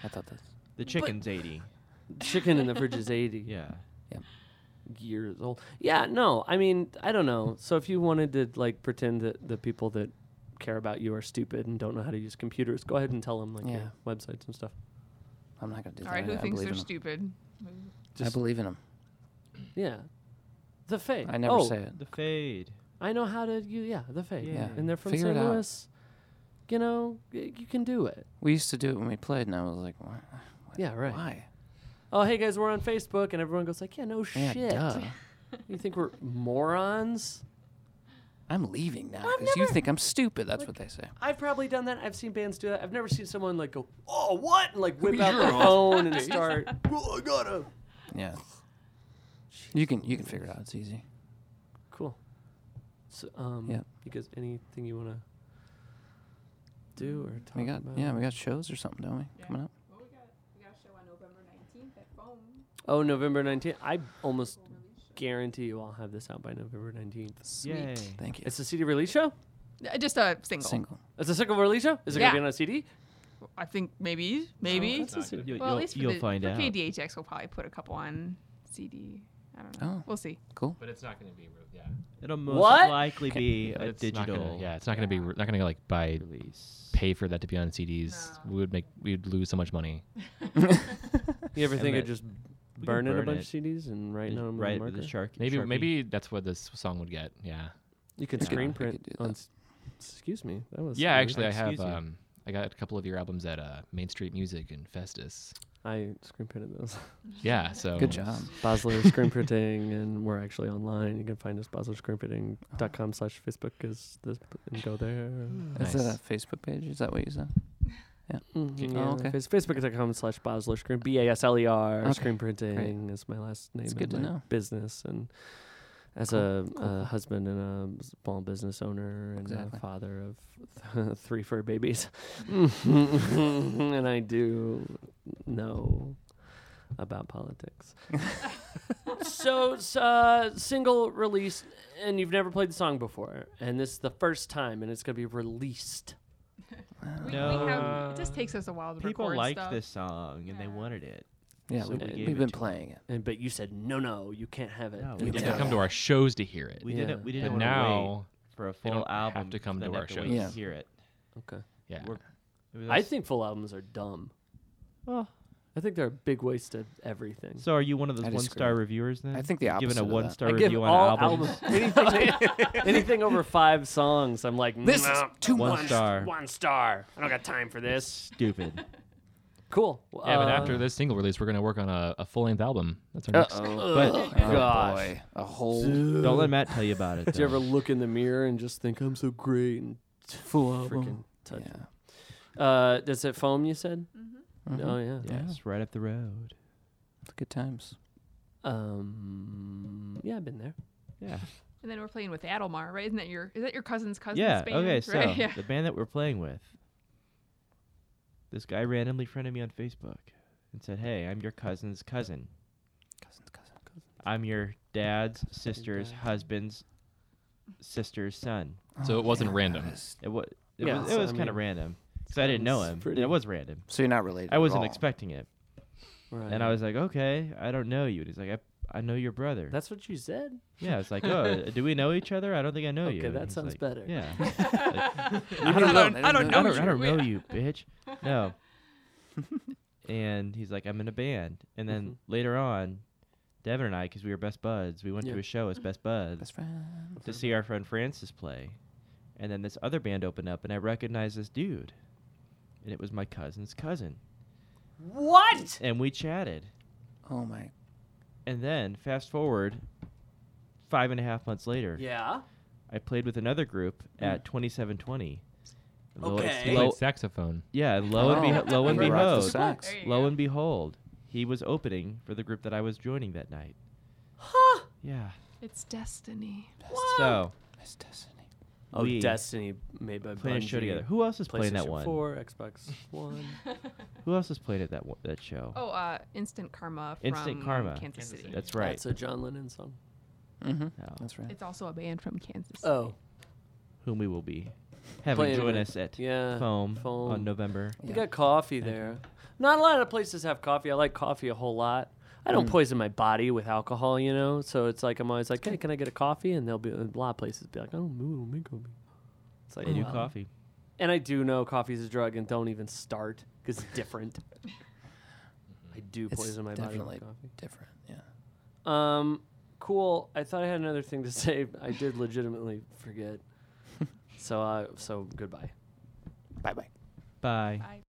Speaker 2: I thought that's.
Speaker 5: The chicken's 80.
Speaker 1: Chicken in the fridge is eighty.
Speaker 5: Yeah.
Speaker 1: years old. Yeah, no, I mean, I don't know. So if you wanted to like pretend that the people that care about you are stupid and don't know how to use computers, go ahead and tell them like
Speaker 2: Yeah.
Speaker 1: yeah. websites and stuff.
Speaker 2: I'm not gonna do
Speaker 4: All
Speaker 2: that.
Speaker 4: right. Who
Speaker 2: I,
Speaker 4: thinks
Speaker 2: believe
Speaker 4: they're
Speaker 2: in him.
Speaker 4: stupid?
Speaker 2: I believe in him.
Speaker 1: Yeah, the fade.
Speaker 2: I never
Speaker 1: oh,
Speaker 2: say it.
Speaker 5: The fade.
Speaker 1: I know how to. You yeah, the fade.
Speaker 5: Yeah.
Speaker 1: and they're from
Speaker 2: Figure it
Speaker 1: St.
Speaker 2: out.
Speaker 1: Louis. You know, y- you can do it.
Speaker 2: We used to do it when we played, and I was like, why?
Speaker 1: Yeah, right.
Speaker 2: Why?
Speaker 1: Oh, hey guys, we're on Facebook, and everyone goes like, "Yeah, no
Speaker 2: Yeah,
Speaker 1: shit."
Speaker 2: duh.
Speaker 1: [LAUGHS] You think we're morons?
Speaker 2: I'm leaving now because you think I'm stupid. That's what they say.
Speaker 1: I've probably done that. I've seen bands do that. I've never seen someone like go, "Oh, what?" and like whip out their phone and start.
Speaker 7: Well, I gotta.
Speaker 2: Yeah. You can you can figure it out. It's easy.
Speaker 1: Cool. So, um,
Speaker 2: Yeah.
Speaker 1: You guys, anything you want to do or talk
Speaker 2: We got
Speaker 1: about?
Speaker 2: yeah we got shows or something, don't we?
Speaker 4: Yeah.
Speaker 2: Coming up.
Speaker 4: Well, we got we got a show on November nineteenth at Foam.
Speaker 1: Oh, November 19th. I almost guarantee you I'll have this out by November 19th.
Speaker 5: Yay.
Speaker 2: Thank you.
Speaker 1: It's a CD release show?
Speaker 4: Uh, Just a single.
Speaker 2: Single.
Speaker 1: It's a single release show? Is it going to
Speaker 4: Yeah.
Speaker 1: be on a CD?
Speaker 4: I think maybe maybe.
Speaker 1: that's a CD.
Speaker 5: You'll,
Speaker 4: well,
Speaker 5: you'll-
Speaker 4: at least for
Speaker 5: you'll
Speaker 4: the,
Speaker 5: find
Speaker 4: for
Speaker 5: out.
Speaker 4: KDHX, we'll probably put a couple on CD. I don't know.
Speaker 2: Oh.
Speaker 4: We'll see.
Speaker 2: Cool.
Speaker 3: But it's not going to be, yeah.
Speaker 5: It'll most
Speaker 1: What?
Speaker 5: likely be a
Speaker 3: Not
Speaker 5: digital
Speaker 3: gonna, yeah, it's not going to be. We're not going to like buy,
Speaker 5: release.
Speaker 3: pay for that to be on CDs. We would make, we'd lose so much money.
Speaker 1: You ever think
Speaker 5: bet.
Speaker 1: of just
Speaker 5: can
Speaker 1: burning a
Speaker 5: burn
Speaker 1: bunch
Speaker 5: it.
Speaker 1: of CDs and writing
Speaker 5: Just
Speaker 1: on them
Speaker 5: right
Speaker 1: with
Speaker 5: with
Speaker 1: a
Speaker 5: the
Speaker 1: marker?
Speaker 5: shark.
Speaker 3: Maybe,
Speaker 5: Sharpie.
Speaker 3: maybe that's what this song would get. Yeah.
Speaker 1: You can
Speaker 2: Yeah, I
Speaker 1: screen
Speaker 2: could
Speaker 1: print
Speaker 2: do
Speaker 1: on.
Speaker 2: that.
Speaker 1: s- Excuse me. That was
Speaker 3: Yeah,
Speaker 1: rude.
Speaker 3: actually, I have.
Speaker 5: Excuse you.
Speaker 3: Um, I got a couple of your albums at uh, Main Street Music and Festus.
Speaker 1: I screen printed those.
Speaker 3: Yeah, so
Speaker 2: Good job.
Speaker 1: Basler Screen Printing, and we're actually online. You can find us baslerscreenprinting.com slash Facebook is this, and go there.
Speaker 2: Is
Speaker 3: Nice.
Speaker 2: that a Facebook page? Is that what you said?
Speaker 1: Mhm,
Speaker 2: Oh,
Speaker 1: yeah,
Speaker 2: okay.
Speaker 1: face- Facebook.com slash Basler Screen, B A S L E R,
Speaker 2: Okay,
Speaker 1: Screen Printing is my last name.
Speaker 2: It's
Speaker 1: and
Speaker 2: good to
Speaker 1: my
Speaker 2: know.
Speaker 1: Business and as
Speaker 2: Cool,
Speaker 1: a,
Speaker 2: cool,
Speaker 1: a
Speaker 2: cool.
Speaker 1: husband and a s- small business owner and
Speaker 2: Exactly.
Speaker 1: a father of [LAUGHS] three fur
Speaker 2: [LAUGHS]
Speaker 1: babies, and I do know about
Speaker 2: [LAUGHS]
Speaker 1: politics. so, s- uh, single release, and you've never played the song before, and this is the first time, and it's gonna be released.
Speaker 2: Uh,
Speaker 4: We,
Speaker 5: No.
Speaker 4: we have, it just takes us a while to
Speaker 5: people
Speaker 4: record
Speaker 5: liked
Speaker 4: stuff.
Speaker 5: this song and they wanted it.
Speaker 2: Yeah,
Speaker 5: So
Speaker 2: we,
Speaker 5: we
Speaker 2: we,
Speaker 5: gave
Speaker 2: have
Speaker 5: it
Speaker 2: been
Speaker 5: to 'em.
Speaker 2: playing it.
Speaker 1: And but you said no, no, you can't have it.
Speaker 5: No,
Speaker 1: You
Speaker 5: we
Speaker 3: You
Speaker 1: didn't
Speaker 3: have to come to our shows to hear it.
Speaker 5: We
Speaker 1: Yeah.
Speaker 5: didn't. We didn't
Speaker 3: and
Speaker 5: want to
Speaker 3: now
Speaker 5: for a
Speaker 3: They
Speaker 5: full
Speaker 3: don't have
Speaker 5: album
Speaker 3: to come
Speaker 5: they'd
Speaker 3: to our
Speaker 5: have to wait
Speaker 3: shows.
Speaker 2: Yeah.
Speaker 5: hear it.
Speaker 1: Okay.
Speaker 3: Yeah.
Speaker 5: We're- Maybe
Speaker 1: I
Speaker 5: that's-
Speaker 1: think full albums are dumb.
Speaker 5: Well,
Speaker 1: I think they're a big waste of everything.
Speaker 5: so are you one of
Speaker 2: I
Speaker 5: those one
Speaker 2: disagree.
Speaker 5: star reviewers then?
Speaker 2: I think the opposite
Speaker 5: giving a
Speaker 2: of that.
Speaker 5: one star
Speaker 1: I give
Speaker 5: review on
Speaker 1: all
Speaker 5: albums.
Speaker 1: anything, [LAUGHS] anything over five songs, I'm like,
Speaker 2: This is
Speaker 1: "Nah,
Speaker 2: too
Speaker 5: One
Speaker 2: much.
Speaker 5: star.
Speaker 1: One star. I don't got time for this.
Speaker 5: [LAUGHS] Stupid.
Speaker 1: Cool.
Speaker 3: Yeah, but
Speaker 1: Uh,
Speaker 3: after this single release, we're gonna work on a, a full length album. That's our next.
Speaker 2: [LAUGHS]
Speaker 5: But
Speaker 2: Oh
Speaker 1: Gosh.
Speaker 2: boy, a whole
Speaker 5: don't let Matt tell you about it.
Speaker 1: Do you
Speaker 5: though.
Speaker 1: ever look in the mirror and just think I'm so great and
Speaker 2: full
Speaker 1: freaking touch?
Speaker 2: Yeah.
Speaker 1: Uh, does it foam? You said. Oh yeah.
Speaker 5: Yes, right up the road.
Speaker 2: Mm-hmm. Good times.
Speaker 1: Um. Yeah, I've been there.
Speaker 5: Yeah.
Speaker 4: And then we're playing with Adelmar, right? Isn't that your is that your cousin's cousin's
Speaker 5: Yeah.
Speaker 4: band?
Speaker 5: okay. So
Speaker 4: right? [LAUGHS] yeah.
Speaker 5: the band that we're playing with, this guy randomly friended me on Facebook and said, "Hey, I'm your cousin's cousin.
Speaker 2: Cousins, cousins, cousins.
Speaker 5: I'm your dad's sister's husband's sister's son."
Speaker 3: So it wasn't random.
Speaker 5: It was. It
Speaker 1: Yeah,
Speaker 5: was,
Speaker 1: so
Speaker 5: it was
Speaker 1: I
Speaker 5: kind
Speaker 1: mean,
Speaker 5: of random because I didn't know
Speaker 1: sounds
Speaker 5: him.
Speaker 1: pretty-
Speaker 5: And it was random.
Speaker 2: So you're not related.
Speaker 5: I wasn't
Speaker 2: at all.
Speaker 5: expecting it,
Speaker 1: Right.
Speaker 5: and I was like, "Okay, I don't know you." And he's like, "I, I know your brother."
Speaker 1: That's what you said. [LAUGHS]
Speaker 5: yeah. It's like, "Oh, do we know each other? I don't think I know you."
Speaker 1: Okay,
Speaker 5: And
Speaker 1: that
Speaker 5: he's
Speaker 1: sounds
Speaker 5: like,
Speaker 1: better. [LAUGHS]
Speaker 5: Yeah.
Speaker 2: I don't know. I don't
Speaker 5: I don't, I don't know you, bitch.
Speaker 1: [LAUGHS]
Speaker 5: No. and he's like, I'm in a band. And then
Speaker 1: Mm-hmm.
Speaker 5: later on, Devin and I, because we were best buds, we went
Speaker 1: Yeah.
Speaker 5: to a show as best buds
Speaker 2: Best friend.
Speaker 5: to see our friend Francis play. And then this other band opened up, and I recognized this dude. And it was my cousin's cousin. What? And we chatted.
Speaker 2: Oh my.
Speaker 5: And then, fast forward five and a half months later,
Speaker 1: Yeah.
Speaker 5: I played with another group at 2720. Lo-
Speaker 1: Okay.
Speaker 5: lo-
Speaker 3: Played saxophone.
Speaker 5: yeah, and lo
Speaker 2: Oh,
Speaker 5: and, beho- lo and
Speaker 2: He rocked the
Speaker 5: behold,
Speaker 2: sax.
Speaker 4: There you
Speaker 5: lo
Speaker 4: go.
Speaker 5: and behold, he was opening for the group that I was joining that night. Huh? Yeah.
Speaker 4: It's destiny.
Speaker 5: So
Speaker 2: That's destiny.
Speaker 1: Oh,
Speaker 5: we
Speaker 1: Destiny made by
Speaker 5: played a show
Speaker 1: Bungie,
Speaker 5: together. Who else is playing that
Speaker 1: PlayStation
Speaker 5: one?
Speaker 1: Four,
Speaker 5: [LAUGHS]
Speaker 1: Xbox One.
Speaker 5: Who else is playing at that one, that show?
Speaker 4: Oh, uh, instant karma from
Speaker 5: Instant Karma.
Speaker 4: Kansas City.
Speaker 5: That's right.
Speaker 1: That's a John Lennon song.
Speaker 5: No.
Speaker 2: Oh, That's right.
Speaker 4: It's also a band from Kansas. City.
Speaker 1: Oh,
Speaker 5: Whom we will be having
Speaker 1: Playing
Speaker 5: join
Speaker 1: with-
Speaker 5: us at
Speaker 1: yeah,
Speaker 5: Foam,
Speaker 1: Foam.
Speaker 5: on November.
Speaker 1: we got coffee there. Not a lot of places have coffee. I like coffee a whole lot. I
Speaker 5: Mm.
Speaker 1: don't poison my body with alcohol, you know. So it's like I'm always like, hey, can I get a coffee? And they'll be a lot of places be like, oh, no, we don't make coffee. It's like
Speaker 5: They do
Speaker 1: Oh, wow.
Speaker 5: coffee.
Speaker 1: And I do know coffee's a drug, and don't even start because it's different. I do
Speaker 2: It's
Speaker 1: poison my body
Speaker 2: definitely
Speaker 1: with coffee.
Speaker 2: different. Yeah.
Speaker 1: Um, cool. I thought I had another thing to [LAUGHS] say. I did legitimately forget. so, uh, so goodbye.
Speaker 2: Bye bye.
Speaker 5: Bye.
Speaker 4: I-